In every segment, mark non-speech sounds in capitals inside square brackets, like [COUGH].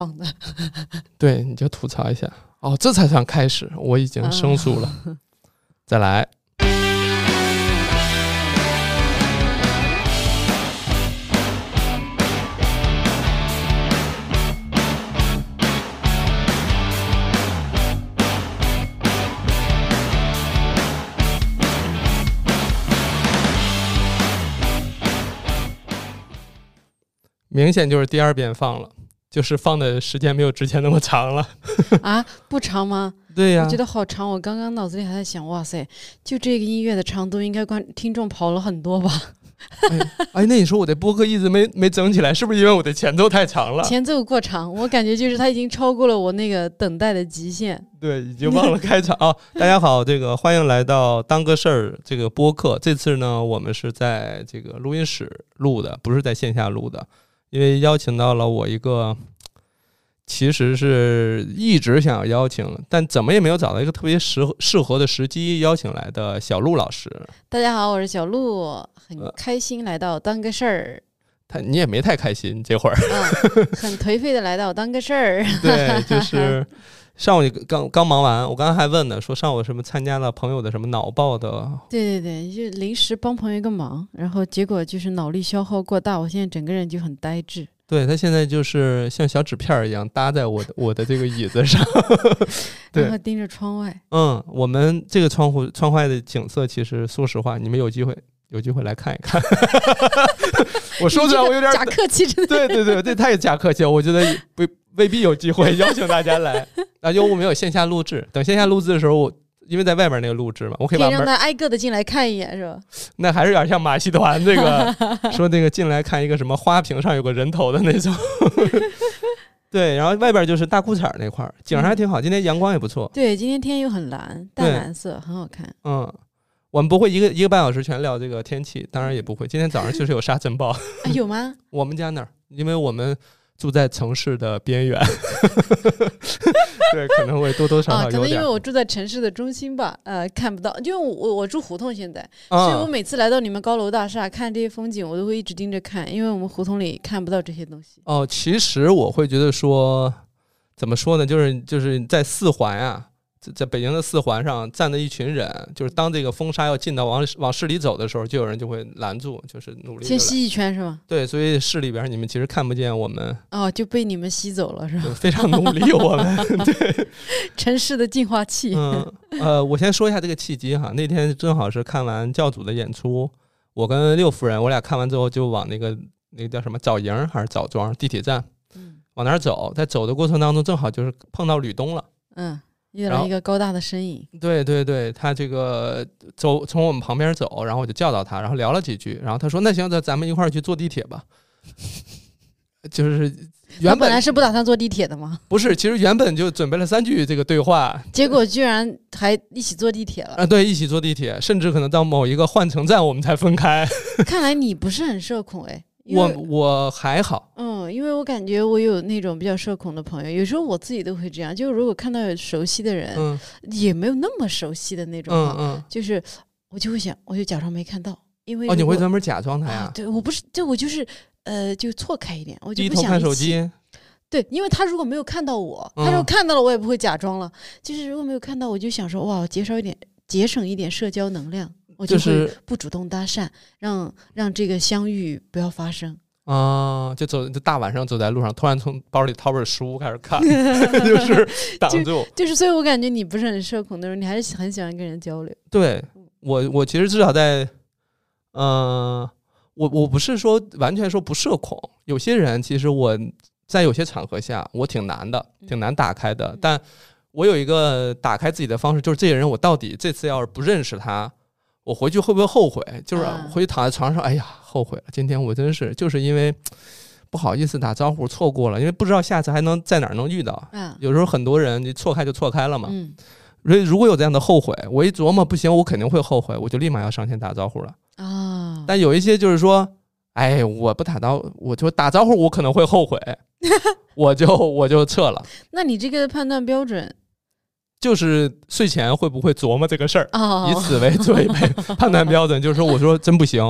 放 [LAUGHS] 的。对，你就吐槽一下。哦，这才算开始，我已嗯经生疏了。再来，明显就是第二遍放了，就是放的时间没有之前那么长了。 [LAUGHS] 啊，不长吗？对啊呀、我觉得好长。我刚刚脑子里还在想，哇塞，就这个音乐的长度，应该观听众跑了很多吧？哎，那你说我的播客一直没没整起来，是不是因为我的前奏太长了？ [LAUGHS] 前奏过长，我感觉就是他已经超过了我那个等待的极限。对，已经忘了开 [LAUGHS] 场啊、大家好，这个欢迎来到当个事儿这个播客。这次呢，我们是在这个录音室录的，不是在线下录的，因为邀请到了我一个，其实是一直想要邀请，但怎么也没有找到一个特别适合适合的时机邀请来的小陆老师。大家好，我是小鹿，很呃开心来到当个事儿，他你也没太开心这会儿。啊，很颓废的来到当个事儿。 [LAUGHS] [LAUGHS] 对，就是上午刚刚忙完，我刚刚还问呢，说上午什么参加了朋友的什么脑爆的，对对对，就临时帮朋友一个忙，然后结果就是脑力消耗过大，我现在整个人就很呆滞。对他现在就是像小纸片儿一样搭在我的我的这个椅子上。 [LAUGHS] 对然后盯着窗外，嗯，我们这个窗户窗外的景色，其实说实话，你们有机会有机会来看一看。 [LAUGHS] 我说出你这个来我有点 [LAUGHS] 假客气，真的对对对，这太假客气了，我觉得不未必有机会邀请大家来。 [LAUGHS] 啊，因为我们有线下录制，等线下录制的时候，我因为在外面那个录制嘛，我可可以以把让门他挨个的进来看一眼，是吧？那还是有点像马戏团这个，说那个进来看一个什么花瓶上有个人头的那种。 [LAUGHS] 对，然后外边就是大裤衩儿那块儿，景嗯儿还挺好，今天阳光也不错。对，今天天又很蓝，淡对蓝色，很好 [LAUGHS] 看。嗯，我们不会一个一个半小时全聊这个天气，当然也不会。今天早上确实有沙尘暴，啊，[LAUGHS] 有吗？我们家那儿，因为我们住在城市的边缘， [LAUGHS] 对，可能会多多少啊，少可有能因点为。我住在城市的中心吧，呃，看不到，因为我我我住胡同现在，所以我嗯，每次来到你们高楼大厦看这些风景，我都会一直盯着看，因为我们胡同里看不到这些东西。哦，其实我会觉得说，怎么说呢？就是就是在四环啊，在在北京的四环上站着一群人，就是当这个风沙要进到往往市里走的时候，就有人就会拦住，就是努力地先拦。吸一圈是吗？对，所以市里边你们其实看不见我们，哦，就被你们吸走了是吧？ [LAUGHS] 就非常努力我们。城市的净化器。嗯，呃，我先说一下这个契机哈。那天正好是看完教主的演出，我跟六夫人，我俩看完之后就往那个那个叫什么枣营还是枣庄地铁站嗯往那儿走，在走的过程当中，正好就是碰到吕东了。嗯，遇到然了后一个高大的身影。对对对，他这个走从我们旁边走，然后我就叫到他，然后聊了几句，然后他说：“那行，那咱们一块儿去坐地铁吧。” [LAUGHS] 就是他原本来本是不打算坐地铁的嘛，不是，其实原本就准备了三句这个对话结果居然还一起坐地铁了。啊，对，一起坐地铁，甚至可能到某一个换乘站我们才分开。看来你不是很社恐哎。 [LAUGHS] 因呃我为我还好，嗯，因为我感觉我有那种比较社恐的朋友，有时候我自己都会这样，就是如果看到有熟悉的人，嗯也没有那么熟悉的那种嗯哈，嗯，就是我就会想，我就假装没看到，因为哦，你如会果专门假装他啊呀？？对我不是，对我就是呃，就错开一点，我就低不头想看一手起。机，对，因为他如果没有看到我，他如果嗯看到了，我也不会假装了。就是如果没有看到，我就想说，哇，节少一点，节省一点社交能量，我就会是不主动搭讪，让让这个相遇不要发生。啊，就走，就大晚上走在路上，突然从包里掏本书开始看， [LAUGHS] 就是挡住。就是，所以我感觉你不是很社恐的人，你还是很喜欢跟人交流。对我，我其实至少在，嗯、我我不是说完全说不社恐，有些人其实我在有些场合下我挺难的，挺难打开的，但我有一个打开自己的方式，就是这个人我到底这次要是不认识他。我回去会不会后悔？就是啊回去躺在床上，哎呀，后悔了。今天我真是就是因为不好意思打招呼错过了，因为不知道下次还能在哪儿能遇到。啊，有时候很多人你错开就错开了嘛，嗯所以如果有这样的后悔，我一琢磨不行，我肯定会后悔，我就立马要上前打招呼了。啊，但有一些就是说，哎，我不打招，我就打招呼，我可能会后悔，我就我就撤了。那你这个判断标准就是睡前会不会琢磨这个事儿，啊以，此为作为判断标准，就是说，我说真不行，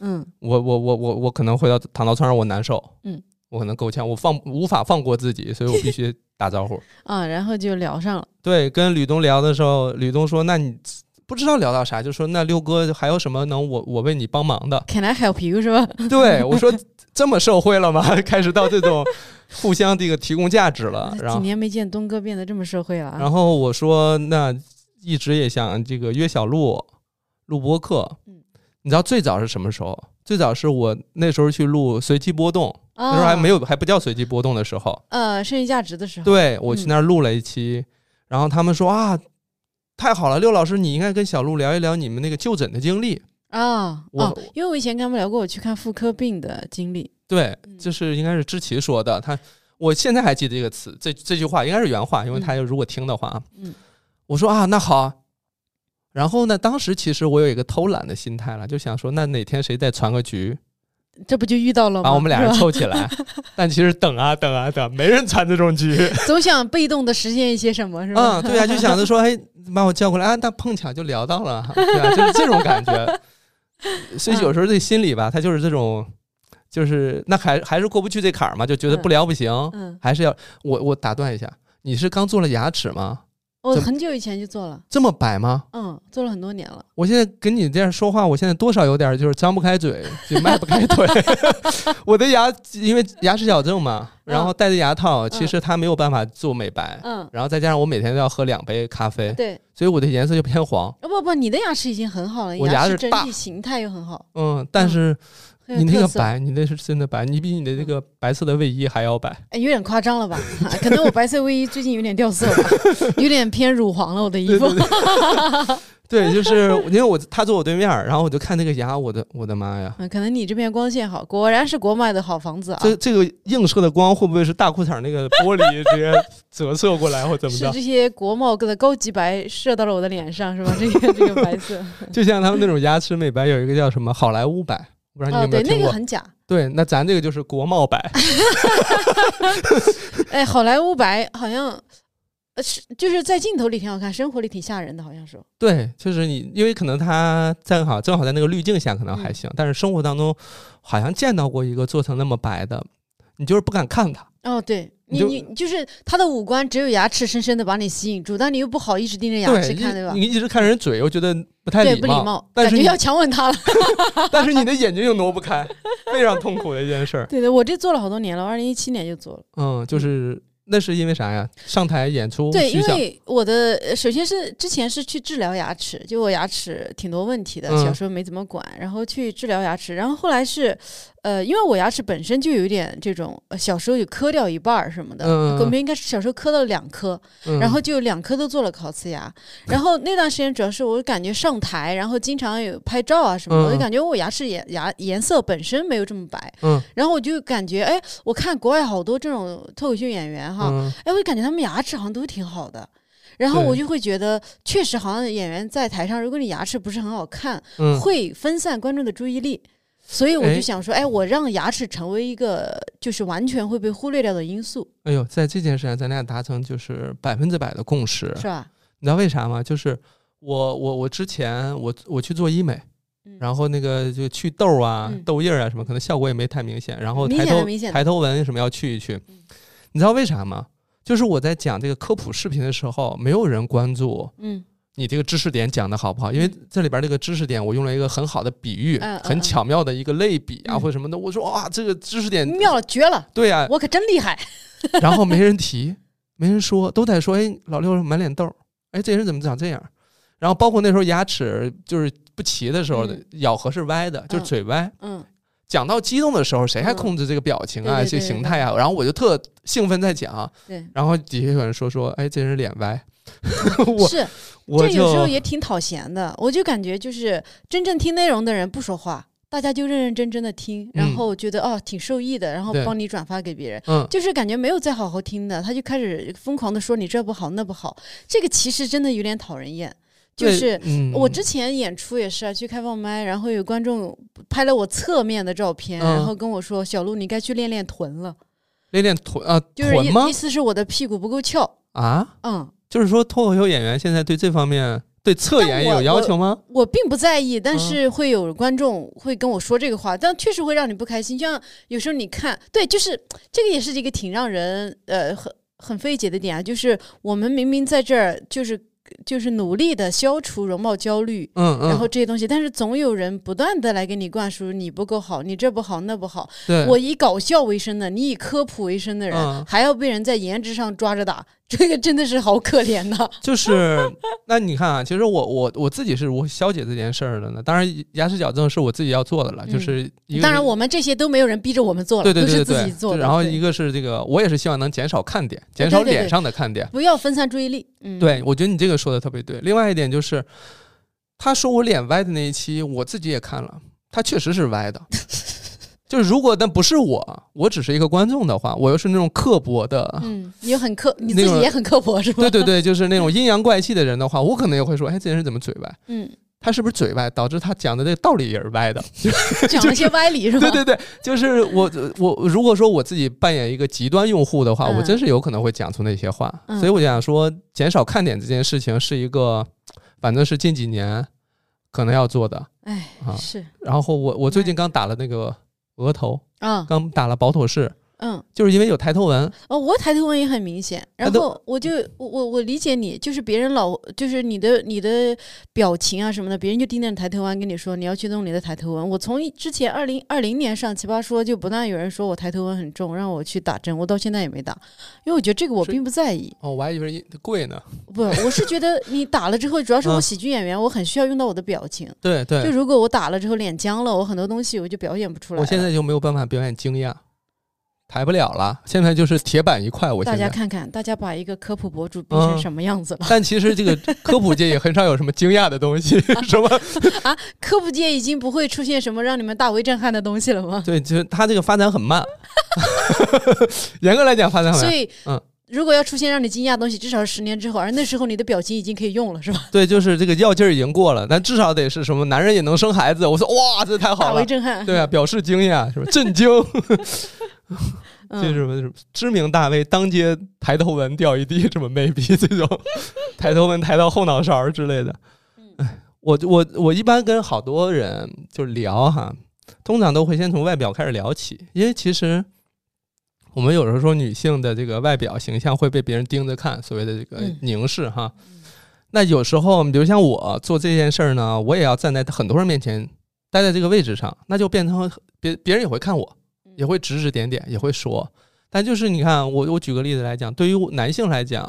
嗯我我我我我可能回到躺到床上我难受，嗯，我可能够呛，我放无法放过自己，所以我必须打招呼。啊，然后就聊上了。对，跟吕东聊的时候，吕东说：“那你不知道聊到啥，就说那六哥还有什么能我我为你帮忙 [LAUGHS] 的 Can I help you？是吧？？”对我说：“这么社会了吗？ [LAUGHS] 开始到这种互相这个提供价值 [LAUGHS] 了。”啊然几后，年没见东哥变得这么社会了啊。然后我说：“那一直也想这个约小璐录播客。”嗯你知道最早是什么时候？最早是我那时候去录随机波动，那时候还没有有还不叫随机波动的时候。哦呃剩余价值的时候， [LAUGHS] 对我去嗯那儿录了一期，然后他们说啊，太好了，六老师，你应该跟小鹿聊一聊你们那个就诊的经历。啊我哦，因为我以前跟他们聊过我去看妇科病的经历。对嗯，这是应该是知奇说的，他我现在还记得这个词，这这句话应该是原话，因为他如果听的话啊，嗯我说啊，那好啊。然后呢？当时其实我有一个偷懒的心态了，就想说，那哪天谁再传个局，这不就遇到了吗？把啊我们俩人哦是吧凑起 [LAUGHS] 来。但其实等啊等啊等，没人传这种局。总想被动的实现一些什么，是吧？嗯，对啊，就想着说，哎，把我叫过来啊，那碰巧就聊到了，对啊，就是这种感觉。所嗯以有时候这心里吧，他就是这种，就是那还还是过不去这坎儿嘛，就觉得不聊不行， [LAUGHS] 嗯，还是要我我打断一下，你是刚做了牙齿吗？我怎么很久以前就做了，这么白吗？嗯，做了很多年了。我现在跟你这样说话，我现在多少有点就是张不开嘴，就迈不开腿。 [LAUGHS] 我的牙因为牙齿矫正嘛，然后戴着牙套，其实它没有办法做美白，嗯，然后再加上我每天都要喝两杯咖啡，对，所以我的颜色就偏黄。哦不不，你的牙齿已经很好了，你我牙齿齿整大体形态又很好，嗯，但嗯是很有你那特个色，嗯白，你那是真的白，你比你的这个白色的卫衣还 [LAUGHS] 要白。哎，有点夸张了吧？啊可能我白色卫衣最近有点掉色吧， [LAUGHS] 有点偏乳黄了我的衣对服对。对对，就是因为我他坐我对面儿，然后我就看那个牙，我的我的妈呀！嗯，可能你这边光线好，果然是国外的好房子啊，这这个映射的光会不会是大裤衩那个玻璃直接折射过来或怎么是着？这些国贸的高级白射到了我的脸上，是吧？这个这个白 [LAUGHS] 色，就像他们那种牙齿美白，有一个叫什么好莱坞白，我不知道你啊，有对，没有那听个过？很假。对，那咱这个就是国贸白，哎，好莱坞白好像，呃，是就是在镜头里挺好看，生活里挺吓人的，好像说。对，就是你，因为可能它正好正好在那个滤镜下可能嗯还行，但是生活当中好像见到过一个做成那么白的，你就是不敢看它。哦，对你你就你就是他的五官只有牙齿深深的把你吸引住，但你又不好一直盯着牙齿对，看，一对吧你？一直看人嘴，我觉得不太对，礼不礼貌，貌，但感是觉你要强吻他了。但是你的眼睛又挪不开， [LAUGHS] 非常痛苦的一件事儿。 [LAUGHS] 对对，我这做了好多年了，我二零一七年就做了。嗯，就是那是因为啥呀？上台演出对，需因要为我的呃首先是之前是去治疗牙齿，就我牙齿挺多问题的，嗯小时候没怎么管，然后去治疗牙齿，然后后来是，呃，因为我牙齿本身就有一点这种，呃小时候有磕掉一半儿什么的，嗯嗯嗯我们应该是小时候磕到两颗，嗯然后就有两颗都做了烤瓷牙，然后那段时间主要是我感觉上台，然后经常有拍照啊什么的，我嗯嗯就感觉我牙齿颜牙颜色本身没有这么白，嗯然后我就感觉哎，我看国外好多这种脱口秀演员哈，嗯哎，我感觉他们牙齿好像都挺好的。然后我对就会觉得，确实好像演员在台上，如果你牙齿不是很好看，嗯，会分散观众的注意力。所以我哎就想说，哎，我让牙齿成为一个就是完全会被忽略掉的因素，哎呦，在这件事上咱俩达成就是百分之百的共识，是吧？你知道为啥吗？就是我我我之前我我去做医美。嗯然后那个就去痘啊、嗯痘印儿啊什么，可能效果也没太明显。然后明抬显的头明显的嗯抬头纹什么要去一去，你知道为啥吗？就是我在讲这个科普视频的时候，没有人关注嗯你这个知识点讲的好不好，因为这里边这个知识点我用了一个很好的比喻，嗯嗯很巧妙的一个类比啊、嗯或者什么的。我说哇，这个知识点妙了，绝了，对啊，我可真厉害。然后没人提，没人说，都在说，哎，老六满脸痘儿，哎，这人怎么长这样？然后包括那时候牙齿就是不齐的时候，嗯咬合是歪的，就嗯是嘴歪。嗯，讲到激动的时候，谁还嗯控制这个表情啊、对对这对个形态啊？然后我就特兴奋在讲，对，然后底下有人说说，哎，这人脸歪，我是我这有时候就也挺讨嫌的。我就感觉就是真正听内容的人不说话，大家就认认真真的听，然嗯后觉得哦挺受益的，然后对帮你转发给别人。嗯，就是感觉没有再好好听的，他就开始疯狂的说你这不好那不好，这个其实真的有点讨人厌。就对是嗯，我之前演出也是啊，去开放麦，然后有观众拍了我侧面的照片，嗯然后跟我说：“小鹿，你该去练练臀了。练练臀啊”就是臀吗意意？思是我的屁股不够翘。啊，嗯，就是说脱口秀演员现在对这方面对侧但颜我有要我求吗？我并不在意，但嗯是会有观众会跟我说这个话，但确实会让你不开心。就像有时候你看，对，就是这个也是一个挺让人呃很很费解的点啊，就是我们明明在这儿就是就是努力的消除容貌焦虑。嗯嗯，然后这些东西，但是总有人不断的来给你灌输你不够好，你这不好那不好。对，我以搞笑为生的，你以科普为生的人，嗯还要被人在颜值上抓着打，这个真的是好可怜呐。就是那你看啊，其实我我我自己是如何消解这件事儿的呢？当然，牙齿矫正是我自己要做的了，就嗯是一个当然，是我们这些都没有人逼着我们做了，对对都对是对自己对，做就的。然后对一个是这个，我也是希望能减少看点，减对少对脸对上的看点。不要分散注意力。嗯，对，我觉得你这个说的特别对。另外一点就是，他说我脸歪的那一期，我自己也看了，他确实是歪 [LAUGHS] 的。就是如果那不是我，我只是一个观众的话，我又是那种刻薄的，嗯，你很刻，你那自己个也很刻薄是吧？对对对，就是那种阴阳怪气的人的话，我可能也会说，哎，这人怎么嘴歪？嗯，他是不是嘴歪，导致他讲的这个道理也是歪的？讲了些歪理是吧？对对对，就是我我如果说我自己扮演一个极端用户的话，嗯我真是有可能会讲出那些话。嗯所以我想说，减少看点这件事情是一个，反正是近几年可能要做的。哎啊，是然后我我最近刚打了那个额头，啊，刚打了保妥适，嗯，就是因为有抬头纹。哦，我抬头纹也很明显，然抬头后我就我我我理解你，就是别人老就是你的你的表情啊什么的，别人就盯着你抬头纹跟你说你要去弄你的抬头纹。我从一之前二零二零年上奇葩说就不断有人说我抬头纹很重，让我去打针，我到现在也没打，因为我觉得这个我是并不在意。哦，我还以为因贵呢。不，我是觉得你打了之后，主要是我嗯喜剧演员，我很需要用到我的表情。对就对，如果我打了之后脸僵了，我很多东西我就表演不出来了。我现在就没有办法表演惊讶，抬不了了。现在就是铁板一块，我大现家在。看看，大家把一个科普博主逼成嗯什么样子 [LAUGHS] 了？但其实这个科普界也很少有什么惊讶的东 [LAUGHS] 西，什么科普界已经不会出现什么让你们大为震撼的东西了吗？对，就是它这个发展很慢， [LAUGHS] 严格来讲发展很所慢。以，嗯如果要出现让你惊讶的东西，至少是十年之后，而那时候你的表情已经可以用了，是吧？对，就是这个药劲儿已经过了，但至少得是什么男人也能生孩子。我说哇，这太大好为了，震撼。对啊，表示惊讶，是吧？震惊，嗯，这是什么？就是知名大 V 当街抬头纹掉一地，这么 maybe 这种抬头纹抬到后脑勺儿之类的。嗯哎， [LAUGHS] 我我我一般跟好多人就聊哈，通常都会先从外表开始聊起，因为其实我们有时候说女性的这个外表形象会被别人盯着看，所谓的这个嗯凝视哈。那有时候，比如像我做这件事儿呢，我也要站在很多人面前，待在这个位置上，那就变成别别人也会看我，嗯也会指指点点，也会说。但就是你看，我我举个例子来讲，对于我男性来讲，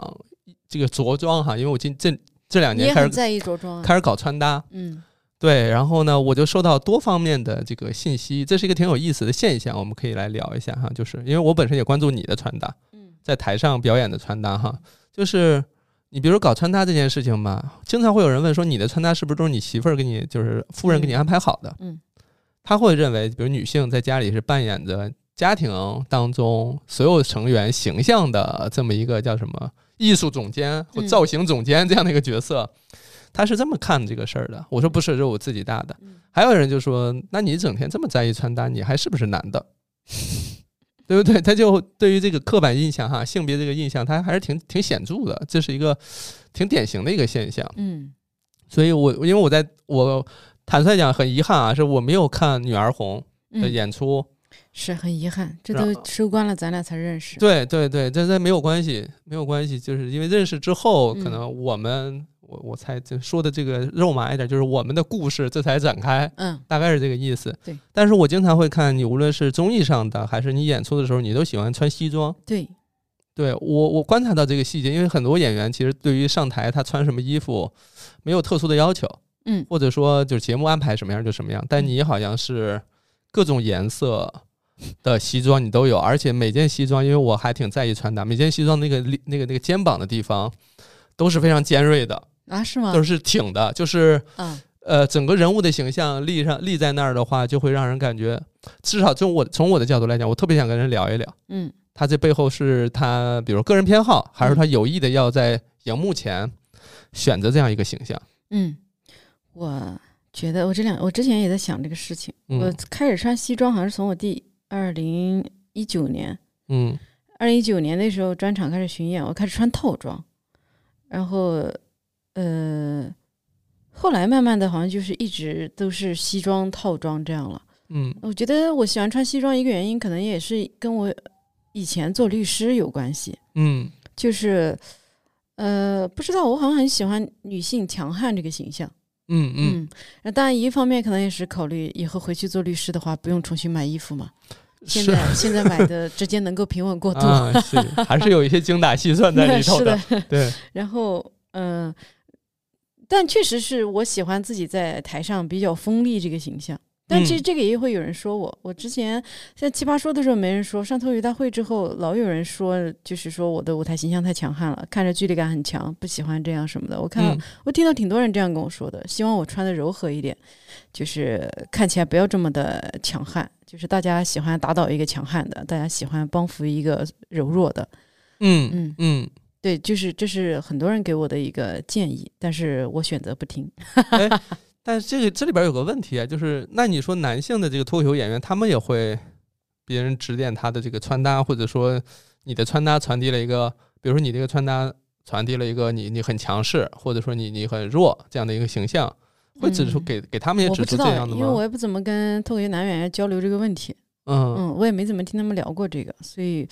这个着装哈，因为我近这这两你年也开很始在意着装啊。开始搞穿搭，嗯对，然后呢，我就收到多方面的这个信息，这是一个挺有意思的现象，我们可以来聊一下哈。就是因为我本身也关注你的穿搭，嗯在台上表演的穿搭哈，就是你比如搞穿搭这件事情吧，经常会有人问说你的穿搭是不是都是你媳妇儿给你，就是夫人给你安排好的？嗯，他会认为，比如女性在家里是扮演着家庭当中所有成员形象的这么一个叫什么艺术总监或嗯造型总监这样的一个角色，他是这么看这个事儿的。我说不是，这是我自己搭的。嗯还有人就说，那你整天这么在意穿搭，你还是不是男的？ [LAUGHS] 对不对？他就对于这个刻板印象哈，性别这个印象，他还是挺挺显著的，这是一个挺典型的一个现象。嗯所以我因为我在我坦率讲，很遗憾啊，是我没有看《女儿红》的嗯，演出。是很遗憾，这然都收官了，咱俩才认识。啊对对对，但但没有关系，没有关系，就是因为认识之后，嗯可能我们、我我才就说的这个肉麻一点，就是我们的故事这才展开，嗯大概是这个意思。对，但是我经常会看你，无论是综艺上的，还是你演出的时候，你都喜欢穿西装。对，对我，我观察到这个细节，因为很多演员其实对于上台他穿什么衣服没有特殊的要求，嗯或者说就是节目安排什么样就什么样，但你好像是各种颜色的西装你都有，而且每件西装，因为我还挺在意穿搭，每件西装那个里那个那个肩膀的地方都是非常尖锐的，啊是吗？都是挺的，就是啊呃整个人物的形象立上立在那儿的话，就会让人感觉，至少从我从我的角度来讲，我特别想跟人聊一聊。嗯他这背后是他，比如个人偏好，还是他有意的要在荧幕前选择这样一个形象？嗯，我觉得我这两我之前也在想这个事情。我嗯开始穿西装好像是从我第二零一九年，嗯二零一九年那时候专场开始巡演，我开始穿套装，然后呃，后来慢慢的，好像就是一直都是西装套装这样了。嗯我觉得我喜欢穿西装，一个原因可能也是跟我以前做律师有关系，嗯就是呃，不知道我好像很喜欢女性强悍这个形象。嗯嗯，，那当然一方面可能也是考虑以后回去做律师的话，不用重新买衣服嘛。现是在现在买的直接能够平稳过渡。 [LAUGHS] 啊，是还是有一些精打细算在里头是的，对，然后，嗯、但确实是我喜欢自己在台上比较锋利这个形象。但其实嗯这个也会有人说我，我之前在奇葩说的时候没人说，上脱口大会之后老有人说，就是说我的舞台形象太强悍了，看着距离感很强，不喜欢这样什么的。我看到、嗯我听到挺多人这样跟我说的，希望我穿的柔和一点，就是看起来不要这么的强悍，就是大家喜欢打倒一个强悍的，大家喜欢帮扶一个柔弱的，嗯嗯嗯嗯，对，就是这是很多人给我的一个建议，但是我选择不听。 [LAUGHS] 但是这个这里边有个问题啊，就是那你说男性的这个脱口秀演员，他们也会别人指点他的这个穿搭，或者说你的穿搭传递了一个，比如说你这个穿搭传递了一个你你很强势，或者说你你很弱这样的一个形象，会指出嗯给给他们也我指不出知这道样的因为我吗？也不怎么跟脱口秀男演员交流这个问题，嗯，嗯，我也没怎么听他们聊过这个，所以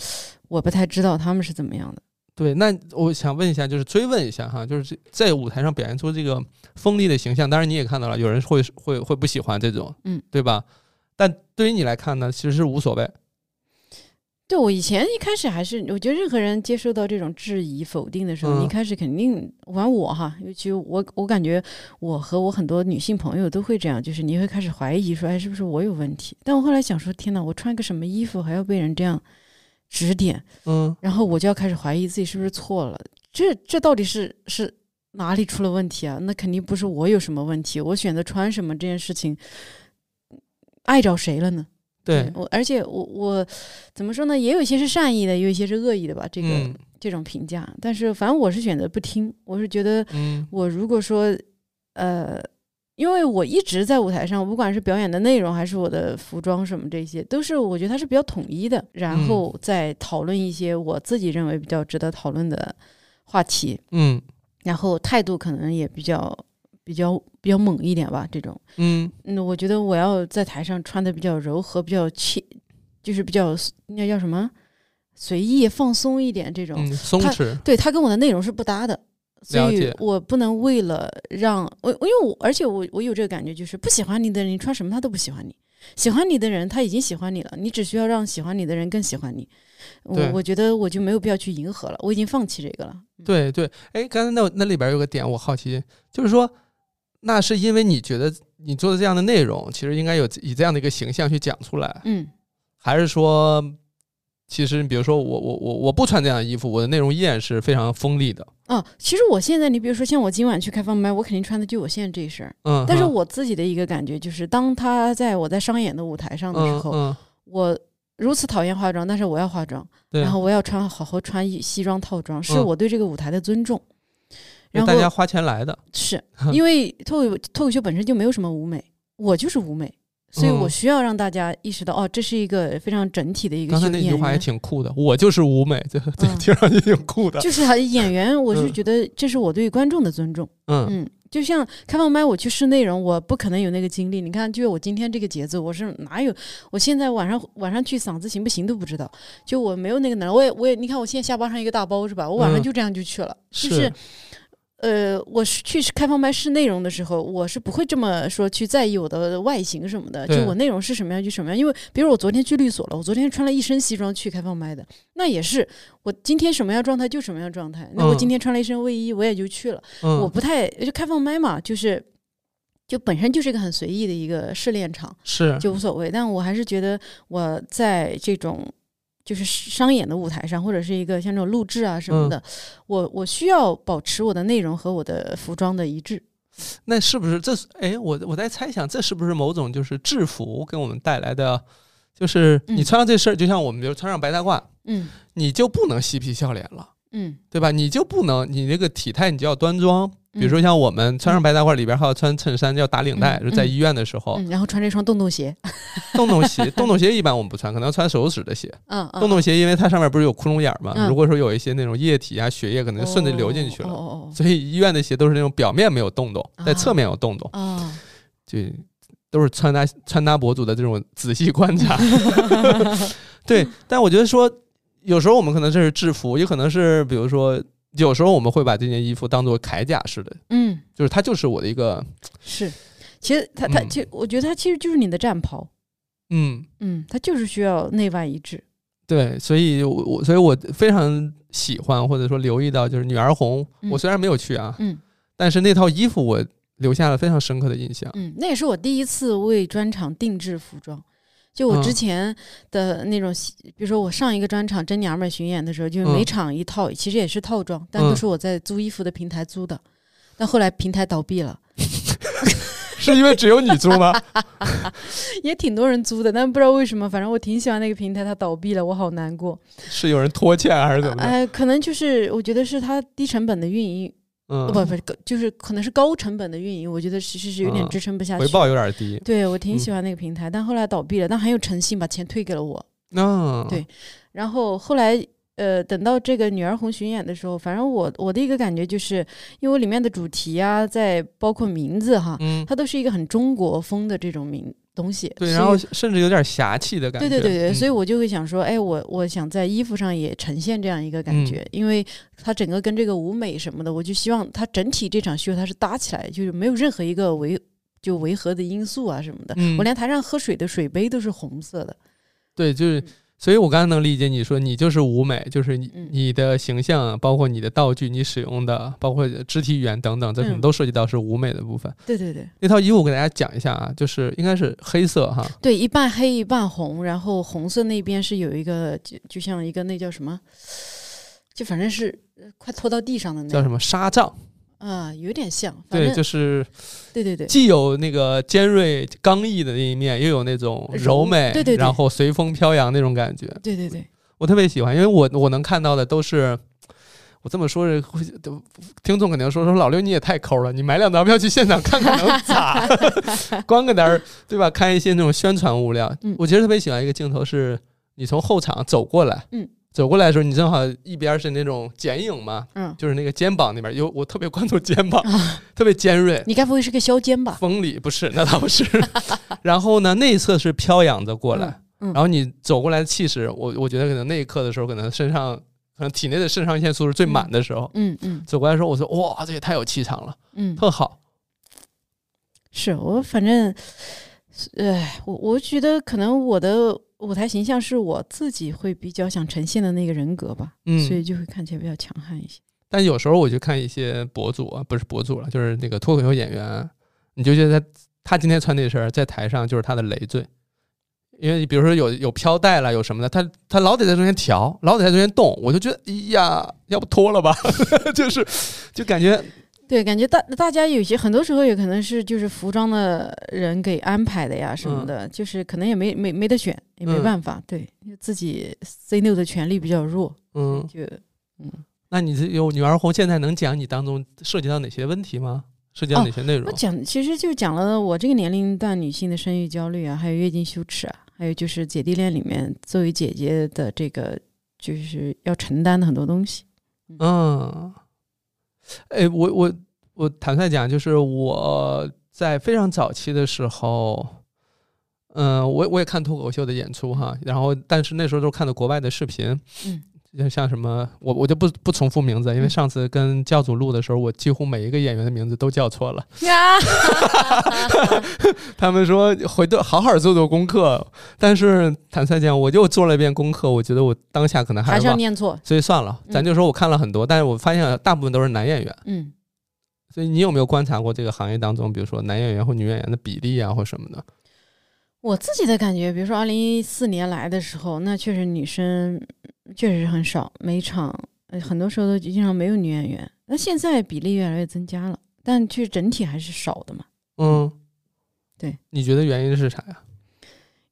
我不太知道他们是怎么样的。对。那我想问一下，就是追问一下哈，就是这在舞台上表现出这个锋利的形象，当然你也看到了，有人会会会不喜欢这种，嗯，对吧？但对于你来看呢，其实是无所谓，对我以前一开始还是，我觉得任何人接受到这种质疑、否定的时候，嗯你一开始肯定，玩我哈，尤其我，我感觉我和我很多女性朋友都会这样，就是你会开始怀疑说，哎，是不是我有问题？但我后来想说，天哪，我穿个什么衣服还要被人这样指点，嗯。然后我就要开始怀疑自己是不是错了，这这到底是是哪里出了问题啊？那肯定不是我有什么问题，我选择穿什么这件事情，嗯碍着谁了呢？对，嗯我，而且我我怎么说呢？也有一些是善意的，也有一些是恶意的吧。这个、嗯这种评价，但是反正我是选择不听。我是觉得，嗯我如果说呃，因为我一直在舞台上，不管是表演的内容还是我的服装什么这些，都是我觉得它是比较统一的，然嗯后再讨论一些我自己认为比较值得讨论的话题，嗯然后态度可能也比较比较比较猛一点吧，这种。嗯嗯，我觉得我要在台上穿的比较柔和，比较轻，就是比较那叫什么随意放松一点这种。嗯，松他弛，对，它跟我的内容是不搭的，所了以解我不能为了让我，我因为我而且我我有这个感觉，就是不喜欢你的人，你穿什么他都不喜欢你；喜欢你的人，他已经喜欢你了，你只需要让喜欢你的人更喜欢你。对我我觉得我就没有必要去迎合了，我已经放弃这个了。嗯，对对。哎，刚才那那里边有个点，我好奇，就是说，那是因为你觉得你做的这样的内容，其实应该有以这样的一个形象去讲出来，嗯，还是说，其实比如说我我我我不穿这样的衣服，我的内容依然是非常锋利的，哦，其实我现在，你比如说像我今晚去开放麦，我肯定穿的就我现在这一身儿。嗯，但是哼我自己的一个感觉就是，当他在我在商演的舞台上的时嗯候，嗯，我如此讨厌化妆，但是我要化妆，对，然后我要穿好好穿一西装套装，是嗯我对这个舞台的尊重。就然大后家花钱来的， [LAUGHS] 是因为脱口脱口秀本身就没有什么舞美，我就是舞美，所以我嗯需要让大家意识到，哦，这是一个非常整体的一个刚才秀那的句演话也员。挺酷的，我就是舞美，这这嗯听上去挺酷的，就是还演员，我是 [LAUGHS] 嗯觉得这是我对观众的尊重。嗯嗯，就像开放麦，我去试内容，我不可能有那个精力。你看，就我今天这个节奏，我是哪有？我现在晚上晚上去嗓子行不行都不知道，就我没有那个能。我也我也，你看我现在下巴上一个大包是吧？我晚上嗯就这样就去了，就是是。呃，我是去开放麦试内容的时候，我是不会这么说去在意我的外形什么的，就对我内容是什么样就什么样。因为比如我昨天去律所了，我昨天穿了一身西装去开放麦的，那也是我今天什么样状态就什么样状态。那我嗯今天穿了一身卫衣，我也就去了。嗯，我不太就开放麦嘛，就是就本身就是一个很随意的一个试炼场，是就无所谓。但我还是觉得我在这种就是商演的舞台上，或者是一个像这种录制啊什嗯么的，我我需要保持我的内容和我的服装的一致。那是不是这是？哎，我我在猜想，这是不是某种就是制服给我们带来的，就是你嗯穿上这身儿，就像我们比如穿上白大褂，嗯你就不能嬉皮笑脸了，嗯，对吧？你就不能你那个体态你就要端庄。比如嗯说像我们穿上白大褂，里边还要穿衬衫，要打领带，嗯就在医院的时候，嗯，然后穿这双洞洞鞋， [LAUGHS] 洞洞鞋，洞洞鞋一般我们不穿，可能要穿手指的鞋。嗯嗯，洞洞鞋因为它上面不是有窟窿眼儿嘛，嗯如果说有一些那种液体啊、血液，可能就顺着流进去了。哦哦哦哦啊哦所以医院的鞋都是那种表面没有洞洞，在侧面有洞洞，啊，就都是穿搭穿搭博主的这种仔细观 [LAUGHS] 察。 [LAUGHS] 对，但我觉得说，有时候我们可能这是制服，也可能是比如说，有时候我们会把这件衣服当做铠甲似的，嗯，就是它就是我的一个，是。其实它它嗯其实我觉得它其实就是你的战袍，嗯，嗯，它就是需要内外一致。对，所以我我所以我非常喜欢或者说留意到就是女儿红，嗯我虽然没有去啊，嗯但是那套衣服我留下了非常深刻的印象。 [LAUGHS] 嗯，那也是我第一次为专场定制服装。就我嗯之前的那种习，比如说我上一个专场《真娘们》巡演的时候，就是每嗯场一套，其实也是套装，但都嗯是我在租衣服的平台租的。但后来平台倒闭了， [LAUGHS] 是因为只有你租吗？ [LAUGHS] 也挺多人租的，但不知道为什么，反正我挺喜欢那个平台，它倒闭了，我好难过。是有人拖欠还是怎么的？哎、可能就是我觉得是它低成本的运营，嗯，呃不不是，就是可能是高成本的运营，我觉得其实是有点嗯支撑不下去。回报有点低。对我挺嗯喜欢那个平台，但后来倒闭了，但很有诚信把钱退给了我。那、对然后后来呃，等到这个女儿红巡演的时候，反正我我的一个感觉就是，因为我里面的主题啊，在包括名字哈，嗯，它都是一个很中国风的这种名东西。对，所然后以甚至有点侠气的感对对觉。对对，嗯所以我就会想说，哎，我我想在衣服上也呈现这样一个感嗯觉，因为它整个跟这个舞美什么的，我就希望它整体这场秀它是搭起来，就是没有任何一个违就违和的因素啊什么的。嗯我连台上喝水的水杯都是红色的，对就是。所以，我刚才能理解你说你就是舞美，就是你嗯你的形象，啊包括你的道具，你使用的，包括肢体语言等等，这可能嗯都涉及到是舞美的部分。对对对那套衣服我给大家讲一下啊，就是应该是黑色哈，对，一半黑一半红，然后红色那边是有一个就就像一个那叫什么，就反正是呃快拖到地上的那叫样什么纱帐，啊，有点像，反对，正就是对对对既有那个尖锐刚毅的那一面，又有那种柔美，柔对对对然后随风飘扬那种感觉，对对对，我特别喜欢，因为我我能看到的都是。我这么说是会，都听众肯定说说老刘你也太抠了，你买两张票去现场看看能咋？ [LAUGHS] 光搁那儿对吧？看一些那种宣传物料，嗯我其实特别喜欢一个镜头是，你从后场走过来，嗯，走过来的时候，你正好一边是那种剪影嘛，嗯，就是那个肩膀那边有，我特别关注肩膀，啊特别尖锐，你该不会是个削尖吧？ [LAUGHS] 风里不是，那倒不是。 [LAUGHS] 然后呢，内侧是飘扬着过来，嗯嗯然后你走过来的气势，我我觉得可能那一刻的时候，可能肾上，可能体内的肾上腺素是最满的时候。嗯嗯走过来的时候，我说哇，这也太有气场了，嗯，特好。是我反正，哎，我我觉得可能我的舞台形象是我自己会比较想呈现的那个人格吧，所嗯，以就会看起来比较强悍一些。但有时候我就看一些博主啊，不是博主了，就是那个脱口秀演员，啊你就觉得他他今天穿那身儿在台上就是他的累赘。因为比如说有有飘带了，有什么的，他他老得在中间调，老得在中间动，我就觉得，哎呀，要不脱了吧， [LAUGHS] 就是就感觉对，感觉大大家有些很多时候也可能是就是服装的人给安排的呀什么嗯的，就是可能也没没没得选，也没嗯办法，对，因为自己 say no 的权利比较弱，嗯，就嗯，那你这有女儿红，现在能讲你当中涉及到哪些问题吗？涉及到哪些内容？我讲其实就讲了我这个年龄段女性的生育焦虑啊，还有月经羞耻啊，还有就是姐弟恋里面作为姐姐的这个就是要承担的很多东 [LAUGHS] 西。嗯，哎，我我我坦率讲，就是我在非常早期的时候，嗯、我我也看脱口秀的演出哈，然后但是那时候都看的国外的视频，嗯就像什么，我我就不不重复名字，因为嗯上次跟教主录的时候，我几乎每一个演员的名字都叫错了。啊，他们说回头好好做做功课，但是坦率讲，我又做了一遍功课，我觉得我当下可能还还是是要忘，念错。所以算了，嗯咱就说我看了很多，但是我发现大部分都是男演员。嗯，所以你有没有观察过这个行业当中，比如说男演员或女演员的比例啊，或什么的？我自己的感觉，比如说二零一四年来的时候，那确实女生确实很少，每场呃很多时候都经常没有女演员。那现在比例越来越增加了，但却整体还是少的嘛。嗯，对，你觉得原因是啥呀？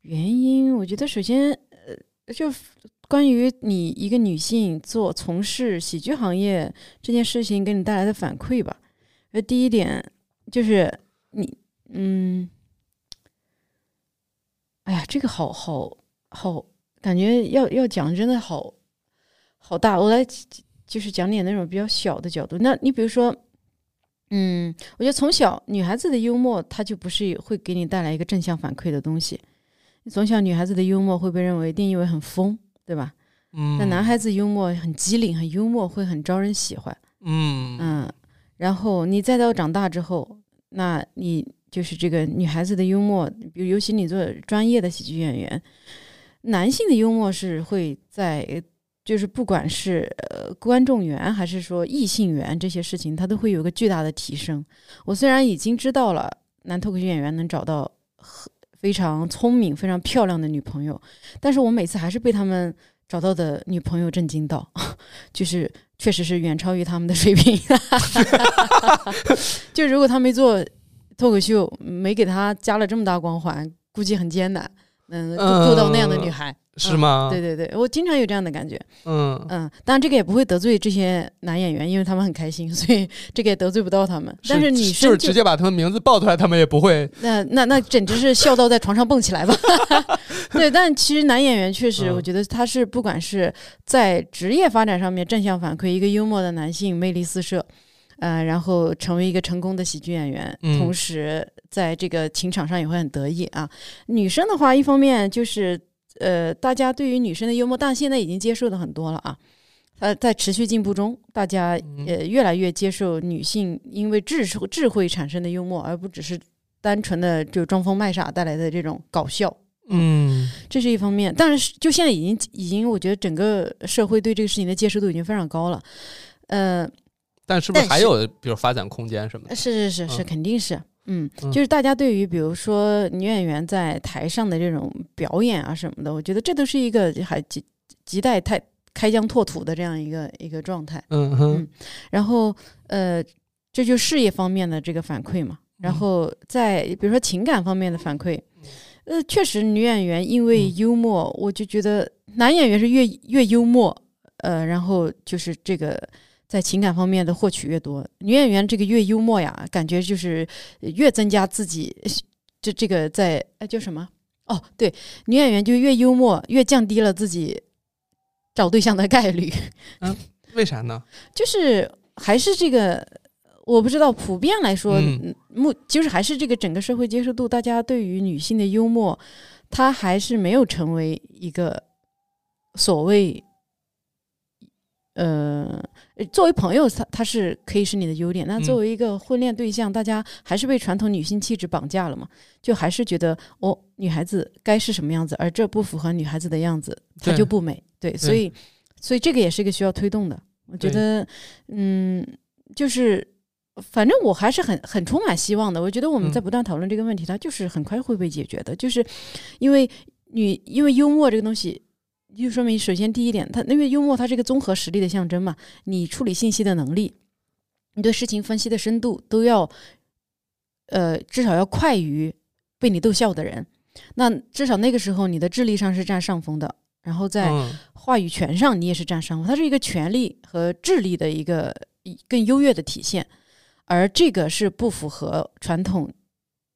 原因，我觉得首先，呃，就 f- 关于你一个女性做从事喜剧行业这件事情给你带来的反馈吧。呃，第一点就是你，嗯，哎呀，这个好好好，感觉要要讲真的好好大，我来就是讲点那种比较小的角度。那你比如说，嗯，我觉得从小女孩子的幽默，它就不是会给你带来一个正向反馈的东西。从小女孩子的幽默会被认为定义为很疯，对吧？嗯，但男孩子幽默很机灵，很幽默，会很招人喜欢。嗯，嗯，然后你再到长大之后，那你就是这个女孩子的幽默，比如尤其你做专业的喜剧演员，男性的幽默是会在就是不管是呃观众缘还是说异性缘这些事情，它都会有个巨大的提升。我虽然已经知道了男脱口秀演员能找到很非常聪明、非常漂亮的女朋友，但是我每次还是被他们找到的女朋友震惊到， [LAUGHS] 就是确实是远超于他们的水平。 [LAUGHS] 就如果他没做脱口秀，没给他加了这么大光环，估计很艰难。嗯，做到那样的女孩，是吗？对对对，我经常有这样的感觉。嗯，嗯，当然这个也不会得罪这些男演员，因为他们很开心，所以这个也得罪不到他们。但是是你就是直接把他们名字报出来，他们也不会。那那那简直是笑到在床上蹦起 [LAUGHS] 来吧？ [LAUGHS] 对，但其实男演员确实，嗯我觉得他是不管是在职业发展上面正向反馈，一个幽默的男性，魅力四射，呃，然后成为一个成功的喜剧演员，嗯同时在这个情场上也会很得意啊。女生的话，一方面就是呃，大家对于女生的幽默，但现在已经接受的很多了啊。呃，在持续进步中，大家嗯呃越来越接受女性因为智智慧产生的幽默，而不只是单纯的就装疯卖傻带来的这种搞笑，嗯这是一方面。但是就现在已经已经，我觉得整个社会对这个事情的接受度已经非常高了。呃，但是不是但还是有比如发展空间什么的？是呃是是是，嗯肯定是。嗯，嗯就是大家对于比如说女演员在台上的这种表演啊什么的，我觉得这都是一个还亟亟待太开疆拓土的这样一个一个状态。嗯哼，然后呃，这就事业方面的这个反馈嘛。然嗯后在比如说情感方面的反馈，呃，确实女演员因为嗯幽默，我就觉得男演员是越越幽默，呃，然后就是这个在情感方面的获取越多，女演员这个越幽默呀，感觉就是越增加自己这这个在哎叫什么？哦，对，女演员就越幽默，越降低了自己找对象的概率。为啥呢？就是还是这个，我不知道，普遍来说，嗯嗯目、就是还是这个整个社会接受度，大家对于女性的幽默，它还是没有成为一个所谓。呃，作为朋友，他他是可以是你的优点。那嗯作为一个婚恋对象，大家还是被传统女性气质绑架了嘛？就还是觉得哦，女孩子该是什么样子，而这不符合女孩子的样子，它对就不美。对，所以所以这个也是一个需要推动的。我觉对得，嗯，就是反正我还是很很充满希望的。我觉得我们嗯在不断讨论这个问题，它就是很快会被解决的，就是因为你因为幽默这个东西。就说明，首先第一点，它因为幽默它是一个综合实力的象征嘛，你处理信息的能力，你对事情分析的深度都要，呃，至少要快于被你逗笑的人。那至少那个时候你的智力上是占上风的，然后在嗯话语权上你也是占上风，它是一个权力和智力的一个一更优越的体现，而这个是不符合传统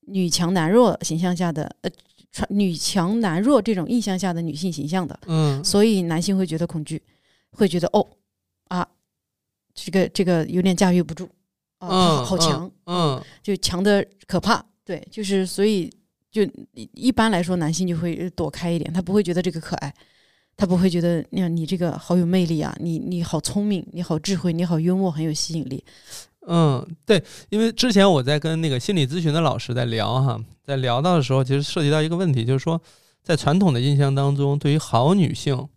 女强男弱形象下的呃传女强男弱这种印象下的女性形象的。嗯所以男性会觉得恐惧，会觉得哦啊，这个这个有点驾驭不住啊，他好好强，嗯就强的可怕。对，就是所以就一一般来说，男性就会躲开一点，他不会觉得这个可爱，他不会觉得呀你这个好有魅力啊，你你好聪明，你好智慧，你好幽默，很有吸引力。嗯，对，因为之前我在跟那个心理咨询的老师在聊哈，在聊到的时候，其实涉及到一个问题，就是说，在传统的印象当中，对于好女性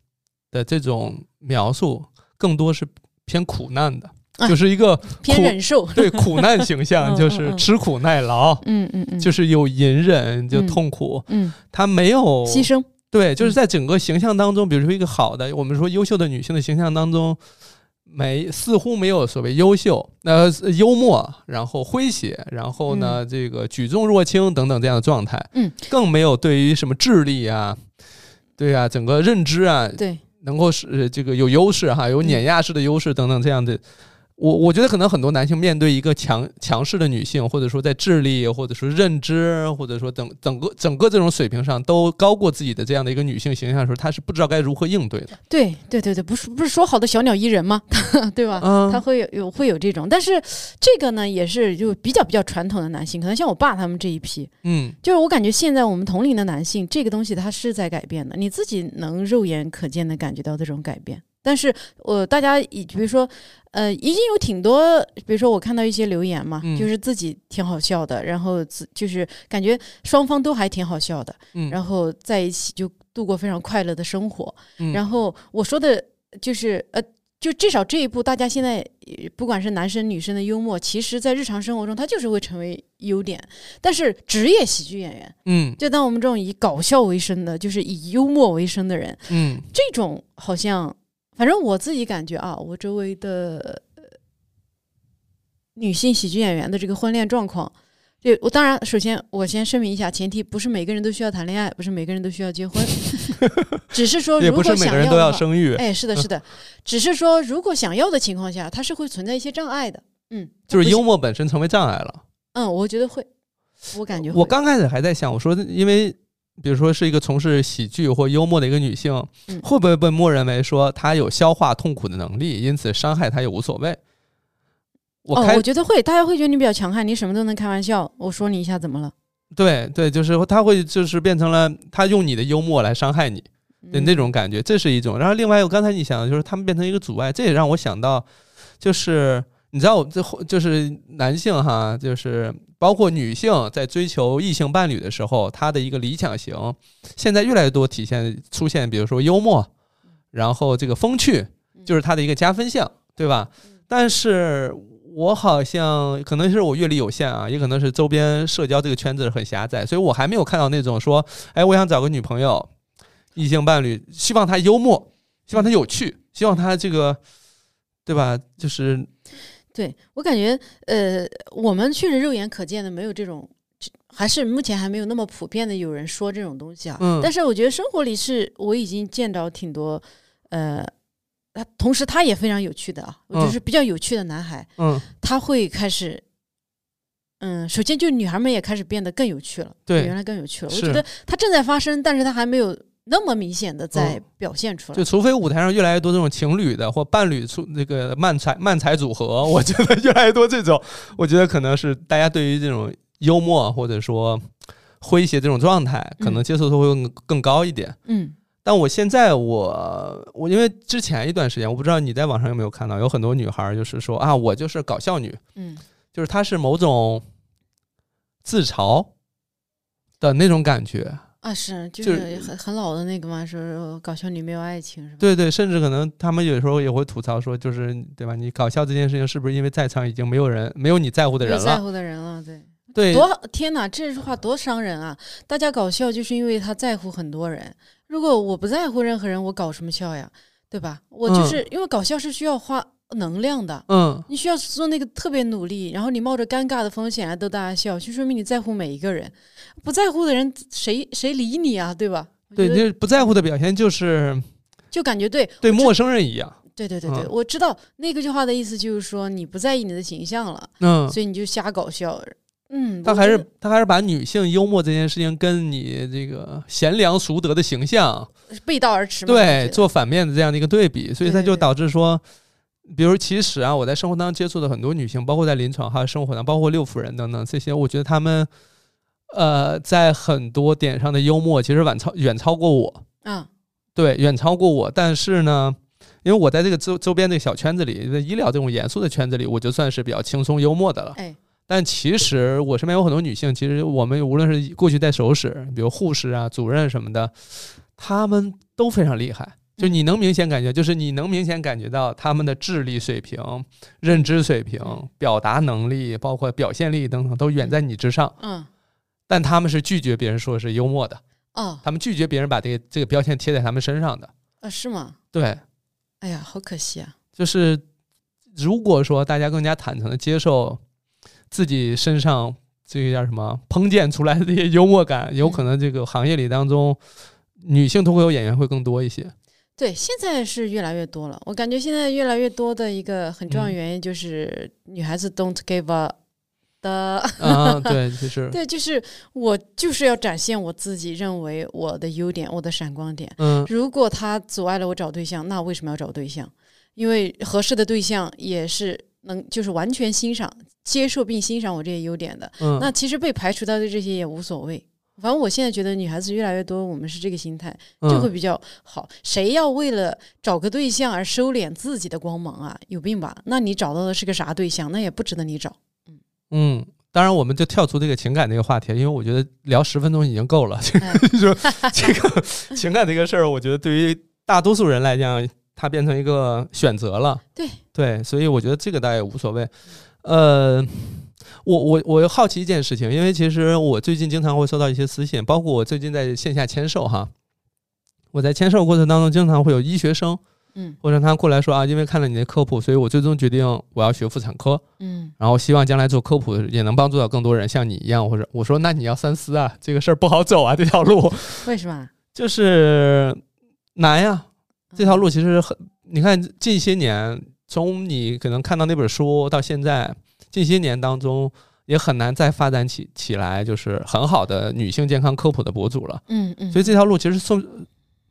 的这种描述，更多是偏苦难的，啊就是一个偏苦忍受，对苦难形 [LAUGHS] 象，嗯就是嗯嗯吃苦耐劳，嗯嗯嗯，就是是有隐忍，就嗯痛苦，嗯她没有牺牲，对，就是嗯在整个形象当中，比如说一个好的，我们说优秀的女性的形象当中，没似乎没有所谓优秀，呃，幽默，然后诙谐，然后呢，这个举重若轻等等这样的状态，嗯，更没有对于什么智力啊，对啊，整个认知啊，对能够是呃这个有优势哈，有嗯碾压式的优势等等这样的。我我觉得可能很多男性面对一个强强势的女性，或者说在智力，或者说认知，或者说整整个整个这种水平上都高过自己的这样的一个女性形象的时候，他是不知道该如何应对的。对对对对，不是不是说好的小鸟依人吗？ [LAUGHS] 对吧？他嗯，会有有会有这种，但是这个呢，也是就比较比较传统的男性，可能像我爸他们这一批，嗯，就是我感觉现在我们同龄的男性，这个东西它是在改变的，你自己能肉眼可见的感觉到这种改变。但是，呃，大家以比如说，呃，已经有挺多，比如说我看到一些留言嘛，嗯就是自己挺好笑的，然后自就是感觉双方都还挺好笑的，嗯然后在一起就度过非常快乐的生活。嗯然后我说的就是，呃，就至少这一步，大家现在呃不管是男生女生的幽默，其实在日常生活中它就是会成为优点。但是职业喜剧演员，嗯就当我们这种以搞笑为生的，就是以幽默为生的人，嗯这种好像，反正我自己感觉啊，我周围的呃女性喜剧演员的这个婚恋状况。对，我当然，首先我先声明一下，前提不是每个人都需要谈恋爱，不是每个人都需要结 [LAUGHS] 婚，只是说也如不果是想每个人要都的要话生育，哎，是的，是的，只是说如果想要的情况下，它是会存在一些障碍的。嗯，它就是不幽默本身成为障碍了。嗯，我觉得会，我感觉会我刚开始还在想，我说因为比如说是一个从事喜剧或幽默的一个女性，嗯会不会被默认为说她有消化痛苦的能力，因此伤害她也无所谓？我哦，开、我觉得会，大家会觉得你比较强悍，你什么都能开玩笑。我说你一下怎么了？对对，就是她会就是变成了她用你的幽默来伤害你的嗯那种感觉，这是一种。然后另外，我刚才你想的就是他们变成一个阻碍，这也让我想到，就是你知道，我这后就是男性哈，就是包括女性在追求异性伴侣的时候，她的一个理想型，现在越来越多体现出现，比如说幽默，然后这个风趣，就是它的一个加分项，对吧？但是我好像可能是我阅历有限啊，也可能是周边社交这个圈子很狭窄，所以我还没有看到那种说，哎，我想找个女朋友，异性伴侣，希望她幽默，希望她有趣，希望她这个，对吧？就是对我感觉，呃，我们确实肉眼可见的没有这种，还是目前还没有那么普遍的有人说这种东西啊。嗯但是我觉得生活里是我已经见到挺多，呃，他同时他也非常有趣的啊，我觉得嗯是比较有趣的男孩，嗯，他会开始，嗯，首先就女孩们也开始变得更有趣了，对比原来更有趣了。我是觉得它正在发生，但是它还没有那么明显的在嗯表现出来。就除非舞台上越来越多这种情侣的或伴侣出那个漫才漫才组合， [LAUGHS] 我觉得越来越多这种，我觉得可能是大家对于这种幽默或者说诙谐这种状态，可能接受度会更更高一点。嗯但我现在我我因为之前一段时间，我不知道你在网上有没有看到，有很多女孩儿就是说啊，我就是搞笑女，嗯，就是她是某种自嘲的那种感觉。啊，是就就是很很老的那个嘛，说说搞笑女没有爱情是吧？对对，甚至可能他们有时候也会吐槽说，就是对吧？你搞笑这件事情是不是因为在场已经没有人没有你在乎的没人在了？乎的人了，对，对，多天哪，这句话多伤人啊！大家搞笑就是因为他在乎很多人，如果我不在乎任何人，我搞什么笑呀？对吧？我就嗯是、因为搞笑是需要花能量的，嗯你需要做那个特别努力，然后你冒着尴尬的风险来逗大家笑，就说明你在乎每一个人。不在乎的人，谁谁理你啊？对吧？我对，觉就得是不在乎的表现就是就感觉对对陌生人一样。对对对对，嗯我知道那个句话的意思就是说你不在意你的形象了，嗯，所以你就瞎搞笑。嗯，他我还觉是得他还是把女性幽默这件事情跟你这个贤良淑德的形象背道而驰嘛。对我觉得做反面的这样的一个对比，所以对它对就对导致说，比如其实啊，我在生活当中接触的很多女性，包括在临床还有生活上，包括六夫人等等这些，我觉得她们呃在很多点上的幽默其实晚超远超过我，啊，对，远超过我。但是呢，因为我在这个周周边这个小圈子里，在医疗这种严肃的圈子里，我就算是比较轻松幽默的了。哎，但其实我身边有很多女性，其实我们无论是过去带手使，比如护士啊、主任什么的，她们都非常厉害。就嗯你能明显感觉，就是你能明显感觉到她们的智力水平、认知水平嗯、表达能力，包括表现力等等，都远在你之上。嗯，但她们是拒绝别人说是幽默的，哦，她们拒绝别人把这个这个标签贴在她们身上的。啊，是吗？对，哎呀，好可惜啊。就是如果说大家更加坦诚的接受自己身上这个叫什么烹饪出来的嗯这些幽默感，有可能这个行业里当中女性脱口秀演员会更多一些。对，现在是越来越多了。我感觉现在越来越多的一个很重要的原因就是女孩子 don't give up 的，啊，对，就是，对，就是我就是要展现我自己认为我的优点，我的闪光点。嗯，如果他阻碍了我找对象，那为什么要找对象？因为合适的对象也是能就是完全欣赏、接受并欣赏我这些优点的。嗯那其实被排除掉的这些也无所谓。反正我现在觉得女孩子越来越多，我们是这个心态嗯就会比较好。谁要为了找个对象而收敛自己的光芒啊？有病吧？那你找到的是个啥对象？那也不值得你找。嗯。嗯当然，我们就跳出这个情感这个话题，因为我觉得聊十分钟已经够了。这哎个 [LAUGHS] 就是这个情感这个事儿，我觉得对于大多数人来讲，它变成一个选择了。对对，所以我觉得这个大家也无所谓。呃，我我我好奇一件事情，因为其实我最近经常会收到一些私信，包括我最近在线下签售哈，我在签售过程当中经常会有医学生嗯或者他过来说啊，因为看了你的科普，所以我最终决定我要学妇产科，嗯，然后希望将来做科普也能帮助到更多人，像你一样，或者我说那你要三思啊，这个事儿不好走啊，这条路为什么？啊就是难呀、这条路其实很，你看近些年，从你可能看到那本书到现在，近些年当中也很难再发展起起来，就是很好的女性健康科普的博主了。嗯嗯，所以这条路其实送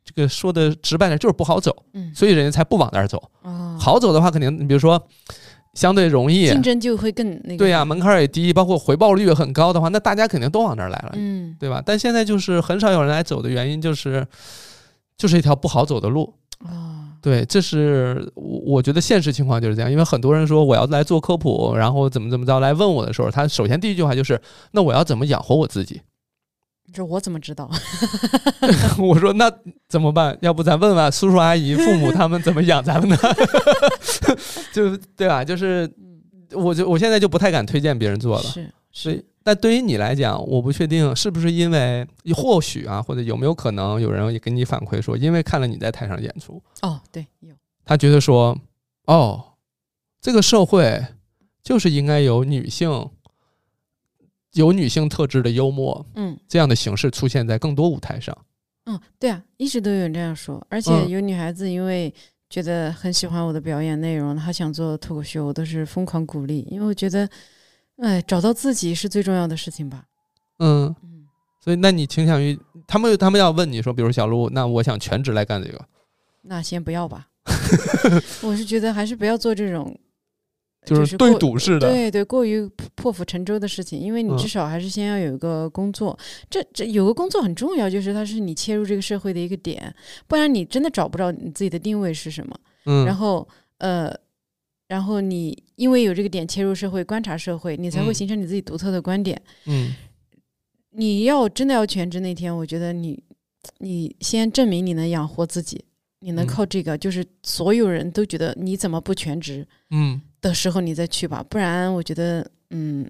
这个说的直白点就是不好走，嗯所以人家才不往那儿走。哦，好走的话，肯定你比如说相对容易，竞争就会更那个。对呀、门槛儿也低，包括回报率也很高的话，那大家肯定都往那儿来了。嗯，对吧？但现在就是很少有人来走的原因，就是就是一条不好走的路。啊，对，这是我我觉得现实情况就是这样，因为很多人说我要来做科普，然后怎么怎么着来问我的时候，他首先第一句话就是那我要怎么养活我自己？ [LAUGHS] 这我怎么知道？我说那怎么办？要不咱问问叔叔阿姨、父母他们怎么养咱们呢？ [LAUGHS] 就对吧？就是嗯，我就我现在就不太敢推荐别人做了。是所以是，，但对于你来讲，我不确定是不是因为或许啊，或者有没有可能有人也给你反馈说，因为看了你在台上演出，哦，对，有，他觉得说，哦，这个社会就是应该有女性，有女性特质的幽默嗯这样的形式出现在更多舞台上。嗯，对啊，一直都有人这样说，而且嗯有女孩子因为觉得很喜欢我的表演内容，她想做脱口秀，我都是疯狂鼓励，因为我觉得，哎，找到自己是最重要的事情吧。嗯，嗯，所以那你倾向于他们他们要问你说，比如小鹿，那我想全职来干这个，那先不要 [LAUGHS] 吧，我是觉得还是不要做这种。就是对过赌式的。对对，过于破破釜沉舟的事情，因为你嗯至少还是先要有一个工作，这这有个工作很重要，就是它是你切入这个社会的一个点，不然你真的找不着你自己的定位是什么。嗯，然后呃，然后你因为有这个点切入社会，观察社会，你才会嗯形成你自己独特的观点。嗯你要真的要全职那天，我觉得你你先证明你能养活自己，你能嗯靠这个，就是所有人都觉得你怎么不全职，嗯的时候你再去吧，不然我觉得，嗯，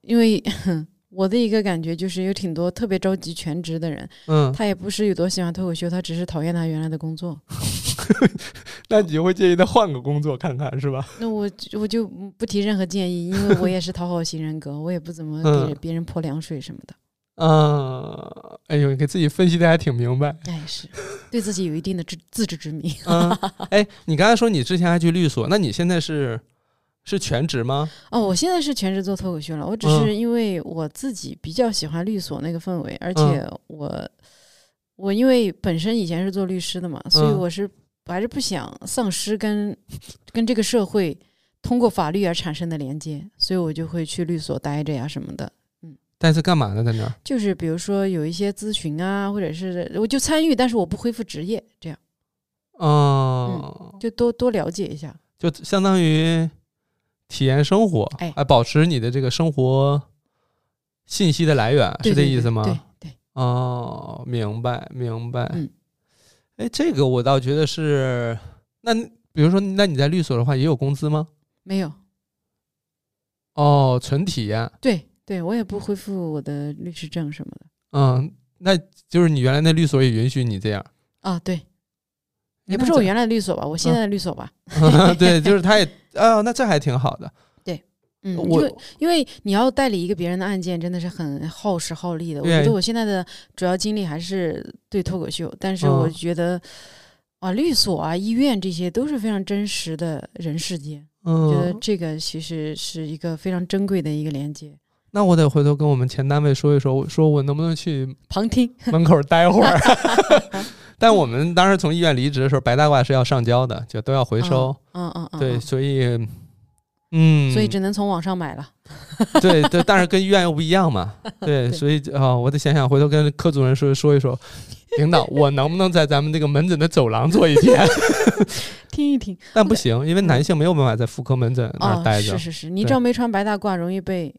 因为 [LAUGHS] 我的一个感觉就是有挺多特别着急全职的人，嗯， [LAUGHS] 他也不是有多喜欢脱口秀，他只是讨厌他原来的工作。那你会建议他换个工作看看是吧？那我就我就不提任何建议，因为我也是讨好型人格，我也不怎么给嗯别人泼凉水什么的。嗯，哎呦，给自己分析的还挺明白。哎，是对自己有一定的自自知之明。 [LAUGHS] 嗯，哎，你刚才说你之前还去律所，那你现在是是全职吗？哦，我现在是全职做脱口秀了，我只嗯是因为我自己比较喜欢律所那个氛围，嗯而且我、我因为本身以前是做律师的嘛，所以嗯我是还是不想丧失跟跟这个社会通过法律而产生的连接，所以我就会去律所待着呀什么的。但是干嘛呢？在那儿？就是比如说有一些咨询啊，或者是我就参与，但是我不恢复职业，这样嗯哦，就多多了解一下。就相当于体验生活，啊哎保持你的这个生活信息的来源，对是这对意对思吗？对对，哦，明白明白。嗯，哎，这个我倒觉得是，那你比如说，那你在律所的话也有工资吗？没有，哦，纯体验，对对，我也不恢复我的律师证什么的。嗯，那就是你原来那律所也允许你这样。啊，对，也哎不那嗯是我这原来的律所吧，我现在的律所吧。 [LAUGHS] 对，就是他也啊，那这还挺好的。嗯，因我为因为你要代理一个别人的案件，真的是很耗时耗力的。我觉对得我现在的主要精力还是对脱口秀，但是我嗯觉得啊、律所啊、医院这些都是非常真实的人世间。我觉得嗯，这个其实是一个非常珍贵的一个连接。那我得回头跟我们前单位说一说，我说我能不能去旁听，门口待会 [LAUGHS] 儿。 [LAUGHS] 但我们当时从医院离职的时候，白大褂是要上交的，就都要回收。嗯嗯嗯，对，嗯所以，嗯，所以只能从网上买了。对对，但是跟医院又不一样 [LAUGHS] 嘛。对，对所以啊、我得想想，回头跟科主任说说一说，领导，我能不能在咱们这个门诊的走廊坐一天？听一听但不行，因为男性没有办法在妇科门诊那啊、儿待着。嗯是是是，你对只要没穿白大褂，容易被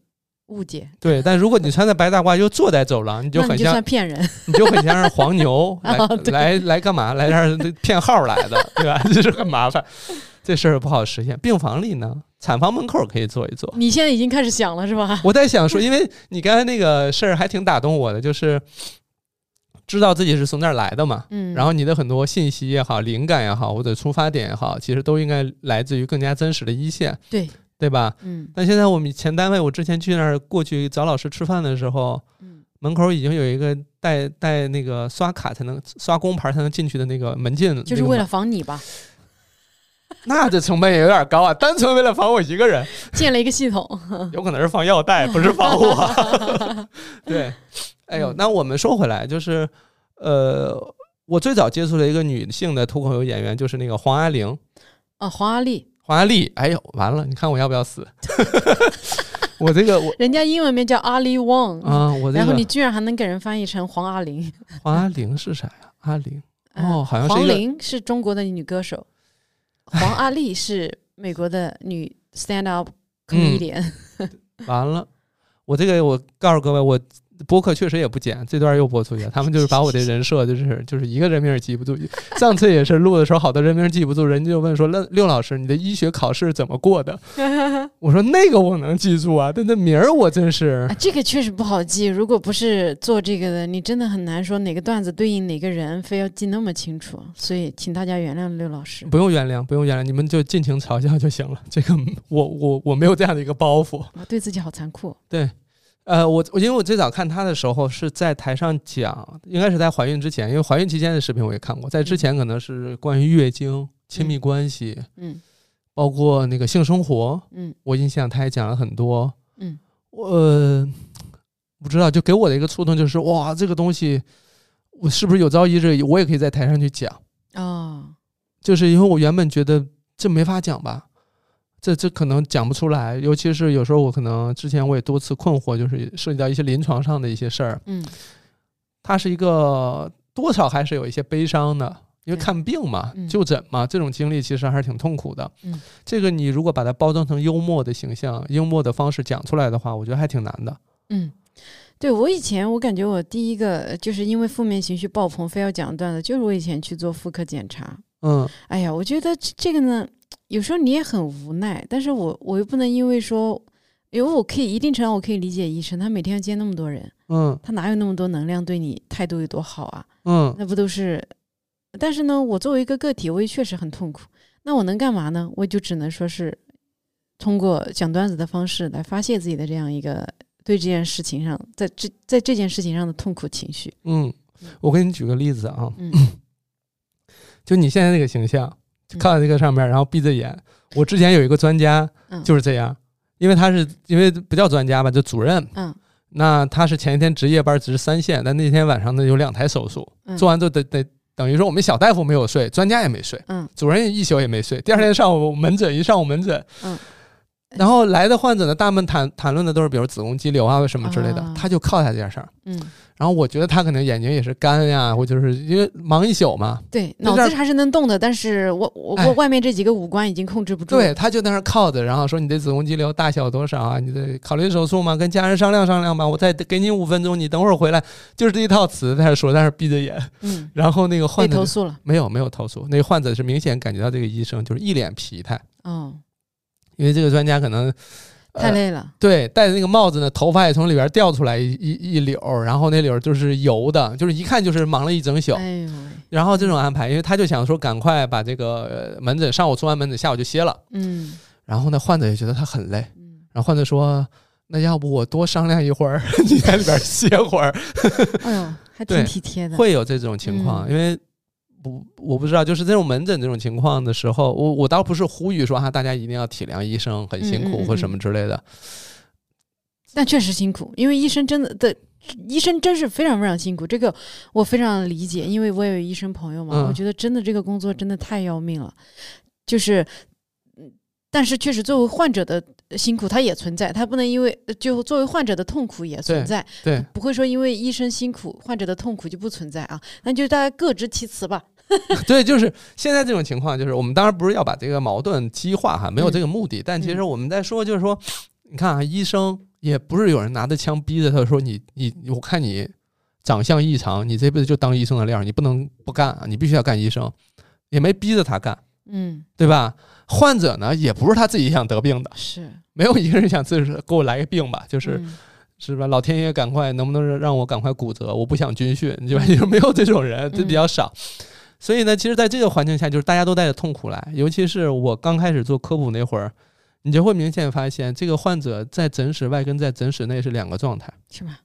误解，对，但如果你穿着白大褂又坐在走廊，你就那很你就像算骗 [LAUGHS] 人。你就很像是黄 [LAUGHS] 牛来、啊对来来干嘛？来这儿骗号来的，对吧？ [LAUGHS] 就是很麻烦，这事儿不好实现。病房里呢，产房门口可以坐一坐。你现在已经开始想了是吧？我在想说，因为你刚才那个事儿还挺打动我的，就是知道自己是从那儿来的嘛。嗯，然后你的很多信息也好、灵感也好，或者出发点也好，其实都应该来自于更加真实的一线，对，对吧？嗯但现在我们以前单位，我之前去那儿过去找老师吃饭的时候，嗯门口已经有一个带带那个刷卡才能刷工牌才能进去的那个门禁，就是那个为了门防你吧，那这成本也有点高啊，单纯为 [LAUGHS] 了防我一个人，建了一个系 [LAUGHS] 统。有可能是防药袋，不是防 [LAUGHS] 我。对，哎呦，嗯那我们说回来，就是呃，我最早接触的一个女性的脱口秀演员就是那个黄阿玲，啊，黄阿丽，黄阿丽。哎呦，完了，你看我要不要死？ [LAUGHS] 我这个我人家英文名叫阿丽旺，啊，我 [LAUGHS] 这然后你个居然还能给人翻译成黄阿玲。黄阿玲是啥呀？阿玲哦嗯好像是一黄个龄是中国的女歌手，黄阿丽是美国的女 stand up comedian。完了，我这个我告诉各位，我播客确实也不剪，这段又播出去了。他们就是把我的人设，就是就是一个人名儿记不住。上次也是录的时候，好多人名儿记不住，人家就问说：“那六老师，你的医学考试怎么过的？”我说：“那个我能记住啊，但那名儿我真 [LAUGHS] 是啊，这个确实不好记。如果不是做这个的，你真的很难说哪个段子对应哪个人，非要记那么清楚。所以，请大家原谅刘老师。不用原谅，不用原谅，你们就尽情嘲笑就行了。这个我我我没有这样的一个包袱。”我对自己好残酷。对，呃，我我因为我最早看她的时候是在台上讲，应该是在怀孕之前，因为怀孕期间的视频我也看过，在之前可能是关于月经、亲密关系，嗯包括那个性生活，嗯我印象她也讲了很多。嗯，我、呃、不知道，就给我的一个触动就是，哇，这个东西我是不是有朝一日我也可以在台上去讲？哦，就是因为我原本觉得这没法讲吧，这这可能讲不出来，尤其是有时候我可能之前我也多次困惑，就是涉及到一些临床上的一些事儿，嗯它是一个多少还是有一些悲伤的，因为对看病嘛、嗯就诊嘛，这种经历其实还是挺痛苦的。嗯这个你如果把它包装成幽默的形象、幽默的方式讲出来的话，我觉得还挺难的。嗯。对我以前，我感觉我第一个呃就是因为负面情绪爆棚，非要讲段子，就是我以前去做妇科检查，嗯哎呀，我觉得这这个呢，有时候你也很无奈，但是我我又不能因为说，因为我可以一定程度我可以理解医生，他每天要接那么多人，嗯他哪有那么多能量对你态度有多好啊？嗯那不都是？但是呢，我作为一个个体，我也确实很痛苦。那我能干嘛呢？我就只能说是通过讲段子的方式来发泄自己的这样一个对这件事情上，在这在这件事情上的痛苦情绪。嗯，我给你举个例子啊，嗯，就你现在那个形象，就嗯靠在这个上面，然后闭着眼。我之前有一个专家嗯就是这样，因为他是因为不叫专家吧，就主任。嗯那他是前一天值夜班值三线，但那天晚上呢有两台手术，嗯做完就得得等于说我们小大夫没有睡，专家也没睡，嗯主任一宿也没睡。第二天上午门诊一上午门诊，嗯然后来的患者呢，大部分谈谈论的都是比如子宫肌瘤啊什么之类的啊，他就靠在这件事儿。嗯，然后我觉得他可能眼睛也是干呀，或者是因为忙一宿嘛，对，那脑这子还是能动的，但是我我哎我外面这几个五官已经控制不住了。对，他就在那儿靠着，然后说你的子宫肌瘤大小多少啊？你得考虑手术吗？跟家人商量商量吧。我再给你五分钟，你等会儿回来。就是这一套词在那儿说，在那儿闭着眼。嗯，然后那个被患者投诉了。没有没有投诉，那个患者是明显感觉到这个医生就是一脸疲态，哦，因为这个专家可能。呃太累了。对，戴着那个帽子呢，头发也从里边掉出来一一一绺儿，然后那绺儿就是油的，就是一看就是忙了一整宿。哎呦喂，然后这种安排，因为他就想说赶快把这个呃门诊上午做完门诊，下午就歇了。嗯然后呢，患者也觉得他很累，嗯，然后患者说：“那要不我多商量一会儿， [LAUGHS] 你在里边歇会儿。哎呦，还对挺体贴”的。会有这种情况，嗯因为不，我不知道，就是这种门诊这种情况的时候，我我倒不是呼吁说哈，大家一定要体谅医生很辛嗯嗯苦嗯或什么之 [LAUGHS] 类的，但确实辛苦，因为医生真的的。医生真是非常非常辛苦，这个我非常理解，因为我也有医生朋友嘛，嗯我觉得真的这个工作真的太要命了，就是，嗯但是确实作为患者的辛苦它也存在，它不能因为呃就作为患者的痛苦也存在，对，不会说因为医生辛苦，患者的痛苦就不存在啊，那就大家各执其词吧。对，就是现在这种情况，就是我们当然不是要把这个矛盾激化哈，没有这个目的。但嗯其实我们在说，就是说，你看啊，医生也不是有人拿着枪逼着他说你你，我看你长相异常，你这辈子就当医生的料儿，你不能不干，你必须要干医生，也没逼着他干，嗯，对吧？患者呢，也不是他自己想得病的，是，没有一个人想自己给我来个病 [LAUGHS] 吧，就是、嗯是吧？老天爷，赶快，能不能让我赶快骨折？我不想军训， [LAUGHS] 对吧？就没有这种嗯人，这比较少。所以呢，其实在这个环境下，就是大家都带着痛苦来。尤其是我刚开始做科普那会儿，你就会明显发现，这个患者在诊室外跟在诊室内是两个状态。是吧？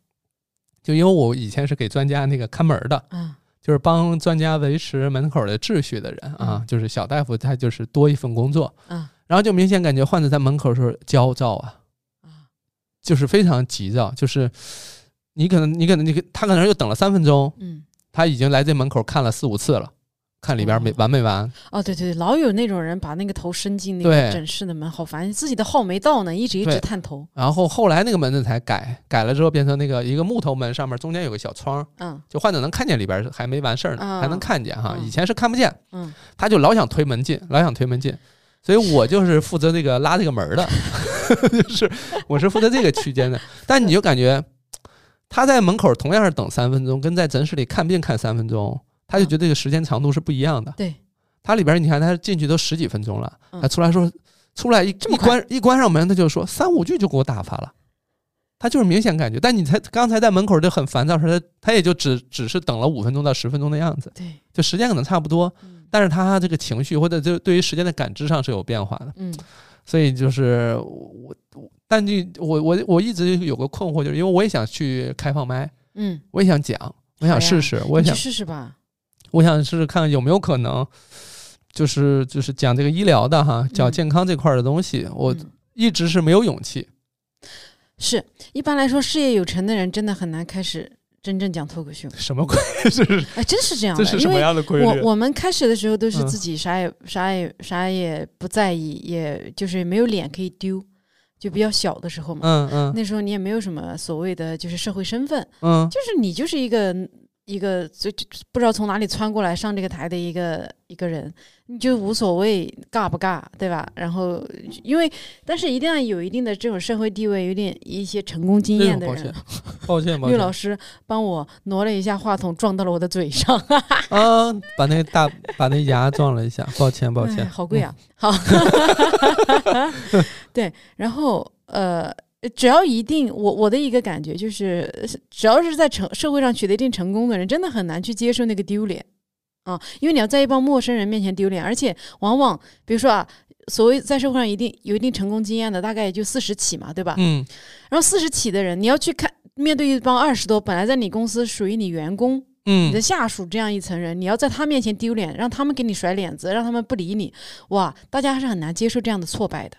就因为我以前是给专家那个看门儿的，啊，就是帮专家维持门口的秩序的人啊嗯，就是小大夫，他就是多一份工作嗯。然后就明显感觉患者在门口的时候焦躁啊，啊，就是非常急躁，就是你可能你可能你可他可能又等了三分钟，嗯，他已经来这门口看了四五次了，看里边没哦完没完。哦，对对对，老有那种人把那个头伸进那个对诊室的门，好烦，自己的号没到呢，一直一直对探头，然后后来那个门诊才改，改了之后变成那个一个木头门，上面中间有个小窗，嗯就患者能看见里边是还没完事儿啊呢，还能看见哈啊，以前是看不见，嗯，他就老想推门进， [LAUGHS] 老想推门进。所以我就是负责这个拉这个门儿的， [LAUGHS] 就是我是负责这个区间的。但你就感觉他在门口同样是等三分钟，跟在诊室里看病看三分钟，他就觉得这个时间长度是不一样的。对，他里边儿你看他进去都十几分钟了，嗯他出来说出来一这么一快关一关上门，他就说三五句就给我打发了。他就是明显感觉，但你才刚才在门口就很烦躁时，他他也就只只是等了五分钟到十分钟的样子，对，就时间可能差不多，嗯但是他这个情绪或者就对于时间的感知上是有变化的，嗯所以就是我，我但就我我我一直有个困惑，就是因为我也想去开放麦，嗯，我也想讲，我想试试，我啊你去也想试试吧，我想试试看有没有可能，就是就是讲这个医疗的哈，讲嗯健康这块儿的东西，我嗯一直是没有勇气。是一般来说事业有成的人真的很难开始真正讲脱口秀，什么规律？ [LAUGHS] 这是哎，真是这样这的，是因什么为样的规我律？我们开始的时候都是嗯自己啥也、啥也啥也不在意，也就是没有脸可以丢，就比较小的时候嘛，嗯嗯那时候你也没有什么所谓的就是社会身份，嗯就是你就是一个一个就就不知道从哪里窜过来上这个台的一个一个人，你就无所谓尬不尬，对吧？然后因为但是一定要有一定的这种社会地位，有点一些成功经哎呦验的抱人歉。抱 [LAUGHS] 歉抱岳老歉，师帮我挪了一下话筒，撞到了我的嘴上，啊，把那大把那牙撞了一 [LAUGHS] 下，抱歉抱哎歉。嗯好贵啊！ [LAUGHS] 好，对，然后呃。只要一定，我我的一个感觉就是，呃只要是在成社会上取得一定成功的人，真的很难去接受那个丢脸啊，因为你要在一帮陌生人面前丢脸，而且往往比如说啊，所谓在社会上一定有一定成功经验的，大概也就四十起嘛，对吧？嗯然后四十起的人，你要去看面对一帮二十多本来在你公司属于你员工，嗯你的下属这样一层人，你要在他面前丢脸，让他们给你甩脸子，让他们不理你，哇，大家还是很难接受这样的挫败的。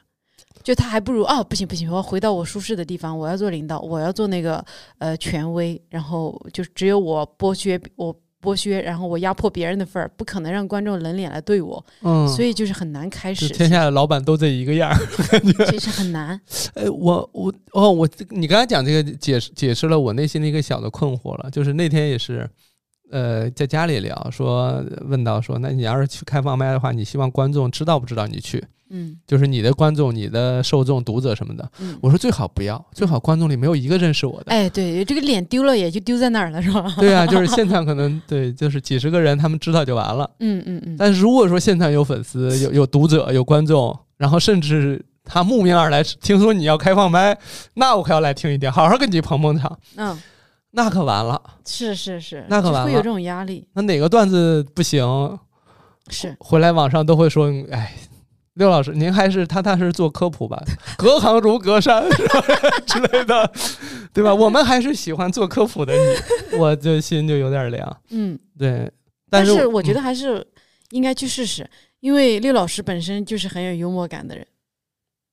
就他还不如啊，不行不行，我要回到我舒适的地方，我要做领导，我要做那个呃权威，然后就只有我剥削我剥削，然后我压迫别人的份儿，不可能让观众冷脸来对我，嗯，所以就是很难开就始，天 [LAUGHS] 下的老板都这一个样儿。其实很难。 [LAUGHS] 哎，我我哦，我你刚才讲这个解释解释了我内心的一个小的困惑了，就是那天也是，呃，在家里聊说问到说，那你要是去开放麦的话，你希望观众知道不知道你去？嗯就是你的观众、你的受众、读者什么的。嗯，我说最好不要，最好观众里没有一个认识我 [LAUGHS] 的。哎，对，这个脸丢了也就丢在那儿了，是吧？对啊，就是现场可能对，就是几十个人他们知道就完了。 [LAUGHS] 嗯嗯嗯，但是如果说现场有粉丝、有有读者、有观众，然后甚至他慕名而来，听说你要开放麦，那我可要来听一听，好好跟你捧捧场，嗯，那可完了。是是是，那可就完会有了这种压力，那哪个段子不行，是。回来网上都会说，哎，刘老师，您还是踏踏实实做科普吧，隔行如隔山 [LAUGHS] 是吧之类的， [LAUGHS] 对吧？我们还是喜欢做科普的你，我这心就有点凉。嗯，对，但是我觉得嗯还是应该去试试，因为六老师本身就是很有幽默感的人，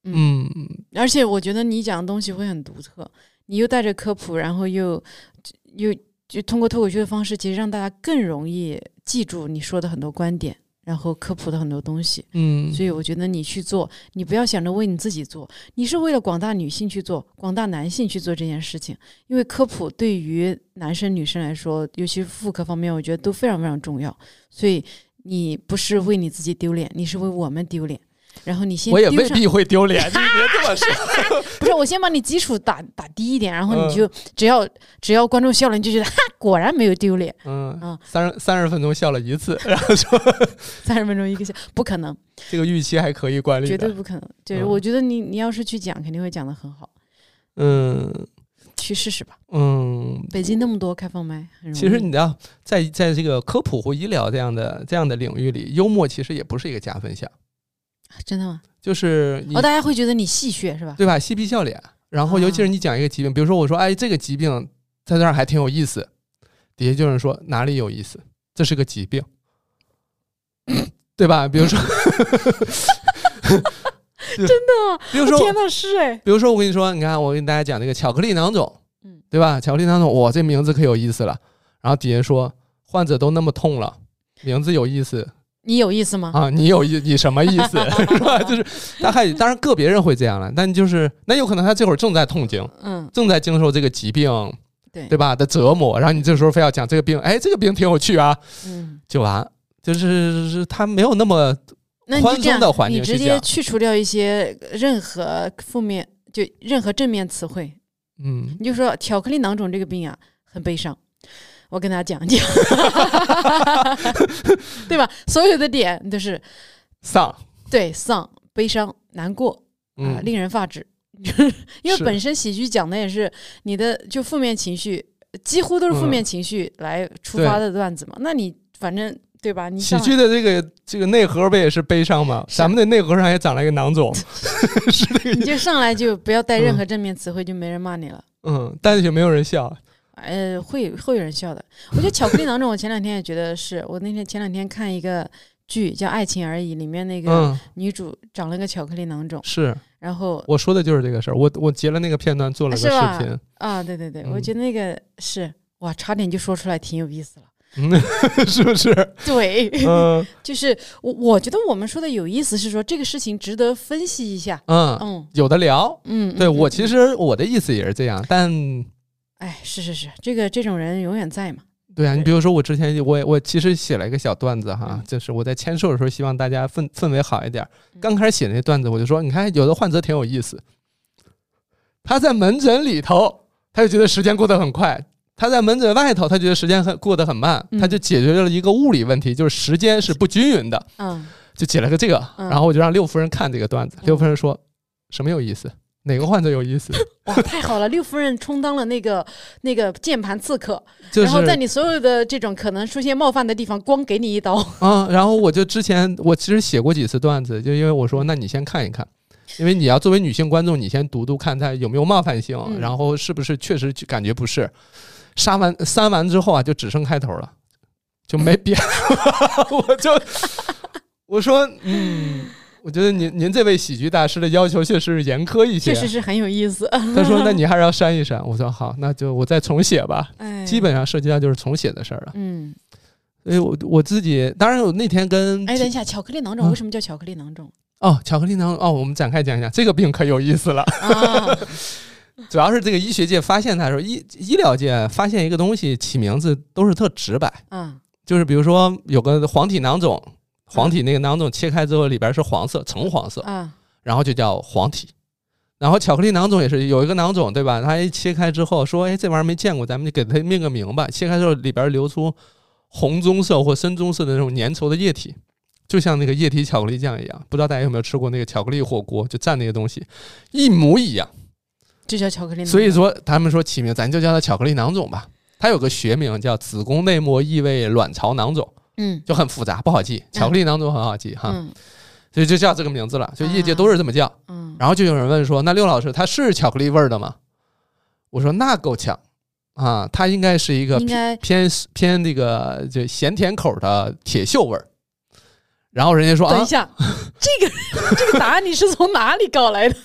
嗯而且我觉得你讲的东西会很独特，你又带着科普，然后又又就通过脱口秀的方式，其实让大家更容易记住你说的很多观点，然后科普的很多东西。嗯，所以我觉得你去做，你不要想着为你自己做，你是为了广大女性去做，广大男性去做这件事情。因为科普对于男生女生来说，尤其是妇科方面，我觉得都非常非常重要。所以你不是为你自己丢脸，你是为我们丢脸。然后你先我也丢未上必会丢脸，你别这么说。不是，我先把你基础打打低一点，然后嗯你就只要、只要观众笑了，你就觉得哈， [LAUGHS] 果然没有丢脸。嗯啊，三十三十分钟笑了一次， [LAUGHS] 然后说三十分钟一个笑，不可能，这个预期还可以管理绝对的。不可能。对，嗯我觉得你你要是去讲，肯定会讲得很好，嗯去试试吧。嗯，北京那么多开放麦，很容易。其实你知道，在在这个科普或医疗这样的这样的领域里，幽默其实也不是一个加分项，真的吗？就是你哦，大家会觉得你戏谑是吧？对吧？嬉皮笑脸，然后尤啊其是你讲一个疾病，比如说我说哎这个疾病在这儿还挺有意思，底下就有人说哪里有意思，这是个疾病， [COUGHS] 对吧？比如说，真的，比如说天呐，是哎，比如说，我跟你说，你看，我跟大家讲这个巧克力囊肿，嗯对吧？巧克力囊肿，哇，这名字可有意思了。然后底下说，患者都那么痛了，名字有意思你有意思吗？啊？你有意你什么意 [LAUGHS] 思是吧？就是大概，当然个别人会这样了，但就是那有可能他这会儿正在痛经，嗯，正在经受这个疾病，对对吧的折磨，然后你这时候非要讲这个病，哎，这个病挺有趣啊，嗯，就完，就是是他没有那么那你宽就这松样的，环你境直去接讲，去除掉一些呃任何负面，就任何正面词汇，嗯，你就说巧克力囊肿这个病啊，很悲伤。我跟大家讲 [LAUGHS] 讲，对吧？所有的点都是丧，对丧、悲伤、难过啊、嗯，令人发指。 [LAUGHS] 因为是本身喜剧讲的也是你的就负面情绪，几乎都是负嗯面情绪来触对发的段子嘛。那你反正对吧？你喜上来剧的这个这个内核不也是悲伤吗？是咱们的内核上也长了一个囊 [LAUGHS] 肿，是这个你意思。就上来就不要带任嗯何正面词汇，就没人骂你了。嗯，但是也没有人笑。呃，会会有人笑的。我觉得巧克力囊肿，我前两天也觉得是我那天前两天看一个剧叫《爱情而已》，里面那个嗯，女主长了个巧克力囊肿，是然后我说的就是这个事儿。我我截了那个片段做了个是吧视频。啊，对对对，我嗯觉得那个是哇，差点就说出来，挺有意思了。 [LAUGHS] 嗯， [LAUGHS] 是不是？对， [LAUGHS] 嗯就是我我觉得我们说的有意思是说这个事情值得分析一下。嗯，嗯有的聊。嗯，对嗯我嗯其实我的意思也是这样，但哎，是是是，这个这种人永远在嘛。对啊，你对比如说我之前我我其实写了一个小段子哈嗯，就是我在签售的时候希望大家氛氛围好一点儿。嗯刚开始写那段子，我就说，你看有的患者挺有意思，他在门诊里头，他就觉得时间过得很快；他在门诊外头，他觉得时间很过得很慢。嗯他就解决了一个物理问题，就是时间是不均匀的， [LAUGHS] 嗯，就解了个这个。嗯然后我就让六夫人看这个段子，嗯六夫人说什么有意思？哪个患者有 [LAUGHS] 意思？哇，太好了，六夫人充当了那个那个键盘刺客。就是然后在你所有的这种可能出现冒犯的地方，光给你一刀。嗯，然后我就之前我其实写过几次段子，就因为我说，那你先看一看，因为你要作为女性观众，你先读读看它有没有冒犯性，嗯然后是不是确实就感觉不是。杀完删完之后啊，就只剩开头了，就没 [LAUGHS] 别的了，我就我说，嗯，我觉得您您这位喜剧大师的要求确实是严苛一些确。实是很有意 [LAUGHS] 思。他说，那你还是要删一删。我说好，那就我再重写吧。哎，基本上涉及到就是重写的事儿了。嗯，所以我我自己，当然我那天跟哎，等一下，巧克力囊肿嗯为什么叫巧克力 [LAUGHS] 囊肿哦，巧克力囊哦，我们展开讲一讲，这个病可有意思了。啊？主要是这个医学界发现它的时候，医医疗界发现一个东西起名字都是特直白，嗯就是比如说有个黄体囊肿，黄体那个囊肿切开之后里边是黄色，橙黄色，啊，然后就叫黄体。然后巧克力囊肿也是有一个囊肿，对吧？它一切开之后说，哎，这玩意儿没见过，咱们就给它命个名吧。切开之后里边流出红棕色或深棕色的那种粘稠的液体，就像那个液体巧克力酱一样。不知道大家有没有吃过那个巧克力火锅，就蘸那个东西，一模一样。这叫巧克力囊肿。所以说他们说起名，咱就叫它巧克力囊肿吧。它有个学名叫子宫内膜异位卵巢囊肿，嗯就很复杂，不好记。巧克力囊肿很好记哈，嗯所以就叫这个名字了。所以业界都是这么叫。嗯，然后就有人问说：“那六老师他是巧克力味儿的吗？”我说：“那够呛，啊，它应该是一个应偏该偏偏那个就咸甜口的铁锈味儿。然后人家说等一啊下，这个 [LAUGHS] 这个答案你是从哪里搞来的？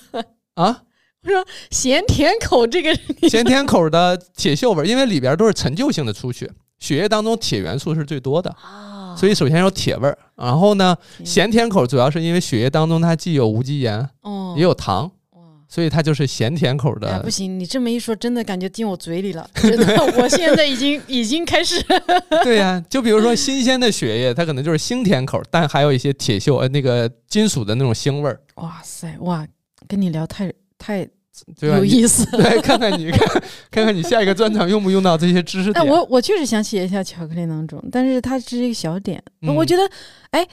啊，咸甜口这个咸甜口的铁锈味儿，因为里边都是陈旧性的出血，血液当中铁元素是最多的，啊嗯所以首先有铁味儿。然后呢，咸甜口主要是因为血液当中它既有无机盐哦也有糖，哇所以它就是咸甜口哎呀，的不。行，你这么一说，真的感觉进我嘴里了。真 [LAUGHS] 的，我现在已经已经开 [LAUGHS] 始对呀、就比如说新鲜的血液，它可能就是腥甜口，但还有一些铁锈呃那个金属的那种腥味儿，哇塞哇，跟你聊太太对吧？有你意思。对，看看你看 [LAUGHS] 看看你下一个专场用不用到这些知识但点？哎我我确实想写一下巧克力囊肿，但是它只是一个小点。嗯我觉得，哎，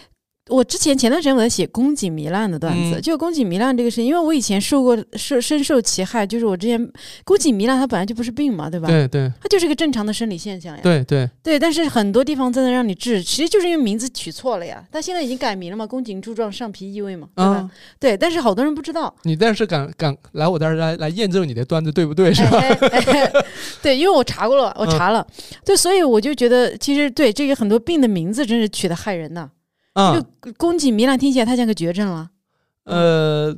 我之前前段时间我在写宫颈糜烂的段子，嗯就宫颈糜烂这个事情，因为我以前受过受深受其害，就是我之前宫颈糜烂它本来就不是病嘛，对吧？对对它就是个正常的生理现象呀。对对，对，但是很多地方真的让你治，其实就是因为名字取错了呀。但现在已经改名了嘛，宫颈柱状上皮异位嘛，对吧？啊，对，但是好多人不知道，你但是敢敢来我这儿来来验证你的段子对不对是吧？哎哎哎对，因为我查过了，我查了，对，所以我就觉得其实对这个很多病的名字真是取得害人呐、啊、就宫颈糜烂听起来太像个绝症了。呃，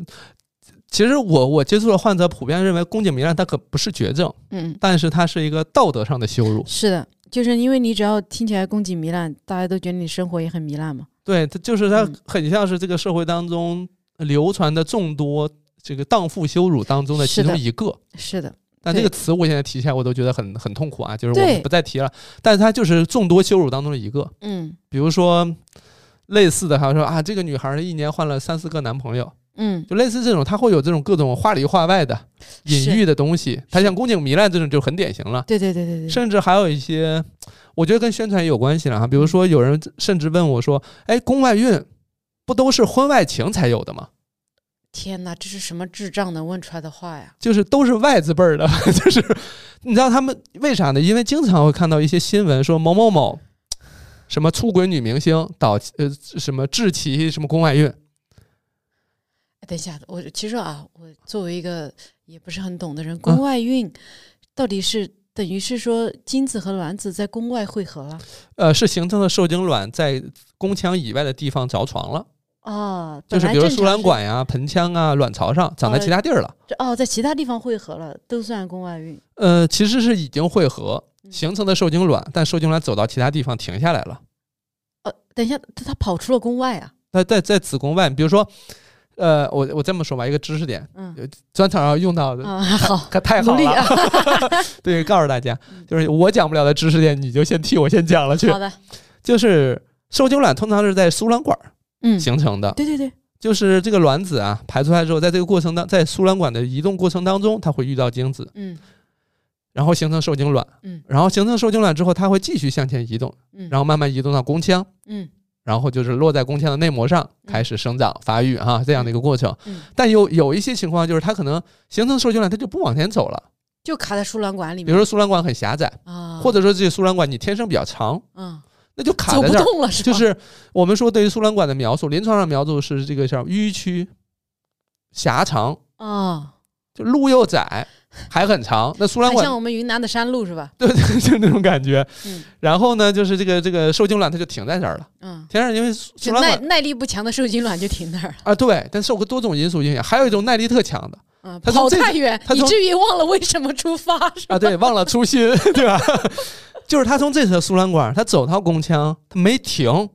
其实我我接触的患者普遍认为宫颈糜烂它可不是绝症，嗯，但是它是一个道德上的羞辱。是的，就是因为你只要听起来宫颈糜烂，大家都觉得你生活也很糜烂嘛。对，它就是它嗯很像是这个社会当中流传的众多这个荡妇羞辱当中的其是的中一个。是的，但这对个词我现在提起来我都觉得很很痛苦啊，就是我对们不再提了。但是它就是众多羞辱当中的一个，嗯比如说。类似的，还有说啊，这个女孩儿一年换了三四个男朋友，嗯，就类似这种，她会有这种各种话里话外的隐是喻的东西。她像宫颈糜烂这种就很典型了。对对对对对，甚至还有一些，我觉得跟宣传也有关系了哈。嗯比如说，有人甚至问我说：“哎，宫外孕不都是婚外情才有的吗？天哪，这是什么智障能问出来的话呀？就是都是外字辈儿的， [LAUGHS] 就是你知道他们为啥呢？因为经常会看到一些新闻说某某某什么出轨女明星导呃什么致其什么宫外孕，哎等一下，我其实啊，我作为一个也不是很懂的人，嗯宫外孕到底是等于是说精子和卵子在宫外汇合了呃，是形成了受精卵在宫腔以外的地方着床了，哦，就是本比来如正输常卵是管呀、盆腔啊、卵巢上长在其他地儿了。这哦，在其他地方汇合了，都算宫外孕。呃，其实是已经汇合嗯形成的受精卵，但受精卵走到其他地方停下来了。呃，等一下，他他跑出了宫外啊，那在在子宫外，比如说，呃，我我这么说吧，一个知识点，嗯专场上用到的，啊，好，可太努好力啊嗯了。，对，告诉大家，就是我讲不了的知识点，你 [LAUGHS] 就先替我先讲了去好。的，就是受精卵通常是在输卵管儿嗯，形成的，对对对，就是这个卵子啊排出来之后，在这个过程当，在输卵管的移动过程当中，它会遇到精子，嗯然后形成受精卵，嗯然后形成受精卵之后，它会继续向前移动，嗯，然后后慢慢移动到宫腔。嗯然后就是落在宫腔的内膜上开始生长发育哈、这样的一个过程。嗯，但有有一些情况就是它可能形成受精卵，它就不往前走了，就卡在输卵管里比面如说输卵管很狭窄，啊，或者说这个输卵管你天生比较长，嗯，那就卡走在不这儿。动了是吧？就是我们说对于输卵管的描述，临床上描述是这个叫迂曲、狭长，啊，就路又窄，还很长。那输卵很管像我们云南的山路是吧？对对， [LAUGHS] 就是那种感觉。嗯 [LAUGHS] 然后呢，就是这个这个受精卵它就停在这儿了。嗯，停在这儿因为输就输卵耐管耐力不强的受精卵就停那儿了。啊，对，但受过多种因素影响，还有一种耐力特强的。嗯，他从跑这太远他，以从至于忘了为什么出发。是吧啊，对，忘了初心， [LAUGHS] 对吧？就是他从这侧输卵管，他走到宫腔，他没停，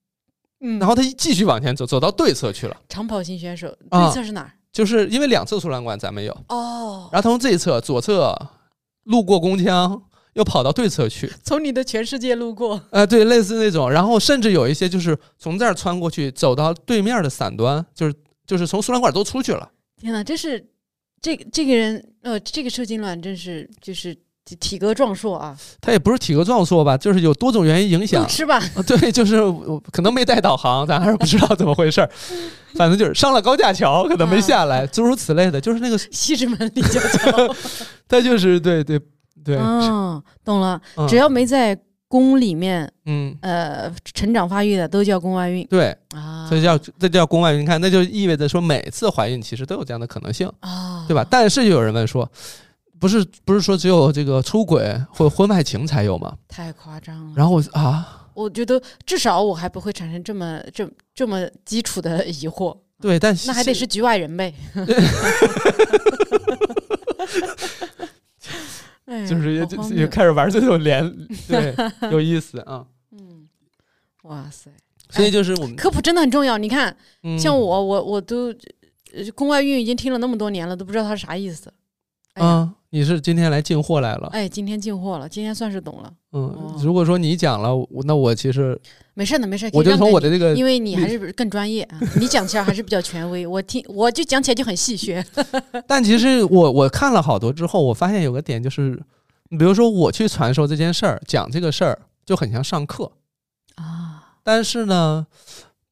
[LAUGHS] 嗯，然后他一继续往前走，走到对侧去了。长跑型选手啊对侧是哪儿？就是因为两侧输卵管咱们有，哦，然后他从这一侧左侧路过宫腔，又跑到对侧去，从你的全世界路过。啊，对，类似那种。然后甚至有一些就是从这儿穿过去，走到对面的伞端，就是就是从输卵管都出去了。 [LAUGHS] 天哪，这是这这个人呃，这个受精卵真是就是体体格壮硕啊！他也不是体格壮硕吧，就是有多种原因影响不。吃吧，啊 [LAUGHS] 对，就是我可能没带导航，咱还是不知道怎么 [LAUGHS] 回事儿。反正就是上了高架桥，可能没下嗯来，诸如此类的，就是那个，西直门立 [LAUGHS] 交桥。他就是对对对，嗯，懂了，嗯只要没在宫里面嗯，呃成长发育的，都叫宫外孕对，啊。所以叫这叫宫外孕。你看，那就意味着说每次怀孕其实都有这样的可能性，啊，对吧？？但是就有人问说，不是不是说只有这个出轨或婚外情才有吗？太夸张了。然后我啊，我觉得至少我还不会产生这么这这么基础的疑惑，对，但那还得是局外人 [LAUGHS] 呗。哎呀就是也好荒也谬开始玩这 [LAUGHS] 种连，对，有意思啊。嗯，哇塞，所以就是我们科普真的很重要。你看，嗯哎像我，我我都呃宫外孕已经听了那么多年了，都不知道它是啥意思。哎呀啊，你是今天来进货来了，哎，今天进货了，今天算是懂了。嗯哦，如果说你讲了，我那我其实没事儿的，没事儿。可以我就让从给我的这个你，因为你例还是更专业啊，你讲起来还是比较权威。我听我就讲起来就很戏 [LAUGHS] 谑。但其实我我看了好多之后，我发现有个点就是，比如说我去传授这件事儿，讲这个事儿就很像上课，啊，但是呢，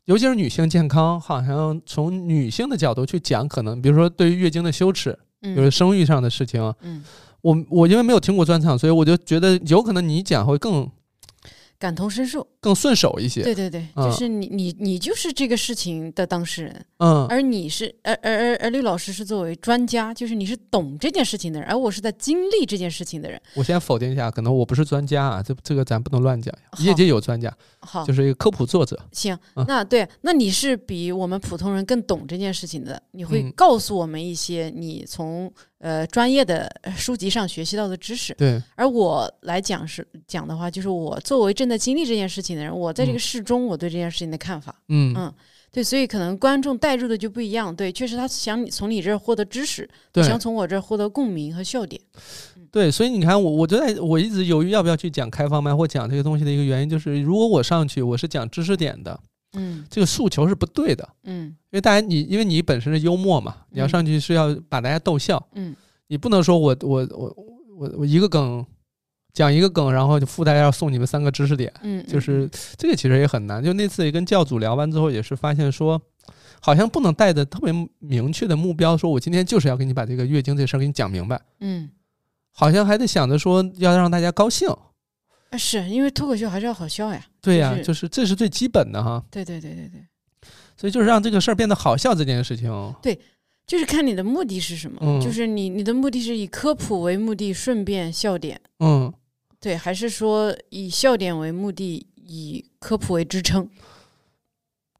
尤其是女性健康，好像从女性的角度去讲，可能比如说对于月经的羞耻，比如嗯生育上的事情，嗯，我我因为没有听过专场，所以我就觉得有可能你讲会更感同身受。更顺手一些。对对对，嗯就是你你你就是这个事情的当事人，嗯而你是而而而而吕老师是作为专家，就是你是懂这件事情的人，而我是在经历这件事情的人。我先否定一下，可能我不是专家啊，这这个咱不能乱讲呀。好业界有专家，好就，是一个科普作者。行，嗯那对，那你是比我们普通人更懂这件事情的，你会嗯告诉我们一些你从呃专业的呃书籍上学习到的知识，对，而我来讲是讲的话，就是我作为正在经历这件事情的人，我在这嗯个事中我对这件事情的看法，嗯，嗯对，所以可能观众带入的就不一样，对，确实他想你从你这儿获得知识，对想从我这儿获得共鸣和笑点，对，所以你看，我我就在我一直犹豫要不要去讲开放麦或讲这个东西的一个原因，就是如果我上去我是讲知识点的，嗯这个诉求是不对的，嗯因为大家你因为你本身是幽默嘛，你要嗯上去是要把大家逗笑，嗯你不能说我我我我我一个梗讲一个梗，然后就附带要送你们三个知识点，嗯，哎就是这个其实也很难。就那次也跟教主聊完之后，也是发现说，好像不能带着特别明确的目标，说我今天就是要给你把这个月经这事儿给你讲明白，嗯。好像还得想着说要让大家高兴。啊是因为脱口秀还是要好笑呀，对呀、就是就是这是最基本的哈，对对对对对，所以就是让这个事儿变得好笑这件事情。就是看你的目的是什么，嗯就是你你的目的是以科普为目的，顺便笑点，嗯，对，还是说以笑点为目的，以科普为支撑？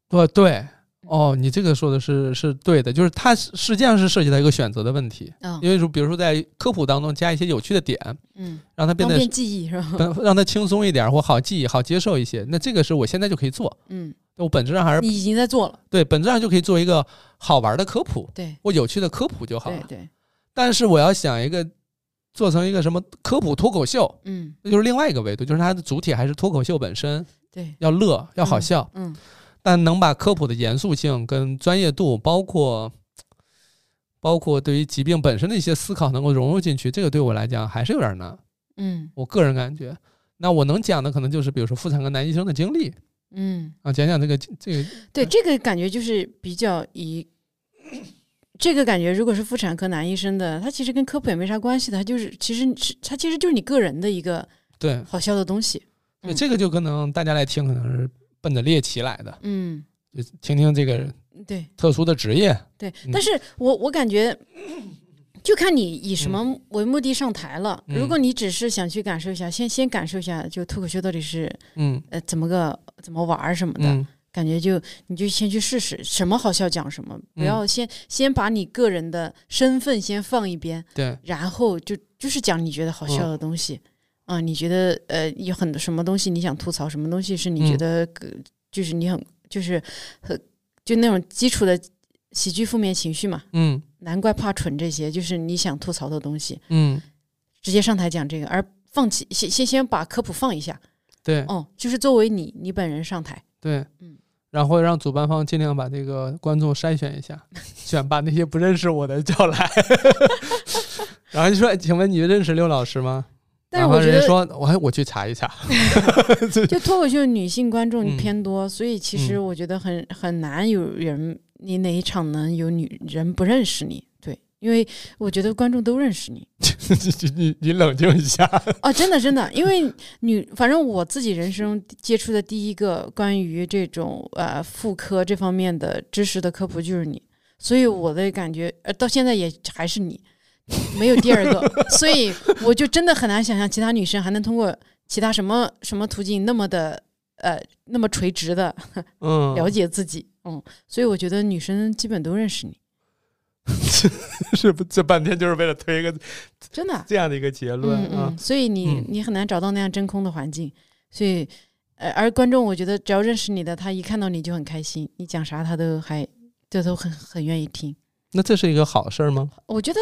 对对，哦，你这个说的是是对的，就是它实实际上是涉及到一个选择的问题，嗯因为如比如说在科普当中加一些有趣的点，嗯，让它方变得便记忆是吧？让让它轻松一点或好记忆、好接受一些，那这个是我现在就可以做。嗯，我本质上还是你已经在做了，对本质上就可以做一个好玩的科普对或有趣的科普就好对了。对，但是我要想一个做成一个什么科普脱口秀，嗯那就是另外一个维度，就是它的主体还是脱口秀本身，对，要乐要好嗯笑，嗯但能把科普的严肃性跟专业度，包括包括对于疾病本身的一些思考，能够融入进去，这个对我来讲还是有点难。嗯我个人感觉，那我能讲的可能就是，比如说妇产科男医生的经历嗯，啊，讲讲这个这个，对，这个感觉就是比较以。这个感觉，如果是妇产科男医生的，他其实跟科普也没啥关系的，他就是其实是他其实就是你个人的一个对，好笑的东西。嗯这个就可能大家来听，可能是奔着猎奇来的，嗯，就听听这个对，特殊的职业，对嗯，但是我我感觉，就看你以什么为目的上台了。嗯如果你只是想去感受一下，先先感受一下，就脱口秀到底是嗯呃怎么个怎么玩儿什么的，嗯感觉就你就先去试试什么好笑讲什么，不嗯要先、先把你个人的身份先放一边，对，然后就就是讲你觉得好笑嗯的东西。啊，你觉得呃有很多什么东西你想吐槽，什么东西是你觉嗯得、呃就是你很就是很就那种基础的喜剧负面情绪嘛，嗯难怪怕蠢这些，就是你想吐槽的东西，嗯直接上台讲这个，而放弃先先先把科普放一下，对哦，就是作为你你本人上台，对嗯，然后让主办方尽量把这个观众筛 [LAUGHS] 选一下，选把那些不认识我的叫来， [LAUGHS] 然后就说，请问你认识刘老师吗？但是然后我觉人家得说，我还我去查一查，就脱口秀女性观嗯众偏多，所以其实嗯我觉得很很难有人你哪一场能有女人不认识你，对，因为我觉得观众都认识你 [LAUGHS] 你你你冷静一下，哦，真的真的，因为女反正我自己人生接触的第一个关于这种呃妇科这方面的知识的科普就是你，所以我的感觉呃到现在也还是你。没有第二个，所以我就真的很难想象其他女生还能通过其他什么什么途径那么的呃那么垂直的嗯，了解自己。嗯，所以我觉得女生基本都认识你， [LAUGHS] 是不？这半天就是为了推一个真的。这样的一个结论嗯啊嗯，。所以你嗯你很难找到那样真空的环境，所以呃，而观众我觉得只要认识你的，他一看到你就很开心，你讲啥他都还这都很很愿意听。那这是一个好事儿吗？我觉得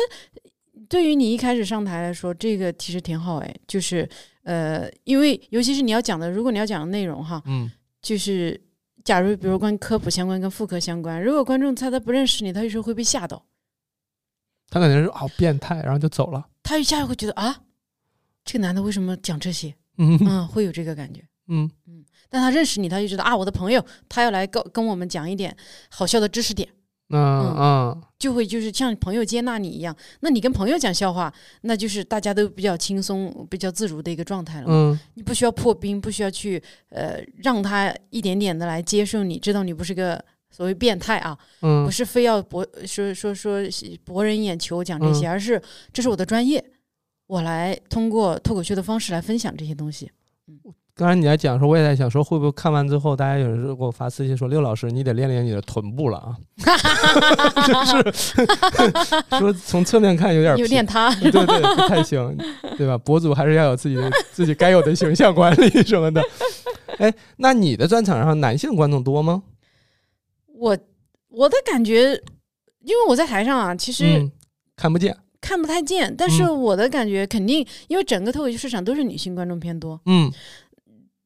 对于你一开始上台来说，这个其实挺好哎，就是呃，因为尤其是你要讲的，如果你要讲的内容哈，嗯就是假如比如跟科普相关、跟妇科相关，如果观众他他不认识你，他有时候会被吓到，他可能是哦变态，然后就走了。他一下会觉得啊，这个男的为什么讲这 [LAUGHS] 些？嗯嗯，会有这个感觉。嗯但他认识你，他就知道啊，我的朋友他要来跟跟我们讲一点好笑的知识点，嗯啊就会就是像朋友接纳你一样。那你跟朋友讲笑话，那就是大家都比较轻松、比较自如的一个状态了。嗯你不需要破冰，不需要去呃让他一点点的来接受你，知道你不是个所谓变态啊，不嗯是非要博说说说博人眼球讲这些，嗯而是这是我的专业，我来通过脱口秀的方式来分享这些东西。刚才你还讲说，我也在想说，会不会看完之后，大家有人给我发私信说，六老师，你得练练你的臀部了啊，就是 [LAUGHS] 说从侧面看有点有点他，对对，不太行，对吧？博主还是要有自己的自己该有的形象管理什么的。哎，那你的专场上男性观众多吗？我我的感觉，因为我在台上啊，其实嗯，看不见。看不太见，但是嗯我的感觉肯定，因为整个脱口秀市场都是女性观众偏多，嗯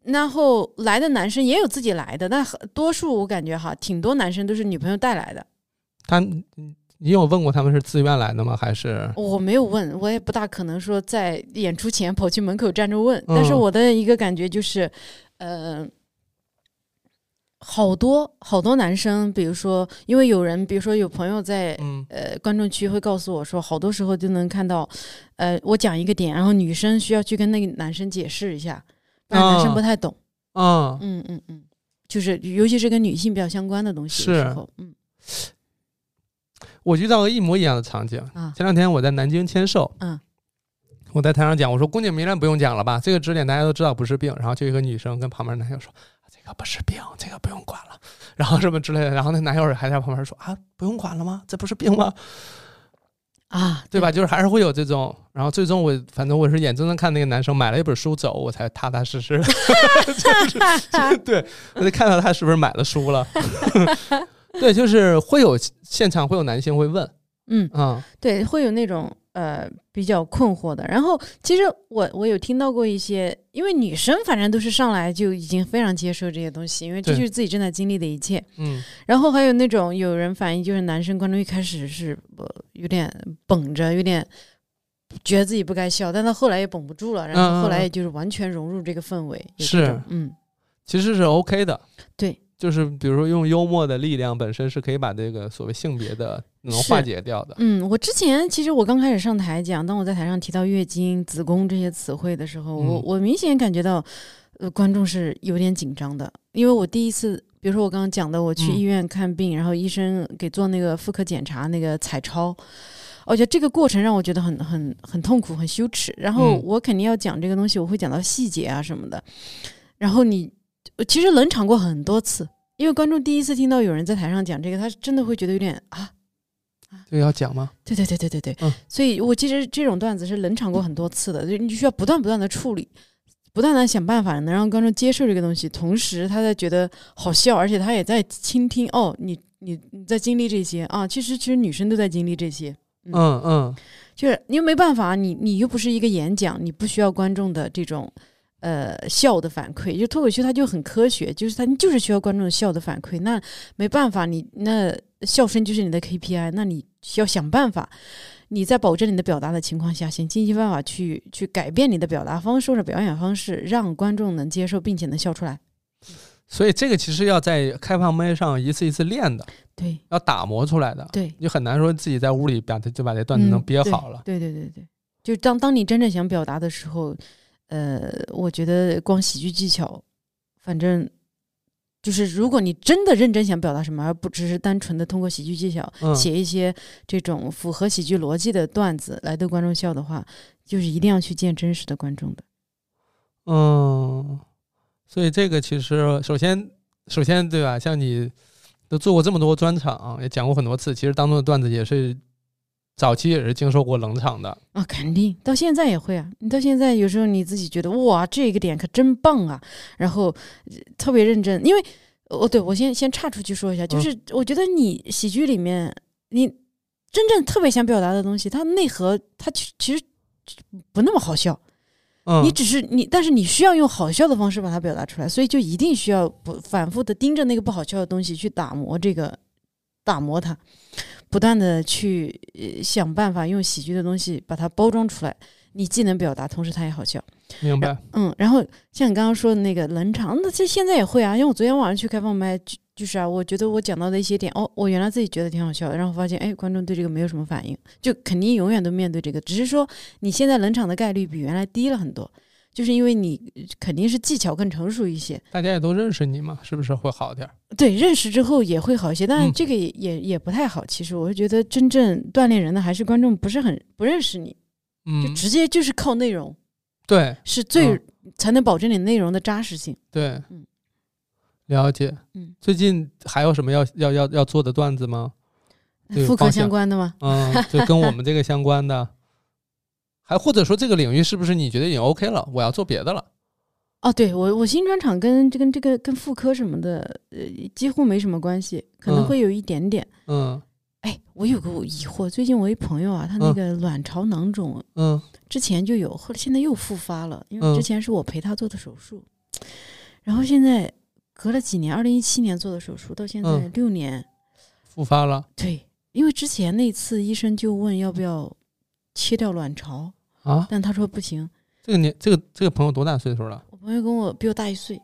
然后来的男生也有自己来的，但很多数我感觉哈，挺多男生都是女朋友带来的。他，你有问过他们是自愿来的吗？还是我没有问，我也不大可能说在演出前跑去门口站着问，但是嗯我的一个感觉就是，呃。好多好多男生，比如说，因为有人，比如说有朋友在嗯呃，观众区会告诉我说，好多时候就能看到，呃，我讲一个点，然后女生需要去跟那个男生解释一下，不然男生啊不太懂。啊？嗯嗯嗯，就是尤其是跟女性比较相关的东西的是时候，嗯我遇到过一模一样的场景。啊前两天我在南京签售，嗯，我在台上讲，我说宫颈糜烂不用讲了吧，这个指点大家都知道不是病。然后就有一个女生跟旁边男友说，啊这个不是病，这个不用管了，然后什么之类的。然后那男友还在旁边说啊，不用管了吗？这不是病吗？啊，对吧？？就是还是会有这种，然后最终我反正我是眼睁睁看那个男生买了一本书走，我才踏踏实实的， [LAUGHS] [LAUGHS] 就是对我就看到他是不是买了书了。 [LAUGHS] 对，就是会有现场会有男性会问嗯，啊、对，会有那种呃比较困惑的。然后其实我我有听到过一些，因为女生反正都是上来就已经非常接受这些东西，因为这对就是自己正在经历的一切。嗯然后还有那种有人反映，就是男生观众一开始是呃有点绷着，有点觉得自己不该笑，但他后来也绷不住了，然嗯嗯后后来嗯也就是完全融入这个氛围。有这是种，嗯，其实是 OK 的。对，就是比如说用幽默的力量本身是可以把这个所谓性别的能是化解掉的。嗯，我之前其实我刚开始上台讲，当我在台上提到月经、子宫这些词汇的时候，我嗯我明显感觉到，呃，观众是有点紧张的，因为我第一次，比如说我刚刚讲的，我去嗯医院看病，然后医生给做那个妇科检查，那个彩超。我觉得这个过程让我觉得很很很痛苦，很羞耻。然后嗯我肯定要讲这个东西，我会讲到细节啊什么的。然后你，我其实冷场过很多次，因为观众第一次听到有人在台上讲这个，他真的会觉得有点啊，这个要讲吗？对对对对对对，嗯所以我其实这种段子是冷场过很多次的，就是你需要不断不断的处理，不断的想办法能让观众接受这个东西，同时他在觉得好笑，而且他也在倾听哦，你你你在经历这些啊，其实其实女生都在经历这些，嗯嗯嗯就是因为没办法，你你又不是一个演讲，你不需要观众的这种呃笑的反馈。就脱口秀它就很科学，就是它你就是需要观众笑的反馈。那没办法，你那笑声就是你的 KPI，那你需要想办法。你在保证你的表达的情况下，想尽一切办法去去改变你的表达方式或者表演方式，让观众能接受并且能笑出来。所以这个其实要在开放麦上一次一次练的，对要打磨出来的。对，你很难说自己在屋里把它就把这段子能嗯憋对好了。对对对对，就当当你真正想表达的时候，呃，我觉得光喜剧技巧，反正就是如果你真的认真想表达什么，而不只是单纯的通过喜剧技巧嗯写一些这种符合喜剧逻辑的段子来逗观众笑的话，就是一定要去见真实的观众的。嗯，所以这个其实首先首先对吧？像你都做过这么多专场，也讲过很多次，其实当中的段子也是早期也是经受过冷场的。啊，肯定到现在也会啊！你到现在有时候你自己觉得哇，这个点可真棒啊，然后呃特别认真，因为哦，对我先先岔出去说一下，就嗯是我觉得你喜剧里面你真正特别想表达的东西，它内核它其其实不那么好笑，嗯，你只是你，但是你需要用好笑的方式把它表达出来，所以就一定需要不反复的盯着那个不好笑的东西去打磨这个，打磨它，不断的去、呃、想办法用喜剧的东西把它包装出来，你既能表达，同时它也好笑。明白。嗯，然后像你刚刚说的那个冷场，那这现在也会啊，因为我昨天晚上去开放麦，就就是啊，我觉得我讲到的一些点，哦，我原来自己觉得挺好笑的，然后发现哎，观众对这个没有什么反应，就肯定永远都面对这个，只是说你现在冷场的概率比原来低了很多，就是因为你呃肯定是技巧更成熟一些，大家也都认识你嘛，是不是会好点儿？对，认识之后也会好一些，但嗯这个也、也也不太好。其实我是觉得真正锻炼人的还是观众不是很不认识你，就嗯，直接就是靠内容，对是最、嗯才能保证你内容的扎实性。对嗯，了解。嗯，最近还有什么要要要要做的段子吗？对妇科方向相关的吗？ [LAUGHS] 嗯，就跟我们这个相关的，还或者说这个领域是不是你觉得已经 OK 了？我要做别的了。哦，对我我新专场跟这跟这个跟妇科什么的，呃，几乎没什么关系，可能嗯会有一点点。嗯哎，我有个疑惑，最近我一朋友啊，他那嗯个卵巢囊肿、嗯之前就有，后来现在又复发了，因嗯为之前是我陪他做的手术，然后现在隔了几年，二零一七年做的手术，到现在嗯六年，复发了对，因为之前那次医生就问要不要切掉卵巢，啊？但他说不行。这个年这个这个朋友多大岁数了？我朋友跟我比我大一 [LAUGHS] 岁，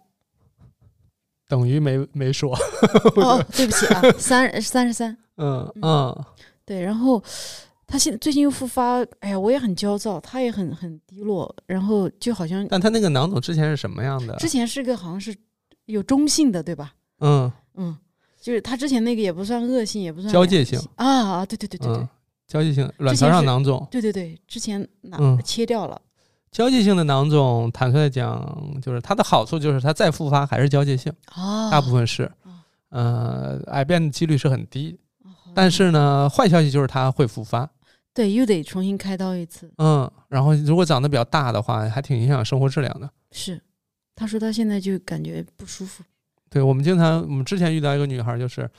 等于没没说。 [LAUGHS] 哦，对不起啊，三三十三。嗯嗯嗯对，然后他现最近又复发，哎呀，我也很焦躁，他也很很低落，然后就好像但他那个囊肿之前是什么样的？之前是个好像是有中性的，对吧？嗯，嗯，就是他之前那个也不算恶性，也不算交良界性。啊，对对对对对、嗯，交界性卵之巢前上是囊肿。对对对，之前拿、嗯切掉了，交界性的囊肿，坦率地讲，就是它的好处就是它再复发还是交界性，啊，大部分是啊，呃，癌变的几率是很低。啊好但是呢，坏消息就是它会复发，对又得重新开刀一次，嗯，然后如果长得比较大的话，还挺影响生活质量的。是，他说他现在就感觉不舒服，对我们经常，我们之前遇到一个女孩，就是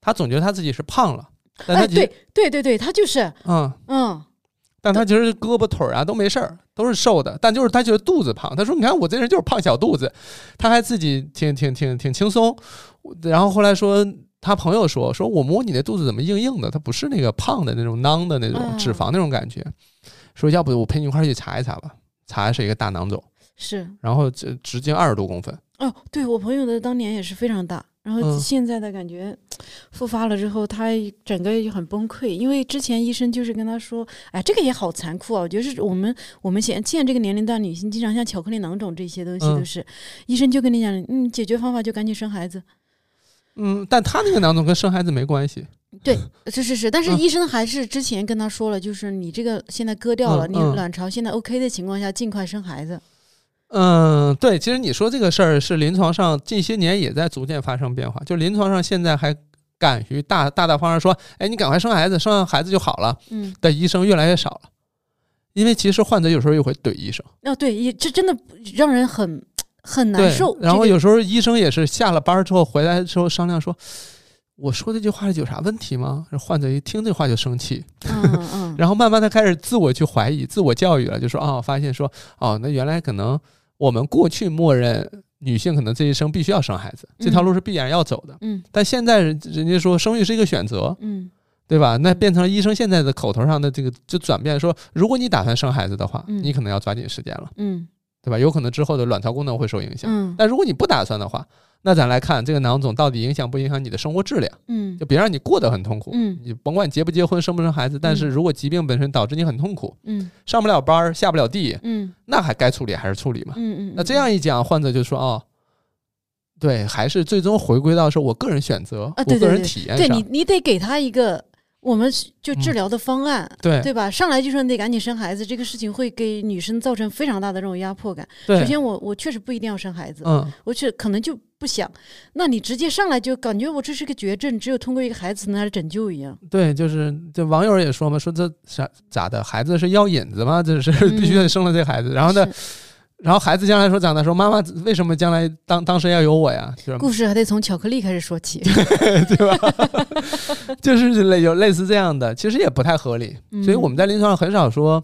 她总觉得她自己是胖了，但她哎，其实、对对对对，他就是，嗯，嗯，但她其实胳膊腿儿啊都没事儿，都是瘦的，但就是她觉得肚子胖。她说：“你看我这人就是胖小肚子。”她还自己挺挺挺挺轻松。然后后来说，她朋友说：“说我摸你那肚子怎么硬硬的？它不是那个胖的那种囊的那种嗯脂肪那种感觉。说要不我陪你一块儿去查一查吧，查是一个大囊肿，是，然后直直径二十多公分。哦，对我朋友的当年也是非常大，然后嗯现在的感觉复发了之后，他整个也很崩溃，因为之前医生就是跟他说，哎，这个也好残酷啊！我觉得是我们我们现现在这个年龄段女性，经常像巧克力囊肿这些东西嗯都是，医生就跟你讲，嗯，解决方法就赶紧生孩子，嗯，但她那个囊肿跟生孩子没关系。呃是是是，但是嗯医生还是之前跟他说了，就是你这个现在割掉了，嗯你嗯卵巢现在 OK 的情况下，尽快生孩子。嗯，对，其实你说这个事儿是临床上近些年也在逐渐发生变化，就临床上现在还敢于大大大方方说，哎，你赶快生孩子，生完孩子就好了嗯， [LAUGHS] 的医生越来越少了，因为其实患者有时候也会怼医生，哦对，也这真的让人很很难对受。，然后这个有时候医生也是下了班儿之后回来之后商量说，我说这句话有啥问题吗？然后患者一听这话就生气，嗯嗯。 [LAUGHS] 然后慢慢他开始自我去怀疑、自我教育了，就说哦，发现说哦，那原来可能我们过去默认女性可能这一生必须要生孩子，这条路是必然要走的。嗯但现在人人家说生育是一个选择，嗯对吧？那变成了医生现在的口头上的这个就转变说，如果你打算生孩子的话，嗯你可能要抓紧时间了，嗯对吧？有可能之后的卵巢功能会受影响。嗯但如果你不打算的话，那咱来看这个囊肿到底影响不影响你的生活质量，嗯就别让你过得很痛苦。嗯你甭管结不结婚、生不生孩子，但是如果疾病本身导致你很痛苦，嗯上不了班儿，下不了地，嗯啊那还该处理还是处理嘛。嗯嗯，那这样一讲，患者就说哦，对，还是最终回归到是我个人选择，啊对对我个人对体验对上你，你得给他一个我们是就治嗯疗的方案，对对吧？上来就说你得赶紧生孩子，这个事情会给女生造成非常大的这种压迫感。对首先我，我确实不一定要生孩子，嗯，我确可能就不想。那你直接上来就感觉我这是个绝症，只有通过一个孩子才能来拯救一样。对，就是就网友也说嘛，说这啥咋的，孩子是药引子吗？这是 [LAUGHS] 嗯必须得生了这孩子，然后呢，是然后孩子将来说长大说妈妈为什么将来当当时要有我呀？就是故事还得从巧克力开始说起。嗯对吧？就是类有类似这样的，其实也不太合理。所嗯以我们在临床上很少说，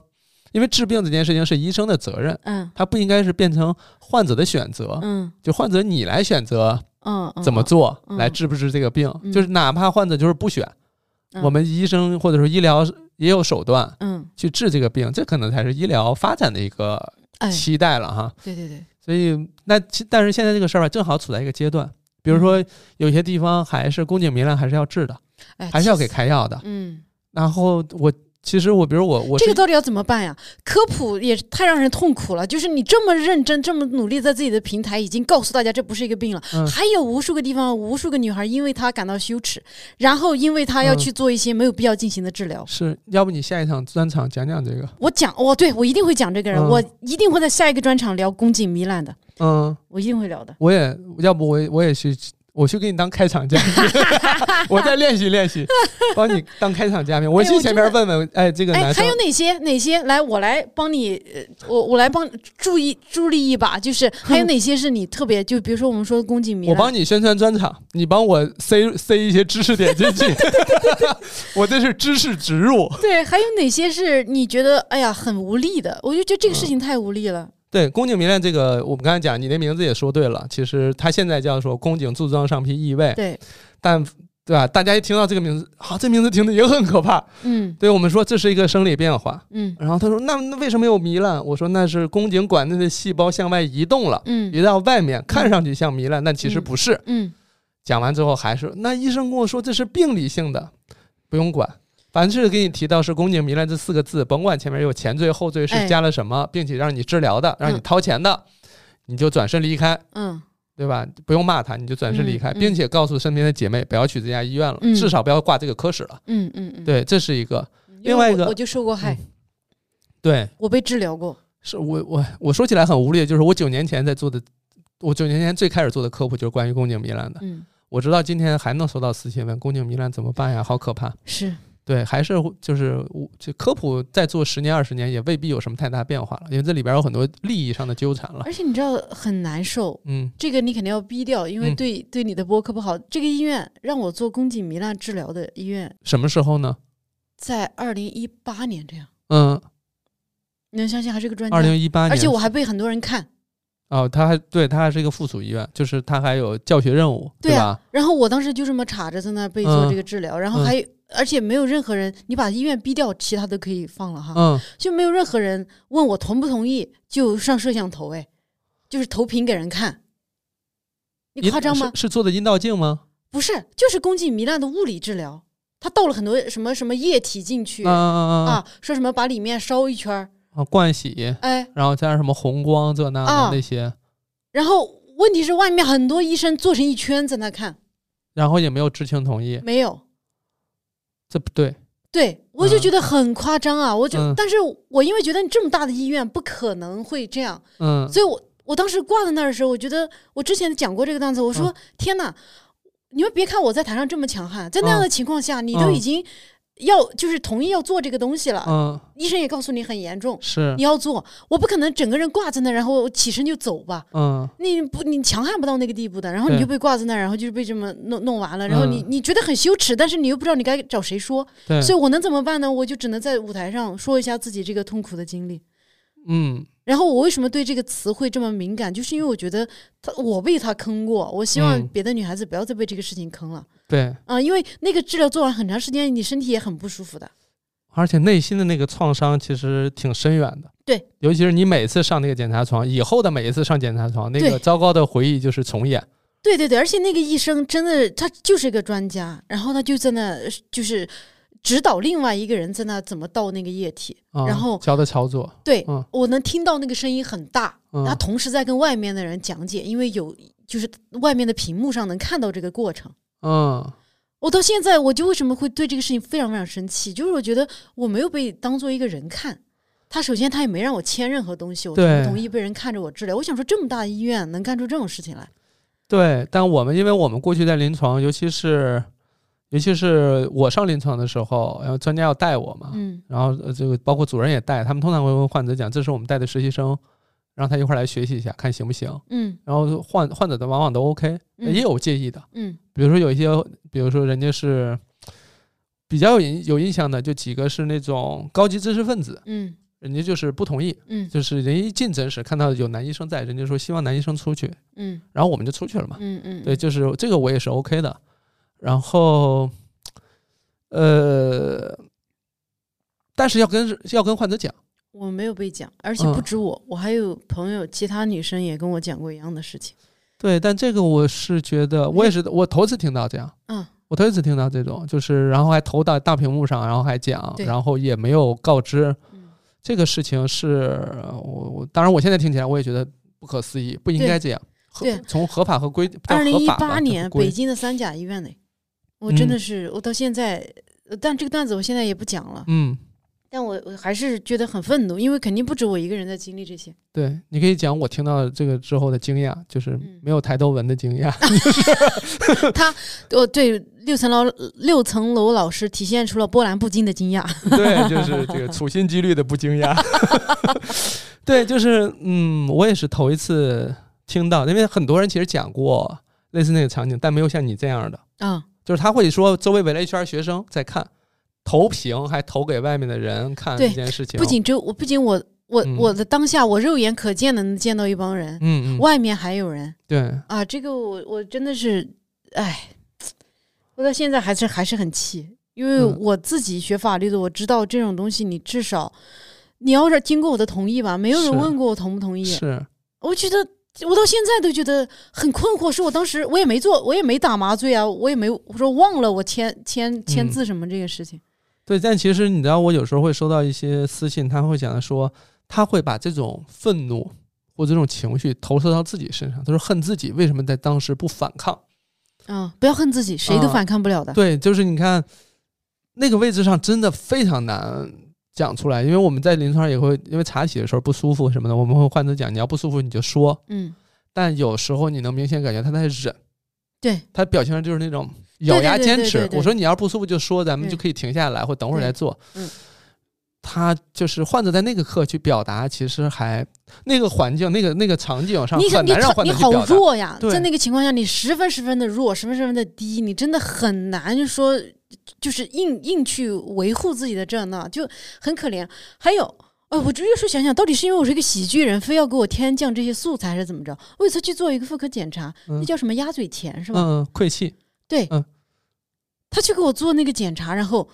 因为治病这件事情是医生的责任，嗯它不应该是变成患者的选择，嗯就患者你来选择嗯嗯，怎么做嗯来治不治这个病，嗯就是哪怕患者就是不选，嗯我们医生或者说医疗也有手段嗯？嗯，去治这个病，这可能才是医疗发展的一个哎，期待了哈。对对对，所以那其但是现在这个事儿吧，正好处在一个阶段。比如嗯说，有些地方还是宫颈糜烂还是要治的，哎，还是要其给实。开药的。嗯，然后我其实我比如我我这是个到底要怎么办呀？科普也太让人痛苦了。就是你这么认真、这么努力，在自己的平台已经告诉大家这不是一个病了，嗯还有无数个地方、无数个女孩因为她感到羞耻，然后因为她要嗯去做一些没有必要进行的治疗。是要不你下一场专场讲讲这个？我讲，我对我一定会讲这个人，嗯我一定会在下一个专场聊宫颈糜烂的，嗯，我一定会聊的。我也要不我也我也去我去给你当开场嘉宾， [LAUGHS] 我再练习练习，帮你当开场嘉宾。我哎去我前真的面问问，哎，这个哎，男还生有哪些哪些？来，我来帮你，呃，我我来帮注意助力一把， [LAUGHS] 就是还有哪些是你特别，就比如说我们说宫颈糜我烂，帮你宣传专场，你帮我塞塞一些知识点进去， [LAUGHS] 我这是知识植入。 [LAUGHS] 对，还有哪些是你觉得哎呀很无力的？我就觉得这个事情太无力了。对宫颈糜烂这个，我们刚才讲，你那名字也说对了，其实它现在叫说宫颈柱状上皮异位，对，但对吧？大家一听到这个名字，啊，这名字听的也很可怕。 [LAUGHS] 嗯对我们说这是一个生理变化。嗯然后他说：“那那为什么有糜烂？”我说：“那是宫颈管内的细胞向外移动了，嗯移到外面，看上去像糜烂，但其实不是。嗯，讲完之后还是那医生跟我说这是病理性的，不用管。凡是给你提到是宫颈糜烂这四个字，甭管前面有前缀后缀哎是加了什么，并且让你治疗的，让你嗯掏钱的，你就转身离开。嗯对吧？不用骂他，你就转身离开，嗯嗯并且告诉身边的姐妹不要去这家医院了，嗯至少不要挂这个科室了。嗯嗯嗯，对，这是一个因为另外一个我我嗯就受过害，对，我被治疗过。是我我我说起来很无力，就是我九年前在做的，我九年前最开始做的科普就是关于宫颈糜烂的。嗯，我知道今天还能收到私信问宫颈糜烂怎么办呀，好可怕。是，对，还是就是我这科普再做十年二十年也未必有什么太大变化了，因为这里边有很多利益上的纠缠了。而且你知道很难受。嗯这个你肯定要逼掉，因为嗯对、对你的播客不好。这个医院让我做宫颈糜烂治疗的医院，什么时候呢？在二零一八年这样，嗯，你能相信还是个专家？二零一八年，而且我还被很多人看，哦，他还对他还是一个附属医院，就是他还有教学任务，对吧啊？，然后我当时就这么插着在那儿被做嗯这个治疗，然后还、而且没有任何人，你把医院逼掉，其他都可以放了哈，嗯，就没有任何人问我同不同意就上摄像头，哎，就是投屏给人看，你阴夸张吗？是是做的阴道镜吗？不是，就是宫颈糜烂的物理治疗，他倒了很多什么什么液体进去、啊啊啊啊，说什么把里面烧一圈儿，啊！灌洗，哎，然后加上什么红光这那啊的那些，然后问题是外面很多医生坐成一圈在那看，然后也没有知情同意，没有。这不对。对，我就嗯觉得很夸张啊！我就，嗯但是我因为觉得你这么大的医院不可能会这样，嗯，所以我我当时挂在那儿的时候，我觉得我之前讲过这个段子，我说、嗯天哪，你们别看我在台上这么强悍，在那样的情况下，你都嗯已经要就是同意要做这个东西了，嗯，医生也告诉你很严重，是你，要做，我不可能整个人挂在那儿，然后我起身就走吧。嗯，你不，你强悍不到那个地步的，然后你对就被挂在那儿，然后就是被这么弄弄完了，然后你嗯你觉得很羞耻，但是你又不知道你该找谁说，对，所以我能怎么办呢？我就只能在舞台上说一下自己这个痛苦的经历。嗯，然后我为什么对这个词汇这么敏感，就是因为我觉得他我被他坑过，我希望嗯别的女孩子不要再被这个事情坑了对，啊、因为那个治疗做完很长时间，你身体也很不舒服的。而且内心的那个创伤其实挺深远的。对，尤其是你每次上那个检查床，以后的每一次上检查床，那对个糟糕的回忆就是重演。对对对，而且那个医生真的他就是个专家，然后他就在那就是指导另外一个人在那怎么倒那个液体，啊然后脚的朝左，对、嗯我能听到那个声音很大，嗯他同时在跟外面的人讲解，因为有就是外面的屏幕上能看到这个过程。嗯我到现在，我就为什么会对这个事情非常非常生气，就是我觉得我没有被当做一个人看。他首先他也没让我签任何东西，我同对不同意被人看着我治疗？我想说，这么大的医院能干出这种事情来，对，但我们因为我们过去在临床，尤其是尤其是我上临床的时候，然后专家要带我嘛，嗯然后呃这个包括主任也带，他们通常会跟患者讲，这是我们带的实习生，让他一块儿来学习一下，看行不行。嗯然后患患者的往往都 OK，嗯也有介意的，嗯比如说有一些，比如说人家是比较有印有印象的，就几个是那种高级知识分子，嗯人家就是不同意，嗯就是人一进诊室看到有男医生在，人家说希望男医生出去，嗯然后我们就出去了嘛。嗯嗯，对，就是这个我也是 OK 的。然后，呃，但是要跟要跟患者讲，我没有被讲，而且嗯不止我，我还有朋友，其他女生也跟我讲过一样的事情。对，但这个我是觉得，我也是我头一次听到这样，嗯我头一次听到这种，就是然后还投到大屏幕上，然后还讲，对然后也没有告知嗯这个事情是我我当然我现在听起来我也觉得不可思议，不应该这样。合对从合法和规，叫二零合一法吧八这年个规北京的三甲医院内，我真的嗯是、我到现在，呃但这个段子我现在也不讲了，嗯，但我我还是觉得很愤怒，因为肯定不止我一个人在经历这些。对，你可以讲我听到这个之后的惊讶，就是嗯没有抬头纹的惊讶。哦，对，六层楼六层楼老师体现出了波澜不惊的惊 [LAUGHS] 讶。 [LAUGHS] 对，就是这个处心积虑的不惊讶。 [LAUGHS] 对，就是嗯，我也是头一次听到，因为很多人其实讲过类似那个场景，但没有像你这样的，啊、就是他会说周围围了一圈学生在看，投屏还投给外面的人看这对件事 [LAUGHS] 情。不仅只有我，不仅我我、嗯我的当下，我肉眼可见的能见到一帮人，嗯，嗯外面还有人。对，啊，这个我我真的是，哎，我到现在还是还是很气，因为嗯我自己学法律的，我知道这种东西，你至少你要是经过我的同意吧，没有人是问过我同不同意，是，我觉得我到现在都觉得很困惑，是我当时我也没做，我也没打麻醉啊，我也没有我说忘了我签签签嗯字什么这个事情，对。但其实你知道，我有时候会收到一些私信，他会讲说，他会把这种愤怒或这种情绪投射到自己身上，他说恨自己为什么在当时不反抗。嗯不要恨自己，谁都啊反抗不了的，对，就是你看那个位置上真的非常难讲出来，因为我们在临床上也会，因为查体的时候不舒服什么的，我们会患者讲，你要不舒服你就说，嗯，但有时候你能明显感觉他在忍，对，他表情上就是那种咬牙对对坚对持对。对我说你要不舒服就说，咱们对就可以停下来或等会儿对再做嗯。他就是患者在那个课去表达，其实还那个环境、那个那个场景上你很你难让好患你者去好表达。弱呀，对在那个情况下，你十分十分的弱，十分十分的低，你真的很难说，就是硬硬去维护自己的这那，就很可怜。还有，呃，我就越说想想，到底是因为我是一个喜剧人，非要给我添酱这些素材，还是怎么着？我有一次去做一个妇科检查，嗯那叫什么鸭嘴钳是吧？嗯，愧气。对，嗯他去给我做那个检查，然后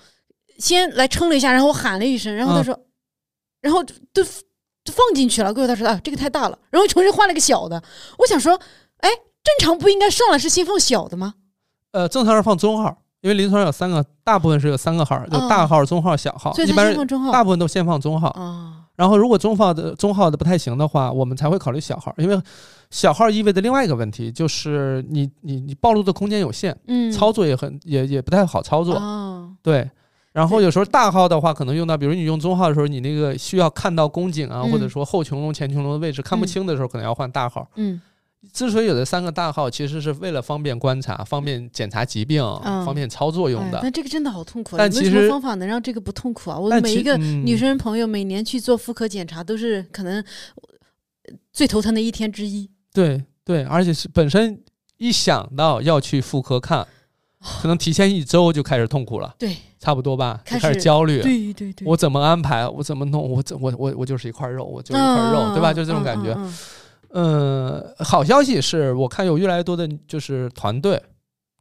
先来称了一下，然后我喊了一声，然后他嗯说，然后就就就放进去了。过一会儿他说啊，这个太大了，然后重新换了个小的。我想说，哎，正常不应该上来是先放小的吗？呃，正常是放中号，因为临床有三个，大部分是有三个号，就嗯大号、中号、小号。所以哦一他般先放中号大部分都先放中号，啊，然后如果中号的中号的不太行的话，我们才会考虑小号，因为小号意味着另外一个问题，就是你你你暴露的空间有限，嗯，操作也很也也不太好操作。啊，对，然后有时候大号的话，可能用到，比如你用中号的时候，你那个需要看到宫颈啊，嗯或者说后穹窿、前穹窿的位置看嗯不清的时候，可能要换大号。嗯之所以有这三个大号，其实是为了方便观察、方便检查疾病、嗯方便操作用哎的。但这个真的好痛苦啊！但有没有其什么实方法能让这个不痛苦啊？我但每其一个嗯女生朋友每年去做妇科检查，都是可能呃最头疼的一天之一。对对，而且是本身一想到要去妇科哦看，可能提前一周就开始痛苦了，对差不多吧，就开开始始焦虑。对对对，我怎么安排？我怎么弄？我怎我我我就是一块肉，我就是一块肉，对吧？就这种感觉。嗯嗯嗯嗯嗯，好消息是我看有越来越多的，就是团队，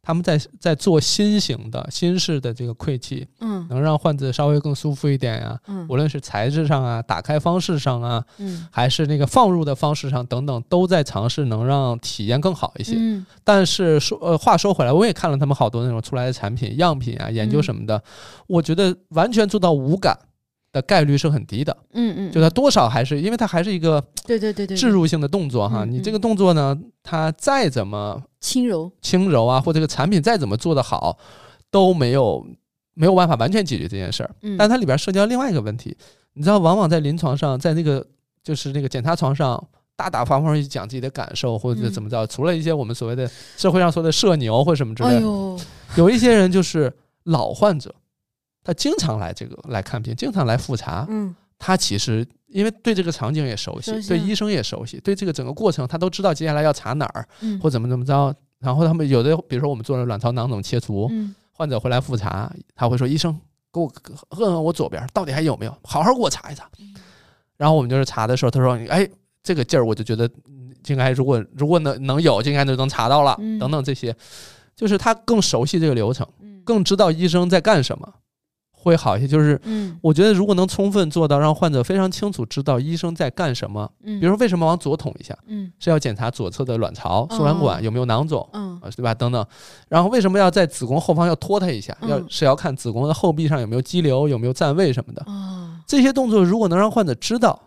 他们在在做新型的新式的这个溃气，嗯能让患者稍微更舒服一点呀、嗯无论是材质上啊、打开方式上啊，嗯还是那个放入的方式上等等，都在尝试能让体验更好一些。嗯但是说呃，话说回来，我也看了他们好多那种出来的产品样品啊、嗯研究什么的，我觉得完全做到无感的概率是很低的，嗯嗯，就它多少还是因为它还是一个对对对对，对置入性的动作哈。嗯嗯你这个动作呢，它再怎么轻柔，轻柔啊，或这个产品再怎么做得好，都没有没有办法完全解决这件事儿。嗯，但它里边涉及到另外一个问题，你知道，往往在临床上，在那个就是那个检查床上大大方方去讲自己的感受或者嗯怎么着，除了一些我们所谓的社会上说的社牛或什么之哎类的，呦，有一些人就是老患者，他经常来这个来看病，经常来复查，嗯他其实。因为对这个场景也熟悉熟，悉对啊医生也熟悉，对这个整个过程他都知道接下来要查哪儿嗯，或怎么怎么着。然后他们有的，比如说我们做了卵巢囊肿切除，嗯患者回来复查，他会说：“医生，给我问问我左边到底还有没有，好好给我查一查。”嗯然后我们就是查的时候，他说：“哎，这个劲儿，我就觉得嗯应该如果如果能能有，就应该就能查到了。嗯等等这些，就是他更熟悉这个流程，嗯更知道医生在干什么，会好一些。就是嗯我觉得，如果能充分做到让患者非常清楚知道医生在干什么，嗯，比如说为什么往左捅一下，嗯是要检查左侧的卵巢、输卵管哦有没有囊肿。嗯啊，对吧？等等，然后为什么要在子宫后方要拖它一下？嗯要是要看子宫的后壁上有没有肌瘤，有没有占位什么的。啊，这些动作如果能让患者知道，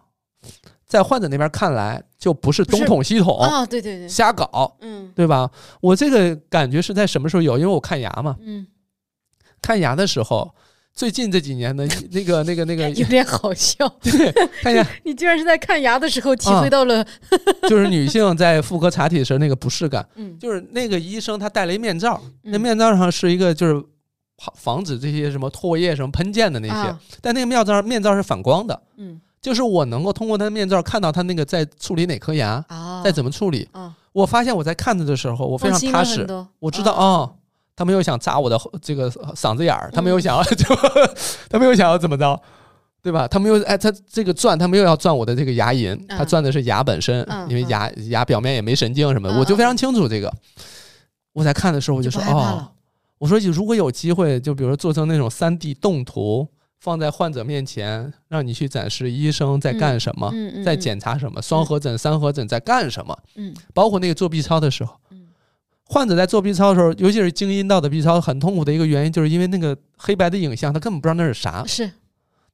在患者那边看来就不是不是东捅西捅，啊，对对对，瞎搞，嗯对吧？我这个感觉是在什么时候有？因为我看牙嘛，嗯， [LAUGHS] 看牙的时候，最近这几年的那个那个那个有点好笑。看牙，你居然是在看牙的时候体啊会到了，就是女性在妇科查体时那个不适感，嗯，就是那个医生他戴了一面罩，那嗯面罩上是一个就是防防止这些什么唾液什么喷溅的那些，啊但那个面罩面罩是反光的，嗯就是我能够通过他的面罩看到他那个在处理哪颗牙，啊，在怎么处理。啊，我发现我在看着的时候，我非放常心踏了很实，多，我知道啊，哦，他没有想扎我的后这个呃嗓子眼儿，他没有嗯想要 [LAUGHS] 就，他没有想要怎么着。对吧？他没有哎，他这个转，他没有要转我的这个牙龈，他嗯转的是牙本身，嗯因为嗯牙牙表面也没神经什么的，嗯我就嗯非常清楚这个。我在看的时候，我就说不害怕哦，了，我说，如果有机会，就比如说做成那种三 D 动图，放在患者面前，让你去展示医生在干什么，嗯嗯，在嗯，检查什么，双合诊、三合诊在干什么，嗯包括那个做 B 超的时候，嗯患者在做 B 超的时候，尤其是经阴道的 B 超，很痛苦的一个原因，就是因为那个黑白的影像，他根本不知道那是啥。是，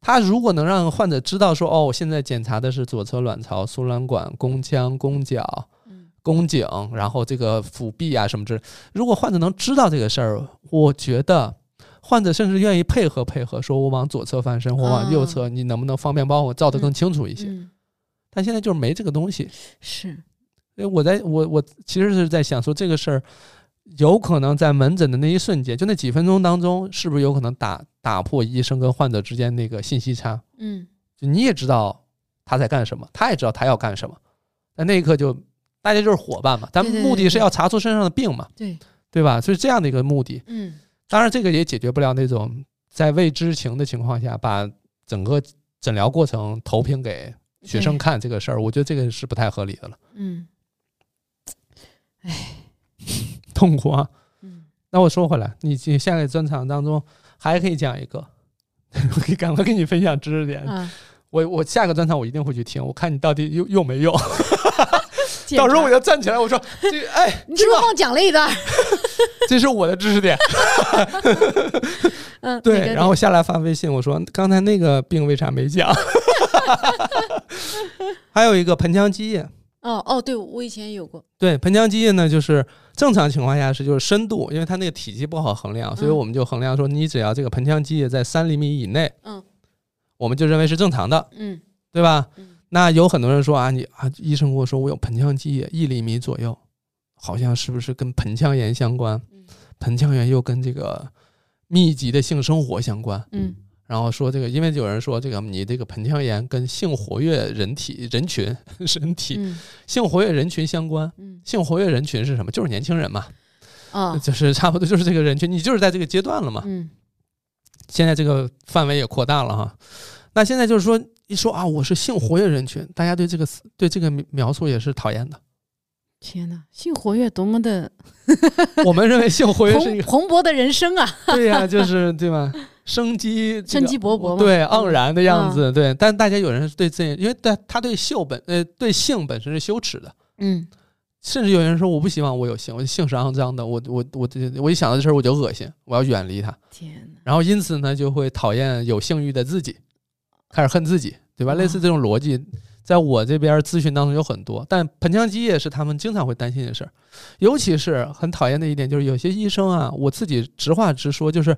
他如果能让患者知道说，哦，我现在检查的是左侧卵巢、输卵管、宫腔、宫角。嗯宫颈，然后这个腹壁啊什么之类。如果患者能知道这个事儿，我觉得患者甚至愿意配合配合，说我往左侧翻身，我往右侧，你能不能方便帮我照得更清楚一些？嗯但现在就是没这个东西。是，所以我在我我其实是在想说这个事儿。有可能在门诊的那一瞬间，就那几分钟当中，是不是有可能打打破医生跟患者之间那个信息差？嗯就你也知道他在干什么，他也知道他要干什么，但那一刻就大家就是伙伴嘛，咱们对对对目的是对要查出身上的病嘛，对，对吧？所以这样的一个目的，嗯当然这个也解决不了那种在未知情的情况下把整个诊疗过程投屏给学生对看这个事儿，我觉得这个是不太合理的了，嗯痛苦啊。嗯，那我说回来，你你下个专场当中还可以讲一个。 [LAUGHS] 我可以赶快跟你分享知识点。啊，我我下个专场我一定会去听，我看你到底用用没用。检到时候查我就站起来， [LAUGHS] 我说：“这个哎，你是不是忘讲了一段儿？这是我的知识点。嗯，哪对，个然后下来发微信，我说刚才那个病为啥没讲？ [LAUGHS] 还有一个盆腔积液，哦哦，对我以前有过，对，盆腔积液呢，就是正常情况下是就是深度，因为它那个体积不好衡量，所以嗯我们就衡量说，你只要这个盆腔积液在三厘米以内，嗯，我们就认为是正常的，嗯对吧？嗯那有很多人说啊，你啊，医生跟我说我有盆腔积液一厘米左右，好像是不是跟盆腔炎相关？嗯盆腔炎又跟这个密集的性生活相关。嗯然后说这个，因为有人说这个你这个盆腔炎跟性活跃人体人群 [LAUGHS] 人体、嗯性活跃人群相关。嗯性活跃人群是什么？就是年轻人嘛，啊，就是差不多就是这个人群，你就是在这个阶段了嘛。嗯现在这个范围也扩大了哈。那现在就是说， [LAUGHS] 一说啊，我是性活跃人群，大家对这个对这个描述也是讨厌的，天哪，性活跃多么的我们认为性活跃是一蓬个， [LAUGHS] 蓬勃的人生啊！对呀、就是对吧？生机这生个机勃勃嘛对，嗯盎然的样子，对。但大家有人是对自己，因为对他对性本呃对性本身是羞耻的，嗯，甚至有人说我不希望我有性，我的性是肮脏的，我我我我一想到这事儿我就恶心，我要远离他。天哪，然后因此呢，就会讨厌有性欲的自己，开始恨自己，对吧？类似这种逻辑，在我这边咨询当中有很多，但盆腔积液是他们经常会担心的事儿，尤其是很讨厌的一点就是有些医生啊，我自己直话直说，就是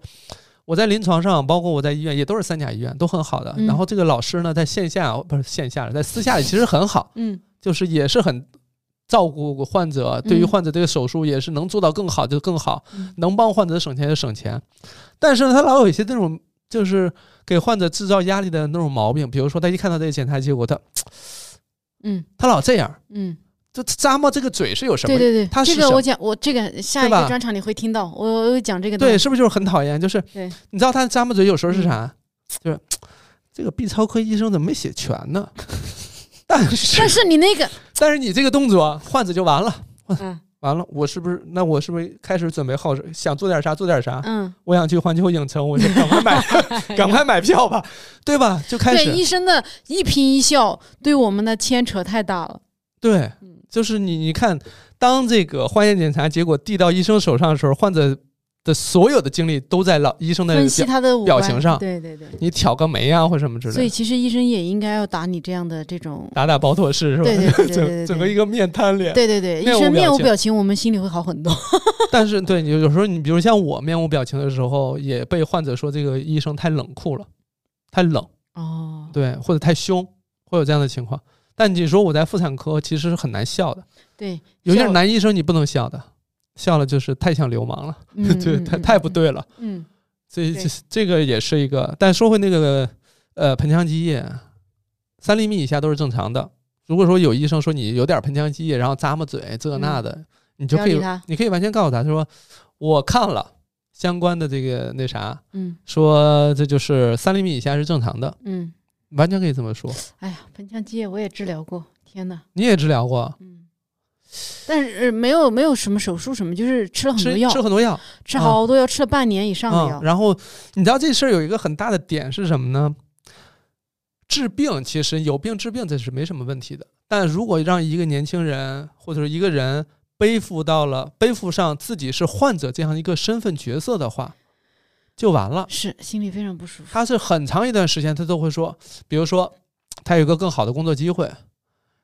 我在临床上，包括我在医院，也都是三甲医院，都很好的。嗯然后这个老师呢，在线下哦不是线下，在私下里其实很好，嗯就是也是很照顾患者，对于嗯患者这个手术也是能做到更好就更好，嗯能帮患者省钱就省钱。但是呢，他老有一些那种就是给患者制造压力的那种毛病，比如说他一看到这个检查结果，他嗯他老这样，嗯，就咂摸这个嘴是有什对么对对，他是这什个么我讲，我这个下一对吧个专场你会听到，我我有讲这个东对，西，是不是就是很讨厌？就是对嗯你知道他咂巴嘴有时候是啥？就是这个 B 超科医生怎么没写全呢？ [LAUGHS] 但是但是你那 [LAUGHS] 个，但是你这个动作，患者就完了。嗯完了，我是不是？那我是不是开始准备后事想做点啥做点啥？ [LAUGHS] 嗯，哎我想去环球影城，我就赶 [LAUGHS] 快买，赶快买票吧，对吧？就开对始医生的一颦一笑对我们的牵扯太大了，对嗯，就是你你看，当这个化验检查结果递到医生手上的时候，患者的所有的精力都在老医生的分析表，他的五表官情上对对对。你挑个眉啊或什么之所以类的，其实医生也应该要打你这样的这种，打打包妥适是吧？对对对对对对 [LAUGHS] 整整个一个面瘫脸，对对对，医面无生表面无情表情，我们心里会好很多。但是对你有时候你比如像我面无表情的时候，也被患者说这个医生太冷酷了，太冷。哦，对，或者太凶，会有这样的情况。但你说我在妇产科其实是很难笑的， [LAUGHS] 对，有些像男医生你不能笑的，笑了就是太像流氓了，嗯 [LAUGHS] 对，嗯太嗯太不对了。嗯，这对这这个也是一个。但说回那个呃盆腔积液，三厘米以下都是正常的。如果说有医生说你有点盆腔积液，然后咂摸嘴这那的，你嗯就不要可以理他，你可以完全告诉他，他说我看了相关的这个那啥，嗯说这就是三厘米以下是正常的，嗯，完全可以这么说。哎呀，盆腔积液我也治疗过，天哪，你也治疗过？嗯，但是、呃没有没有什么手术什么，就是吃了很多哦吃药，吃很多药，吃好多药，吃了半年以上的嗯药，，然后你知道这事儿有一个很大的点是什么呢？治病其实有病治病这是没什么问题的，但如果让一个年轻人或者是一个人背负到了背负上自己是患者这样一个身份角色的话，就完了。是心里非常不舒服。他是很长一段时间他都会说，比如说他有一个更好的工作机会，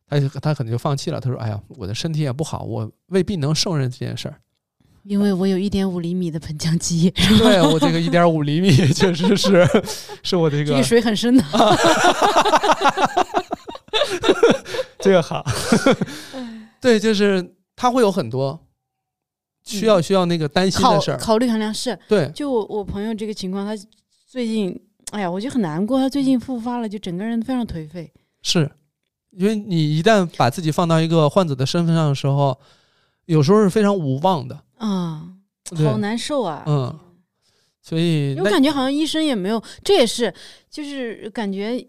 他就他可能就放弃了。他说：“哎呀，我的身体也不好，我未必能胜任这件事儿。”因为我有一点五厘米的盆腔积液， [LAUGHS] 对我这个一点五厘米，确实是，是我这这个个水很深的。这个好。哎对，就是他会有很多需嗯要需要那个担心考的事儿。考虑衡量是，对，就我我朋友这个情况，他最近，哎呀，我就很难过，他最近复发了，就整个人非常颓废。是因为你一旦把自己放到一个患者的身份上的时候，有时候是非常无望的。啊，对好，难受啊！嗯，所以因为我那感觉好像医生也没有，这也是就是感觉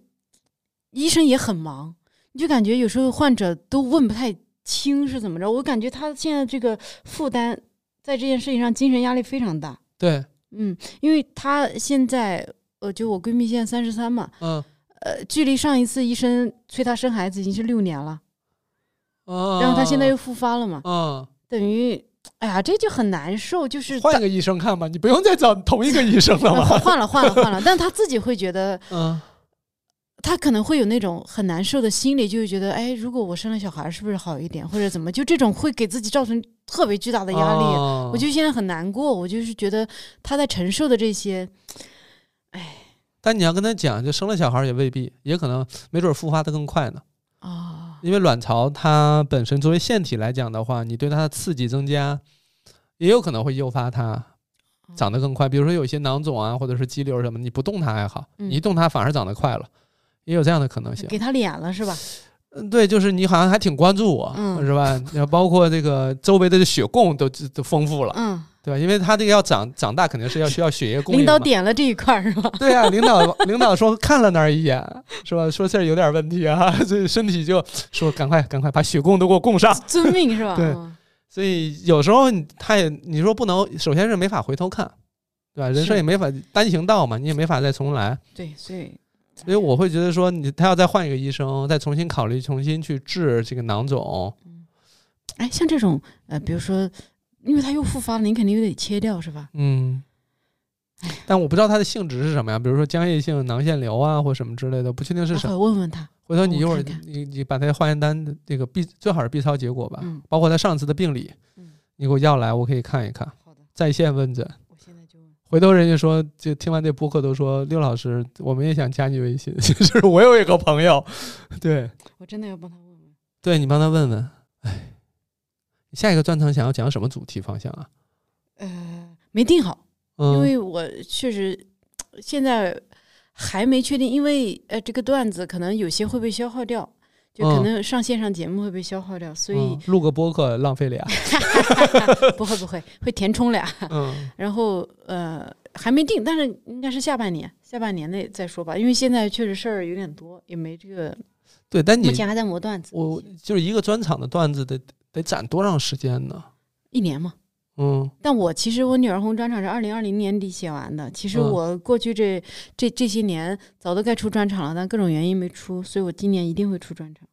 医生也很忙，你就感觉有时候患者都问不太清是怎么着。我感觉他现在这个负担在这件事情上精神压力非常大。对，嗯，因为他现在呃，就我闺蜜现在三十三嘛，嗯呃，距离上一次医生催她生孩子已经是六年了，嗯，然后她现在又复发了嘛，嗯，等于哎呀，这就很难受，就是换一个医生看吧，你不用再找同一个医生了呃 [LAUGHS] 换吧？换了换了换了，但她自己会觉得。嗯，他可能会有那种很难受的心理，就会觉得，哎，如果我生了小孩，是不是好一点，或者怎么？就这种会给自己造成特别巨大的压力。哦我就现在很难过，我就是觉得他在承受的这些，哎但你要跟他讲，就生了小孩儿也未必，也可能没准儿复发的更快呢。啊、因为卵巢它本身作为腺体来讲的话，你对它的刺激增加，也有可能会诱发它哦长得更快。比如说有一些囊肿啊，或者是肌瘤什么，你不动它还好，嗯你一动它反而长得快了，也有这样的可能性。给他脸了是吧？嗯，对，就是你好像还挺关注我，嗯是吧？然后包括这个周围的血供都都丰富了，嗯，对吧？因为他这个要长长大，肯定是要需要血液供应。领导，点了这一块儿是吧？ [LAUGHS] [LAUGHS] 对啊，领导领导说看了那儿一眼，是吧？说这儿有点问题啊， [LAUGHS] 这身体就说赶快赶快把血供都给我供上。遵命是吧？对嗯所以有时候你他也你说不能，首先是没法回头看，对吧？人是生也没法单行道嘛，你也没法再重来。对，所以所以我会觉得说你，他要再换一个医生，再重新考虑，重新去治这个囊肿，哎，像这种呃，比如说，因为它又复发了，您肯定又得切掉是吧？嗯，但我不知道它的性质是什么呀，比如说浆液性囊腺瘤啊，或什么之类的，不确定是待什会么。儿问问他。回头你我一会儿看看你你把它化验单的这个 B 最好是 B 超结果吧，嗯包括他上次的病理，嗯你给我要来，我可以看一看，好的，在线问诊。我现在就问。回头人家说，就听完这播客都说六老师，我们也想加你微信， [LAUGHS] 就是我有一个朋友， [LAUGHS] 对我真的要帮他问问。对，你帮他问问，哎，你下一个专场想要讲什么主题方向啊？呃，没定好，因嗯为我确实现在还没确定，因为呃，这个段子可能有些会被消耗掉，就可嗯能上线上节目会被消耗掉，所以、嗯录个播客浪费俩， [LAUGHS] 不会不会会填充俩。嗯然后呃还没定，但是应该是下半年，下半年内再说吧，因为现在确实事儿有点多，也没这个，对，但你目前还在磨段子，我就是一个专场的段子得得攒多长时间呢？一年嘛。嗯但我其实我女儿红专场是二零二零年底写完的，其实嗯我过去这这这些年早都该出专场了，但各种原因没出，所以我今年一定会出专场。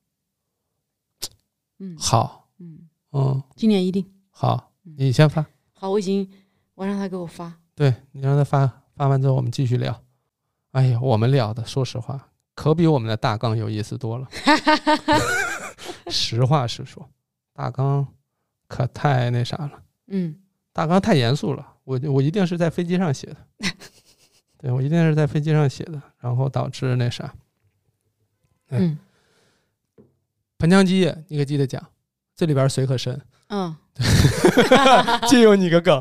嗯好，嗯，嗯今年一定。好嗯，你先发，好，我已经我让她给我发， [LAUGHS] 对你让他发，发完之后我们继续聊。哎呀，我们聊的，说实话，可比我们的大纲有意思多了。实话实说，大纲可太那啥了，嗯，大纲太严肃了。我我一定是在飞机上写的，对我一定是在飞机上写的，然后导致那啥。哎嗯盆腔积液，你可记得讲，这里边水可深。嗯借用你个梗，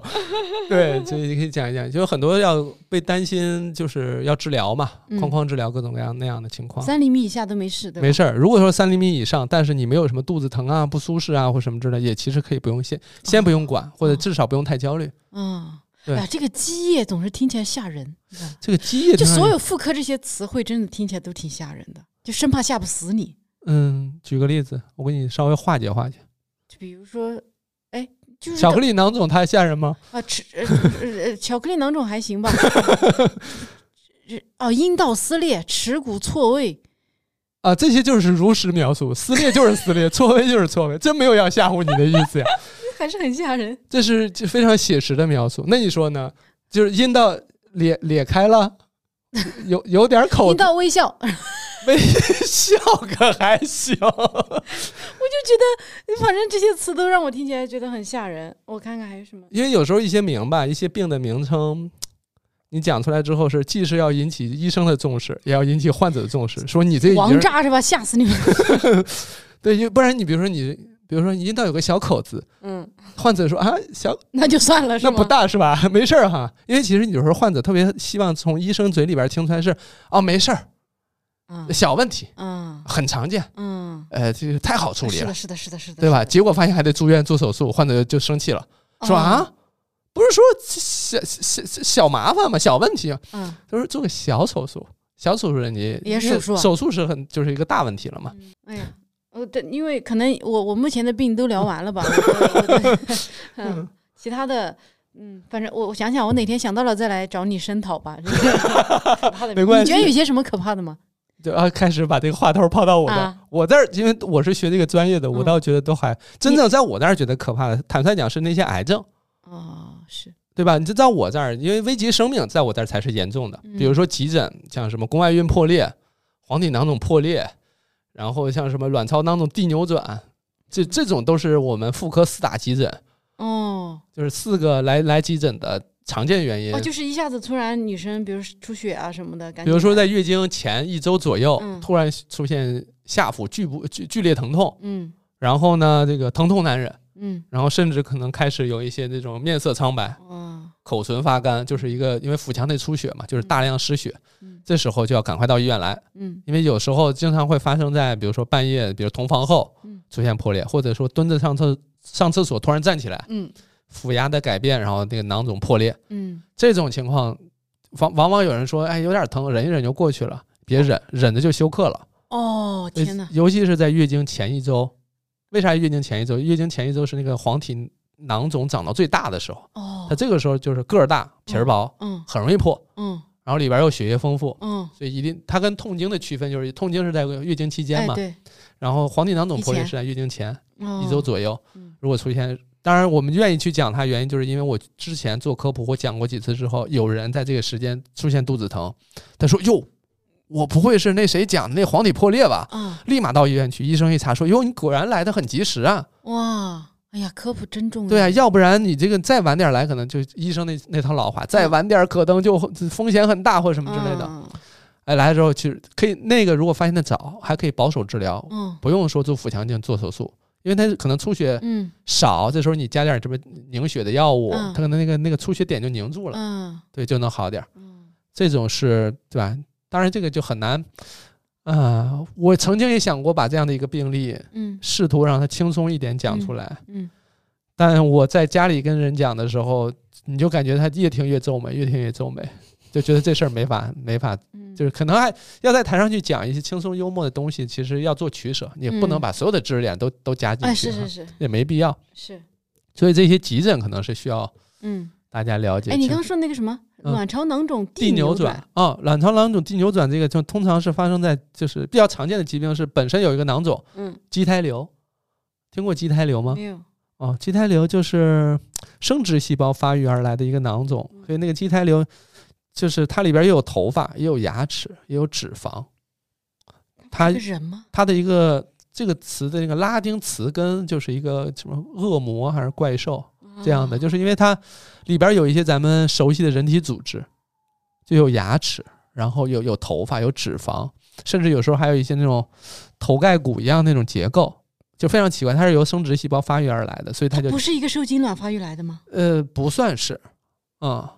对，所以你可以讲一讲，就有很多要被担心，就是要治疗嘛，嗯框框治疗各种各样那样的情况。三厘米以下都没事，对吧？没事儿，如果说三厘米以上，但是你没有什么肚子疼啊、不舒适啊或什么之类，也其实可以不用先先不用管，或者至少不用太焦虑。嗯，对哎呀，这个积液总是听起来吓人，你知道吗这个积液就真的所有妇科这些词汇，真的听起来都挺吓人的，就生怕吓不死你。嗯，举个例子，我给你稍微化解 [LAUGHS] 化解。就比如说，哎，就是巧克力力囊肿它吓人吗？啊，吃呃呃呃巧克力囊肿还行吧。 [LAUGHS] 这哦，阴道撕裂、耻骨错位，啊，这些就是如实描述，撕裂就是撕裂，错位就是错位，真没有要吓唬你的意思呀。还是很吓人。这是这非常写实的描述。那你说呢？就是阴道裂裂开了，有有点口阴道微笑， [LAUGHS] 我就笑可还 [LAUGHS] 行。觉得，反正这些词都让我听起来觉得很吓人。我看看还有什么？因为有时候一些名吧，一些病的名称，你讲出来之后是既是要引起医生的重视，也要引起患者的重视，说你这已王经炸是吧？吓死你们！对，因为不然你比如说你，比如说你阴道有个小口子，嗯，患者说啊小 [LAUGHS] 那就算了，是那吗？不大是吧？ [LAUGHS] 没事儿哈，因为其实有时候患者特别希望从医生嘴里边听出来是哦没事儿，啊小问题，啊很常见。嗯，呃，这个太好处理是了的，，是的，是的，是的，对吧？是的？结果发现还得住院做手术，患者就生气了，哦说啊，不是说小小小小麻烦嘛，小问题啊，嗯，他说做个小手术，小手术人家也手术啊手术是很就是一个大问题了嘛。哎呀，呃，对，因为可能我我目前的病都聊完 [LAUGHS] 了吧，我的我的嗯， [LAUGHS] 其他的，嗯，反正我我想想，我哪天想到了再来找你声讨吧。这个可 [LAUGHS] 怕的没关系你觉得有些什么可怕的吗？就啊，开始把这个话头抛到我这儿，啊我这儿因为我是学这个专业的，我嗯倒觉得都还、真正在我那儿觉得可怕的，坦率讲是那些癌症。哦，是，对吧？你就在我这儿，因为危及生命，在我这儿才是严重的。嗯比如说急诊，像什么宫外孕破裂、黄体囊肿破裂，然后像什么卵巢囊肿地扭转，这这种都是我们妇科四大急诊，哦，就是四个来来急诊的常见原因。哦，就是一下子突然女生，比如出血啊什么的，感比觉如说在月经前一周左右，嗯突然出现下腹剧部剧剧烈疼痛，嗯然后呢，这个疼痛难忍，嗯然后甚至可能开始有一些那种面色苍白、嗯口唇发干，就是一个因为腹腔内出血嘛，就是大量失血，嗯这时候就要赶快到医院来，嗯因为有时候经常会发生在比如说半夜，比如同房后嗯出现破裂，或者说蹲着上厕上厕所突然站起来，嗯腹压的改变，然后那个囊肿破裂，嗯这种情况往往往有人说，哎，有点疼，忍一忍就过去了，别忍，忍着就休克了。哦天哪，尤其是在月经前一周，为啥月经前一周？月经前一周是那个黄体囊肿长到最大的时候，哦它这个时候就是个儿大、皮儿薄，嗯很容易破，嗯然后里边又血液丰富，嗯，所以一定它跟痛经的区分就是，痛经是在月经期间哎嘛，对，然后黄体囊肿破以裂前是在月经前哦一周左右嗯，如果出现。当然，我们愿意去讲它原因，就是因为我之前做科普或讲过几次之后，有人在这个时间出现肚子疼，他说：“哟，我不会是那谁讲的那黄体破裂吧？”啊立马到医院去，医生一查说：“哟，你果然来的很及时啊！哇，哎呀，科普真重要，对啊，要不然你这个再晚点来，可能就医生那那套老话，再晚点可能就风险很大或者什么之类的。嗯哎，来了之后其实可以那个，如果发现的早，还可以保守治疗，嗯不用说做腹腔镜做手术，因为它可能出血嗯少，这时候你加点什么凝血的药物，嗯它可能那个那个出血点就凝住了，嗯对，就能好点儿。嗯这种是对吧？当然这个就很难。啊、我曾经也想过把这样的一个病例，嗯试图让他轻松一点讲出来。嗯但我在家里跟人讲的时候，你就感觉他越听越皱眉，越听越皱眉，就觉得这事儿没法没法，嗯，就是可能还要在台上去讲一些轻松幽默的东西，其实要做取舍，你不能把所有的知识点都都加进哎去嗯是哈，是是也没必要。是，所以这些急诊可能是需要嗯，大家了解。哎，你刚刚说那个什么嗯卵巢囊肿地扭扭转，啊、卵巢囊肿地扭转这个就通常是发生在就是比较常见的疾病是本身有一个囊肿，嗯，畸胎瘤，听过畸胎瘤吗？没有，哦，畸胎瘤就是生殖细胞发育而来的一个囊肿，嗯所以那个畸胎瘤就是它里边又有头发，也有牙齿，也有脂肪。它是人吗？它的一个这个词的那个拉丁词根就是一个什么恶魔还是怪兽这样嗯的，哦就是因为它里边有一些咱们熟悉的人体组织，就有牙齿，然后有有头发，有脂肪，甚至有时候还有一些那种头盖骨一样那种结构。就非常奇怪，它是由生殖细胞发育而来的，所以它它就不是一个受精卵发育来的吗？呃，不算是，嗯，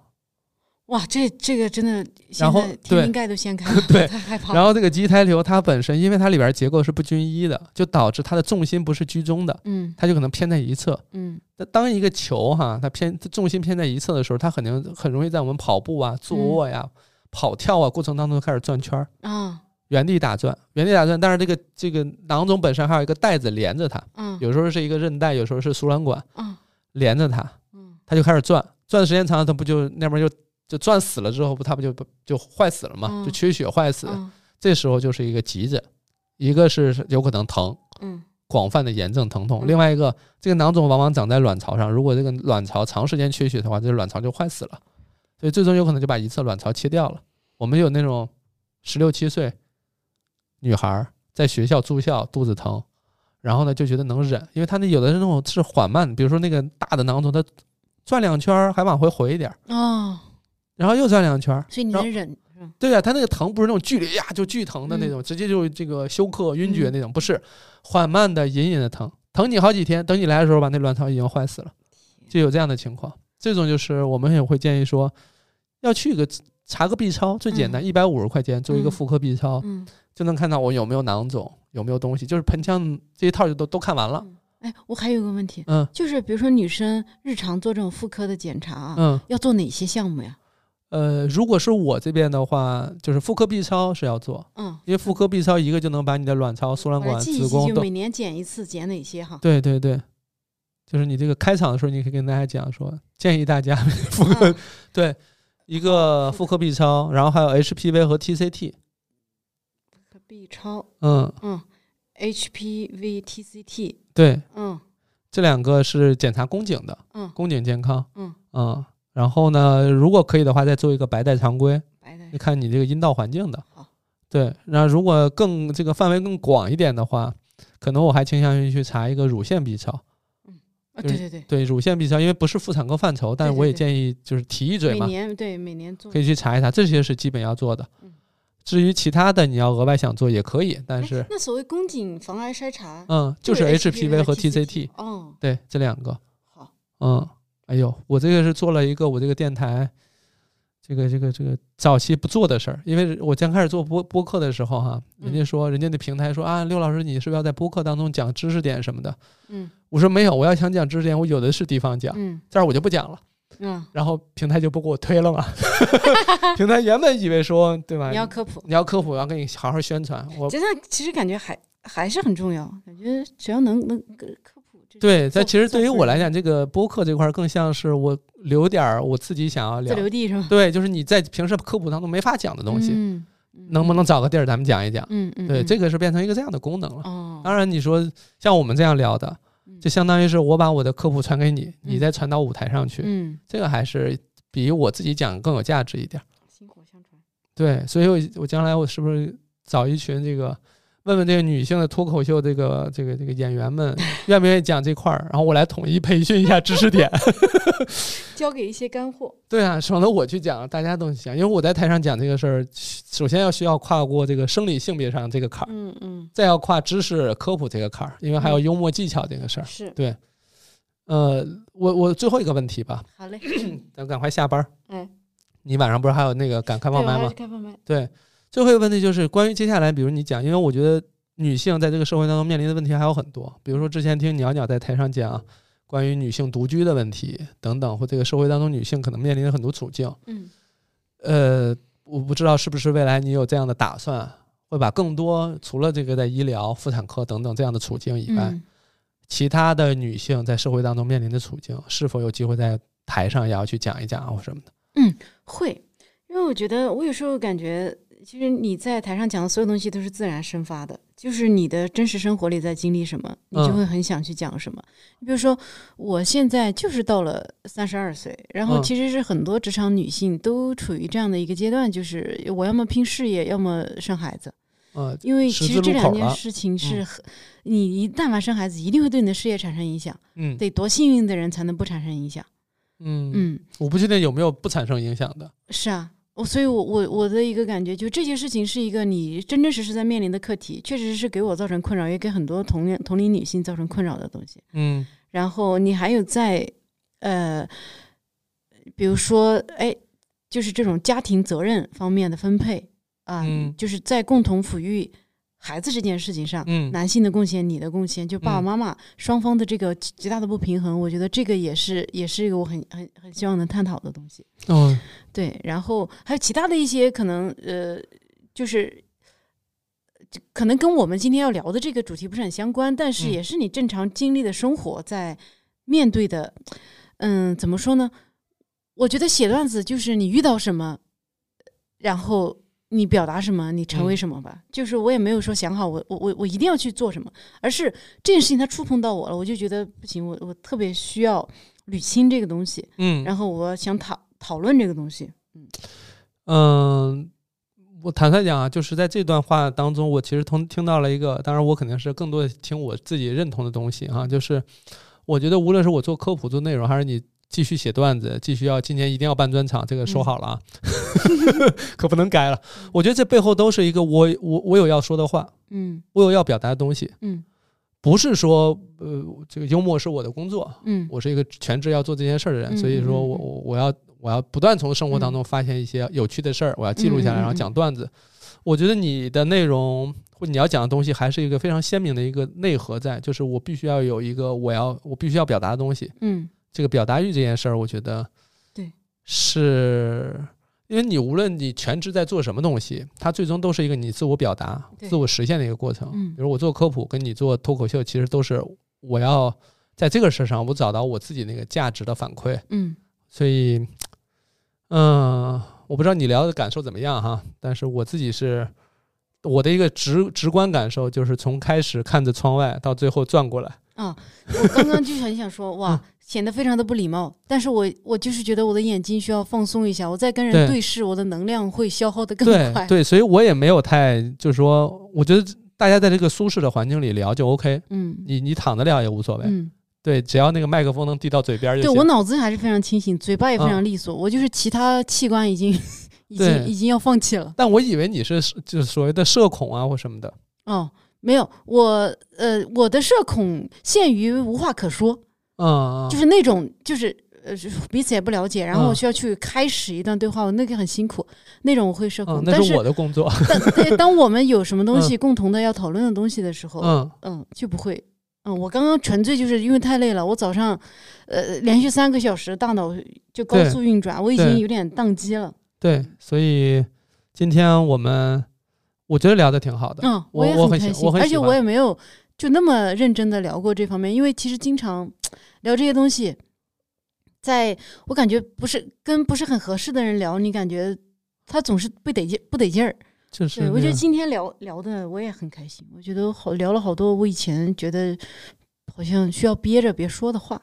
哇，这这个真的，现然后在对，天灵盖都掀开了 [LAUGHS] [LAUGHS] 对太害怕了。然后这个畸胎瘤它本身，因为它里边结构是不均一的，就导致它的重心不是居中的，嗯它就可能偏在一侧。嗯那当一个球哈，它偏重心偏在一侧的时候，它肯定很容易在我们跑步啊、嗯坐卧呀、跑跳啊过程当中开始转圈儿，啊原地打转，原地打转。但是这个这个囊肿本身还有一个带子连着它，嗯有时候是一个韧带，有时候是输卵管嗯连着它，嗯它就开始转，转的时间长了，它不就那边就就转死了之后，不它不就不就坏死了嘛，嗯就缺血坏死。嗯这时候就是一个急诊，一个是有可能疼，嗯广泛的炎症疼痛；嗯另外一个，这个囊肿往往长在卵巢上，如果这个卵巢长时间缺血的话，这卵巢就坏死了，所以最终有可能就把一侧卵巢切掉了。我们有那种十六七岁女孩儿在学校住校，肚子疼，然后呢就觉得能忍，因为她那有的是那种是缓慢，比如说那个大的囊肿，它转两圈儿还往回回一点儿，哦，然后又转两圈儿，所以你然后能忍是吧？对呀、啊他那个疼不是那种剧烈呀就巨疼的那种，直接就这个休克晕厥那种，不是缓慢的、隐隐的疼，疼你好几天，等你来的时候吧，那卵巢已经坏死了，就有这样的情况。这种就是我们也会建议说，要去个查个 B 超，最简单，一百五十块钱做一个嗯妇科 B 超，嗯，就能看到我有没有囊肿，有没有东西，就是盆腔这一套就都都看完了。哎，我还有个问题，嗯就是比如说女生日常做这种妇科的检查啊，嗯要做哪些项目呀？呃，如果是我这边的话，就是妇科 B 超是要做，嗯，因为妇科 B 超一个就能把你的卵巢、输卵我来管、记一子记，宫就都每年检一次，检哪 [LAUGHS] 些哈？对对对，就是你这个开场的时候，你可以跟大家讲说，建议大家 [LAUGHS] 妇科、嗯对一个妇科 B 超，然后还有 HPV 和 TCT， ，B 超，嗯，嗯，HPV、TCT，对，嗯这两个是检查宫颈的，嗯，宫颈健康，嗯然后呢，如果可以的话，再做一个白带常规，白你的，看你这个阴道环境的嗯好。对，那如果更这个范围更广一点的话，可能我还倾向于去查一个乳腺 B 超。啊，对对对，对，乳腺 B 超，因为不是妇产科范畴，但对对我也对建议就是提一嘴每嘛。年对每年做可，以去查一查，这些是基本要做的嗯。至于其他的，你要额外想做也可以，但是哎那所谓宫颈防癌筛查，嗯，就是 HPV 和 TCT TCT，。哦，对这两个，好，嗯，哎呦，我这个是做了一个我这个电台，这个这个这个早期不做的事儿，因为我刚开始做播播客的时候哈、人家嗯说人家的平台说啊，刘老师你是不是要在播客当中讲知识点什么的？嗯我说没有，我要想讲知识点，我有的是地方讲，嗯这儿我就不讲了。嗯，然后平台就不给我推了嘛， [LAUGHS] 平台原本以为说对吧？你要科普，你要科普，我要跟你好好宣传，我真的其实感觉还还是很重要，感觉只要能能科普，这对，做但其实做对于出我来来讲，这个播客这块儿更像是我留点儿我自己想要自聊，留地是吗？对，就是你在平时科普当中没法讲的东西，嗯，能不能找个地儿咱们讲一讲？嗯？嗯嗯，对，这个个是变成一个这样的功能了。哦，当然，你说像我们这样聊的，就相当于是我把我的科普传给你，你嗯再传到舞台上去，嗯，这个还是比我自己讲更有价值一点儿。薪火相传，对，所以我我将来我是不是找一群这个问问这个女性的脱口秀这个这个这个演 [LAUGHS] 员们愿不愿意讲这块儿，然后我来统一培训一下知识点。 [LAUGHS] 交给一些干货，对啊，省得我去讲，大家都讲，因为我在台上讲这个事儿，首先要需要跨过这个生理性别上这个坎儿，嗯嗯，再要跨知识科普这个坎儿，因为还有幽默技巧这个事儿。是，呃，我我最后一个问题吧，好嘞，咱赶快下班儿。哎，你晚上不是还有那个赶开对，放我麦还吗是？开放麦，对，最后一个问题就是关于接下来，比如你讲，因为我觉得女性在这个社会当中面临的问题还有很多，比如说之前听鸟鸟在台上讲关于女性独居的问题等等，或这个社会当中女性可能面临的很多处境。嗯呃，我不知道是不是未来你有这样的打算，会把更多除了这个在医疗、妇产科等等这样的处境以外，嗯，其他的女性在社会当中面临的处境，是否有机会在台上也要去讲一讲啊或什么的？会，因为我觉得我有时候感觉，其实你在台上讲的所有东西都是自然生发的，就是你的真实生活里在经历什么，你就嗯会很想去讲什么。你比如说，我现在就是到了三十二岁，然后嗯其实是很多职场女性都处于这样的一个阶段，就是我要么拼事业，要么生孩子。呃，因为十其字实这路两口件了嗯事情是很，你一旦完生孩子，一定会对你的事业产生影响。嗯得多幸运的人才能不产生影响？嗯，嗯，我不确定有没有不产生影响的。是啊，我所以我，我我的一个感觉，就这些事情是一个你真真实实在面临的课题，确实是给我造成困扰，也给很多同龄同龄女性造成困扰的东西。嗯然后你还有在呃，比如说哎，就是这种家庭责任方面的分配啊，嗯就是在共同抚育孩子这件事情上，嗯男性的贡献，你的贡献，就爸爸嗯妈妈双方的这个极极大的不平衡，我觉得这个也是也是一个我很很很希望能探讨的东西。哦，对，然后还有其他的一些可能呃，就是。就可能跟我们今天要聊的这个主题不是很相关，但是嗯也是你正常经历的生活在面对的，嗯，怎么说呢？我觉得写段子就是你遇到什么，然后你表达什么，你成为嗯什么吧。就是我也没有说想好我我我我一定要去做什么，而是这件事情它触碰到我了，我就觉得不行，我我特别需要捋清这个东西，嗯然后我想讨讨论这个东西。嗯，我坦率讲啊，就是在这段话当中，我其实通听到了一个，当然我肯定是更多的听我自己认同的东西啊，就是我觉得无论是我做科普做内容，还是你继续写段子，继续要今年一定要办专场，这个说嗯好了啊， [LAUGHS] 可不能改了。我觉得这背后都是一个我我我有要说的话，嗯我有要表达的东西，嗯不是说呃这个幽默是我的工作，嗯我是一个全职要做这件事儿的人，嗯所以说嗯我嗯我我要我要不断从生活当中发现一些有趣的事儿，我要记录嗯下嗯来，嗯然后讲段子。我觉得你的内容或你要讲的东西，还是一个非常鲜明的一个内核在，就是我必须要有一个我要我必须要表达的东西。嗯这个表达欲这件事儿，我觉得对是。因为你无论你全职在做什么东西，它最终都是一个你自我表达、对自我实现的一个过程。嗯比如我做科普，跟你做脱口秀，其实都是我要在这个事儿上，我找到我自己那个价值的反馈。嗯，所以，嗯、我不知道你聊的感受怎么样哈，但是我自己是我的一个直直观感受，就是从开始看着窗外到最后转过来，我刚刚就很想说，哇，嗯显得非常的不礼貌，但是我我就是觉得我的眼睛需要放松一下，我再跟人对对视，我的能量会消耗的更对快。，对，所以我也没有太就是说，我觉得大家在这个舒适的环境里聊就 OK，嗯你你躺着聊也无所谓，嗯，对，只要那个麦克风能递到嘴边儿就对行。我脑子还是非常清醒，嘴巴也非嗯常利索，我就是其他器官已经已对经已经要放弃了。但我以为你是就是所谓的社恐啊或什么的。哦，没有，我呃，我的社恐限于无话可说，嗯，就是那种就是呃是彼此也不了解，然后我嗯需要去开始一段对话，我那个很辛苦，那种我会社恐。嗯，那但是我的工作。 [LAUGHS] 当对当我们有什么东西共同的要讨论的东西的时候，嗯嗯就不会。嗯，我刚刚纯粹就是因为太累了，我早上呃连续三个小时大脑就高对速运转，我已对经有点宕机了。对，所以今天我们我觉得聊的挺好的。嗯，我也我很很开喜心，我很而喜且我欢也没有就那么认真的聊过这方面，因为其实经常聊这些东西，在我感觉不是跟不是很合适的人聊，你感觉他总是不得劲不得劲儿。就是对，我那觉得个今天聊聊的我也很开心，我觉得好聊了好多我以前觉得好像需要憋着别说的话。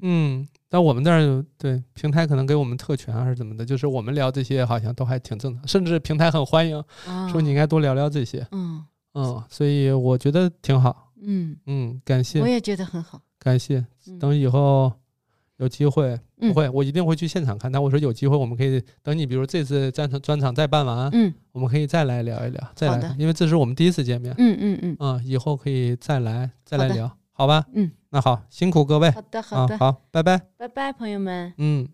嗯，但我们那儿有对平台可能给我们特权啊还是怎么的，就是我们聊这些好像都还挺正常，甚至平台很欢迎，啊，说你应该多聊聊这些。嗯嗯，所以我觉得挺好。嗯，嗯，感我谢也觉得很好。感谢，嗯等以后有机会。嗯不会，我一定会去现场看。但我说有机会，我们可以等你，比如这次专场专场再办完，嗯我们可以再来聊一聊，再好来的看，因为这是我们第一次见面。嗯嗯嗯，嗯，以后可以再来再好来的聊，好吧？嗯，那好，辛苦各位好的好啊的，，好，拜拜。拜拜，朋友们。嗯。